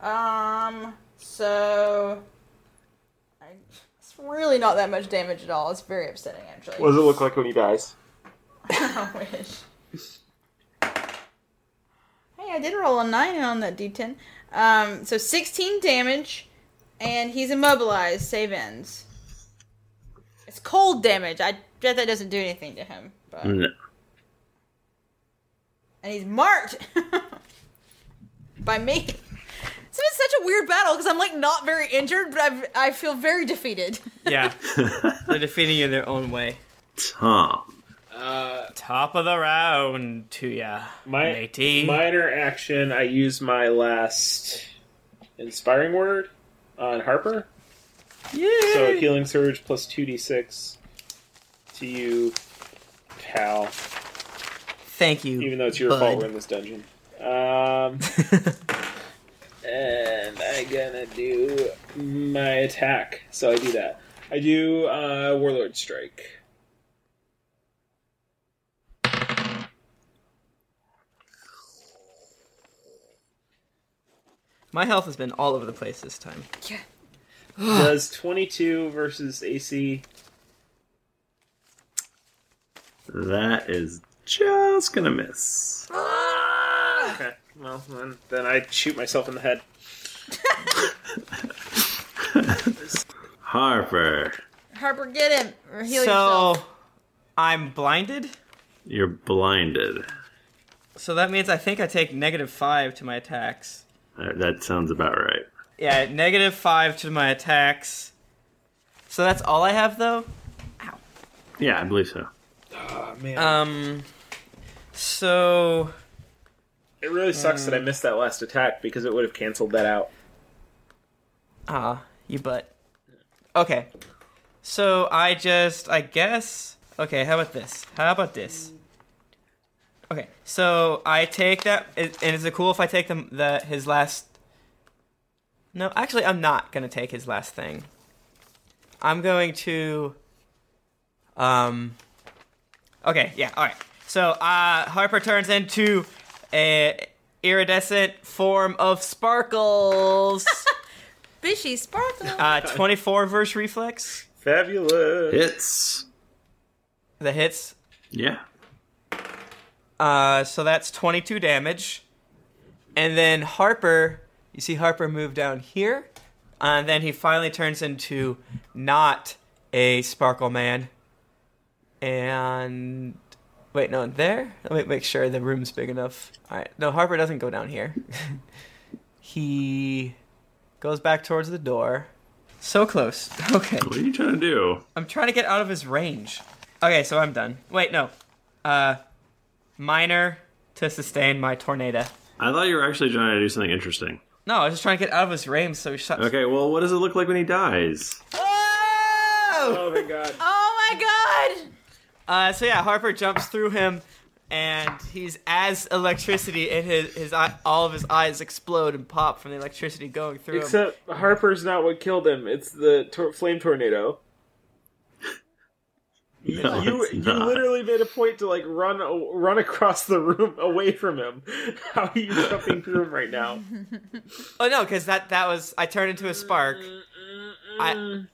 Speaker 4: Um, so I, it's really not that much damage at all. It's very upsetting, actually.
Speaker 3: What does it look like when he dies?
Speaker 4: I wish. Hey, I did roll a nine on that d10. Um, so 16 damage, and he's immobilized. Save ends. It's cold damage. I bet that doesn't do anything to him, but
Speaker 2: Hmm.
Speaker 1: No.
Speaker 4: and he's marked by me. So it's such a weird battle because I'm like not very injured, but I've, I feel very defeated.
Speaker 2: Yeah. They're defeating you in their own way.
Speaker 1: Tom.
Speaker 3: Uh,
Speaker 2: Top of the round to ya.
Speaker 3: My minor action. I use my last inspiring word on Harper. So healing surge plus two d six to you, pal.
Speaker 2: Thank you.
Speaker 3: Even though it's your
Speaker 2: bud.
Speaker 3: fault we're in this dungeon. Um, and I'm gonna do my attack. So I do that. I do uh, warlord strike.
Speaker 2: My health has been all over the place this time.
Speaker 3: Does twenty two versus AC
Speaker 1: That is just gonna miss.
Speaker 3: Okay. Well, then, then I shoot myself in the head.
Speaker 1: Harper.
Speaker 4: Harper, get him or heal
Speaker 2: so
Speaker 4: yourself.
Speaker 2: I'm blinded.
Speaker 1: You're blinded.
Speaker 2: So that means I think I take negative five to my attacks.
Speaker 1: Uh, That sounds about right.
Speaker 2: Yeah, negative five to my attacks. So that's all I have though.
Speaker 1: Yeah, I believe so.
Speaker 2: Um. So
Speaker 3: It really sucks
Speaker 4: Mm.
Speaker 3: that I missed that last attack because it would have canceled that out.
Speaker 2: ah, you butt. Okay. So I just, I guess. Okay, how about this? How about this? Okay, so I take that, and is it cool if I take the, the his last? No, actually, I'm not gonna take his last thing. I'm going to. Um. Okay, yeah, all right. So uh, Harper turns into a iridescent form of sparkles.
Speaker 4: Bishy sparkle.
Speaker 2: Uh, 24 verse reflex.
Speaker 3: Fabulous.
Speaker 1: Hits.
Speaker 2: The hits.
Speaker 1: Yeah.
Speaker 2: Uh, so that's 22 damage. And then Harper, you see Harper move down here. And then he finally turns into not a Sparkle Man. And. Wait, no, there? Let me make sure the room's big enough. Alright, no, Harper doesn't go down here. he goes back towards the door. So close. Okay.
Speaker 1: What are you trying to do?
Speaker 2: I'm trying to get out of his range. Okay, so I'm done. Wait, no. Uh, minor to sustain my tornado.
Speaker 1: I thought you were actually trying to do something interesting.
Speaker 2: No, I was just trying to get out of his range, so he shot.
Speaker 1: Okay, well, what does it look like when he dies?
Speaker 2: Oh!
Speaker 3: my god.
Speaker 4: Oh my god!
Speaker 2: Uh, so yeah, Harper jumps through him and he's as electricity, and his his eye, all of his eyes explode and pop from the electricity going through him.
Speaker 3: Except Harper's not what killed him. It's the tor- flame tornado.
Speaker 1: No,
Speaker 3: you
Speaker 1: it's
Speaker 3: you
Speaker 1: not.
Speaker 3: literally made a point to like run a- run across the room away from him. How are you jumping through him right now?
Speaker 2: Oh no, because that that was I turned into a spark. I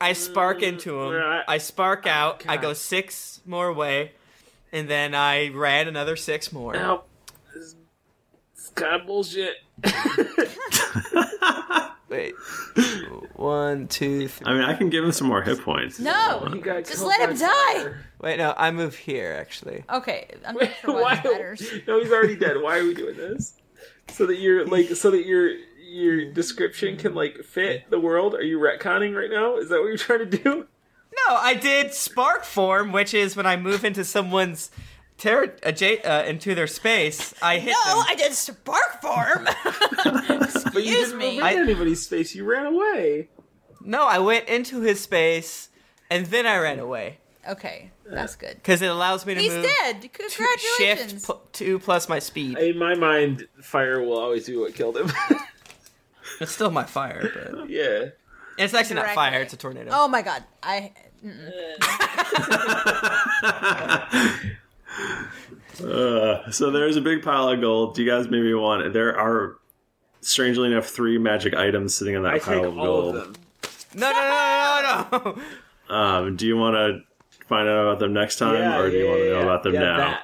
Speaker 2: I spark into him. I spark out. I go six more away, and then I ran another six more.
Speaker 3: Nope. It's kind of bullshit.
Speaker 2: Wait. One, two, three.
Speaker 1: I mean, I can give him some more hit points.
Speaker 4: No, just let him die.
Speaker 2: Wait, no, I move here actually.
Speaker 4: Okay, I'm not sure why,
Speaker 3: Why-
Speaker 4: that matters.
Speaker 3: No, he's already dead. Why are we doing this? So that your like so that your your description can like fit the world. Are you retconning right now? Is that what you're trying to do?
Speaker 2: No, I did spark form, which is when I move into someone's ter- adja- uh, into their space. I hit
Speaker 4: no,
Speaker 2: them.
Speaker 4: I did spark form.
Speaker 3: But you didn't move into anybody's space. You ran away.
Speaker 2: No, I went into his space, and then I ran away
Speaker 4: okay, that's good.
Speaker 2: because it allows me to
Speaker 4: He's
Speaker 2: move.
Speaker 4: dead. Congratulations.
Speaker 2: Shift pl- two plus my speed.
Speaker 3: In my mind, fire will always be what killed him.
Speaker 2: It's still my fire, but
Speaker 3: yeah.
Speaker 2: it's actually not
Speaker 4: Correct.
Speaker 2: fire; it's a tornado.
Speaker 4: Oh my god, I. mm-mm.
Speaker 1: Uh, so there's a big pile of gold. Do you guys maybe want? There are, strangely enough, three magic items sitting in that
Speaker 2: I
Speaker 1: pile
Speaker 2: take
Speaker 1: of
Speaker 2: all
Speaker 1: gold.
Speaker 2: of No, no, no, no, no, no.
Speaker 1: Um, do you want to find out about them next time,
Speaker 2: Yeah,
Speaker 1: or do you
Speaker 2: yeah,
Speaker 1: want to
Speaker 2: yeah,
Speaker 1: know about them
Speaker 2: yeah,
Speaker 1: now?
Speaker 2: that.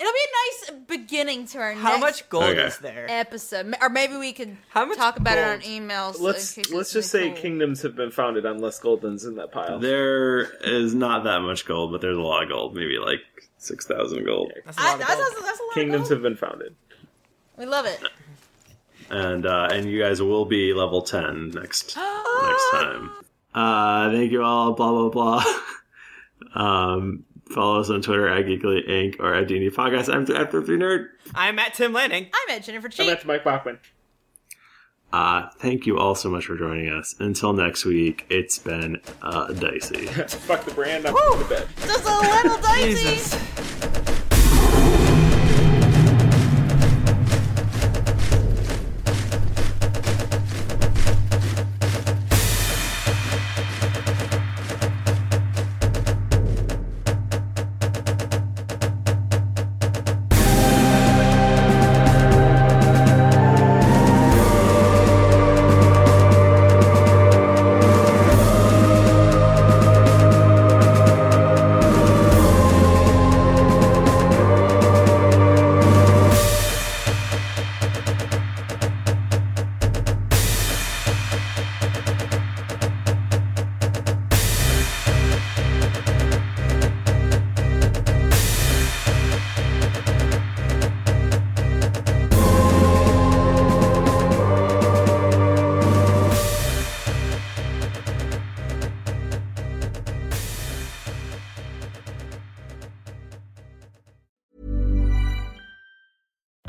Speaker 4: It'll be a nice beginning to our
Speaker 2: How
Speaker 4: next
Speaker 2: much gold
Speaker 1: Okay.
Speaker 2: is there?
Speaker 4: episode, M- or maybe we could talk about it on emails.
Speaker 3: Let's let's just say kingdoms have been founded on less gold than's in that pile.
Speaker 1: There is not that much gold, but there's a lot of gold. Maybe like six thousand gold.
Speaker 4: I, that's, that's, that's a lot.
Speaker 1: Kingdoms
Speaker 3: have been founded,
Speaker 4: We love it.
Speaker 1: and uh, and you guys will be level ten next next
Speaker 4: Oh,
Speaker 1: time. Uh, thank you all. Blah blah blah. um, follow us on Twitter at Geekly Inc. or at D&D Podcast. I'm after three nerd.
Speaker 2: I'm at Tim Lanning.
Speaker 4: I'm at Jennifer Cheek.
Speaker 3: Mike Bachman.
Speaker 1: Uh, thank you all so much for joining us. Until next week, it's been uh, dicey.
Speaker 3: Fuck the brand. I'm going to bed.
Speaker 4: Just a little dicey.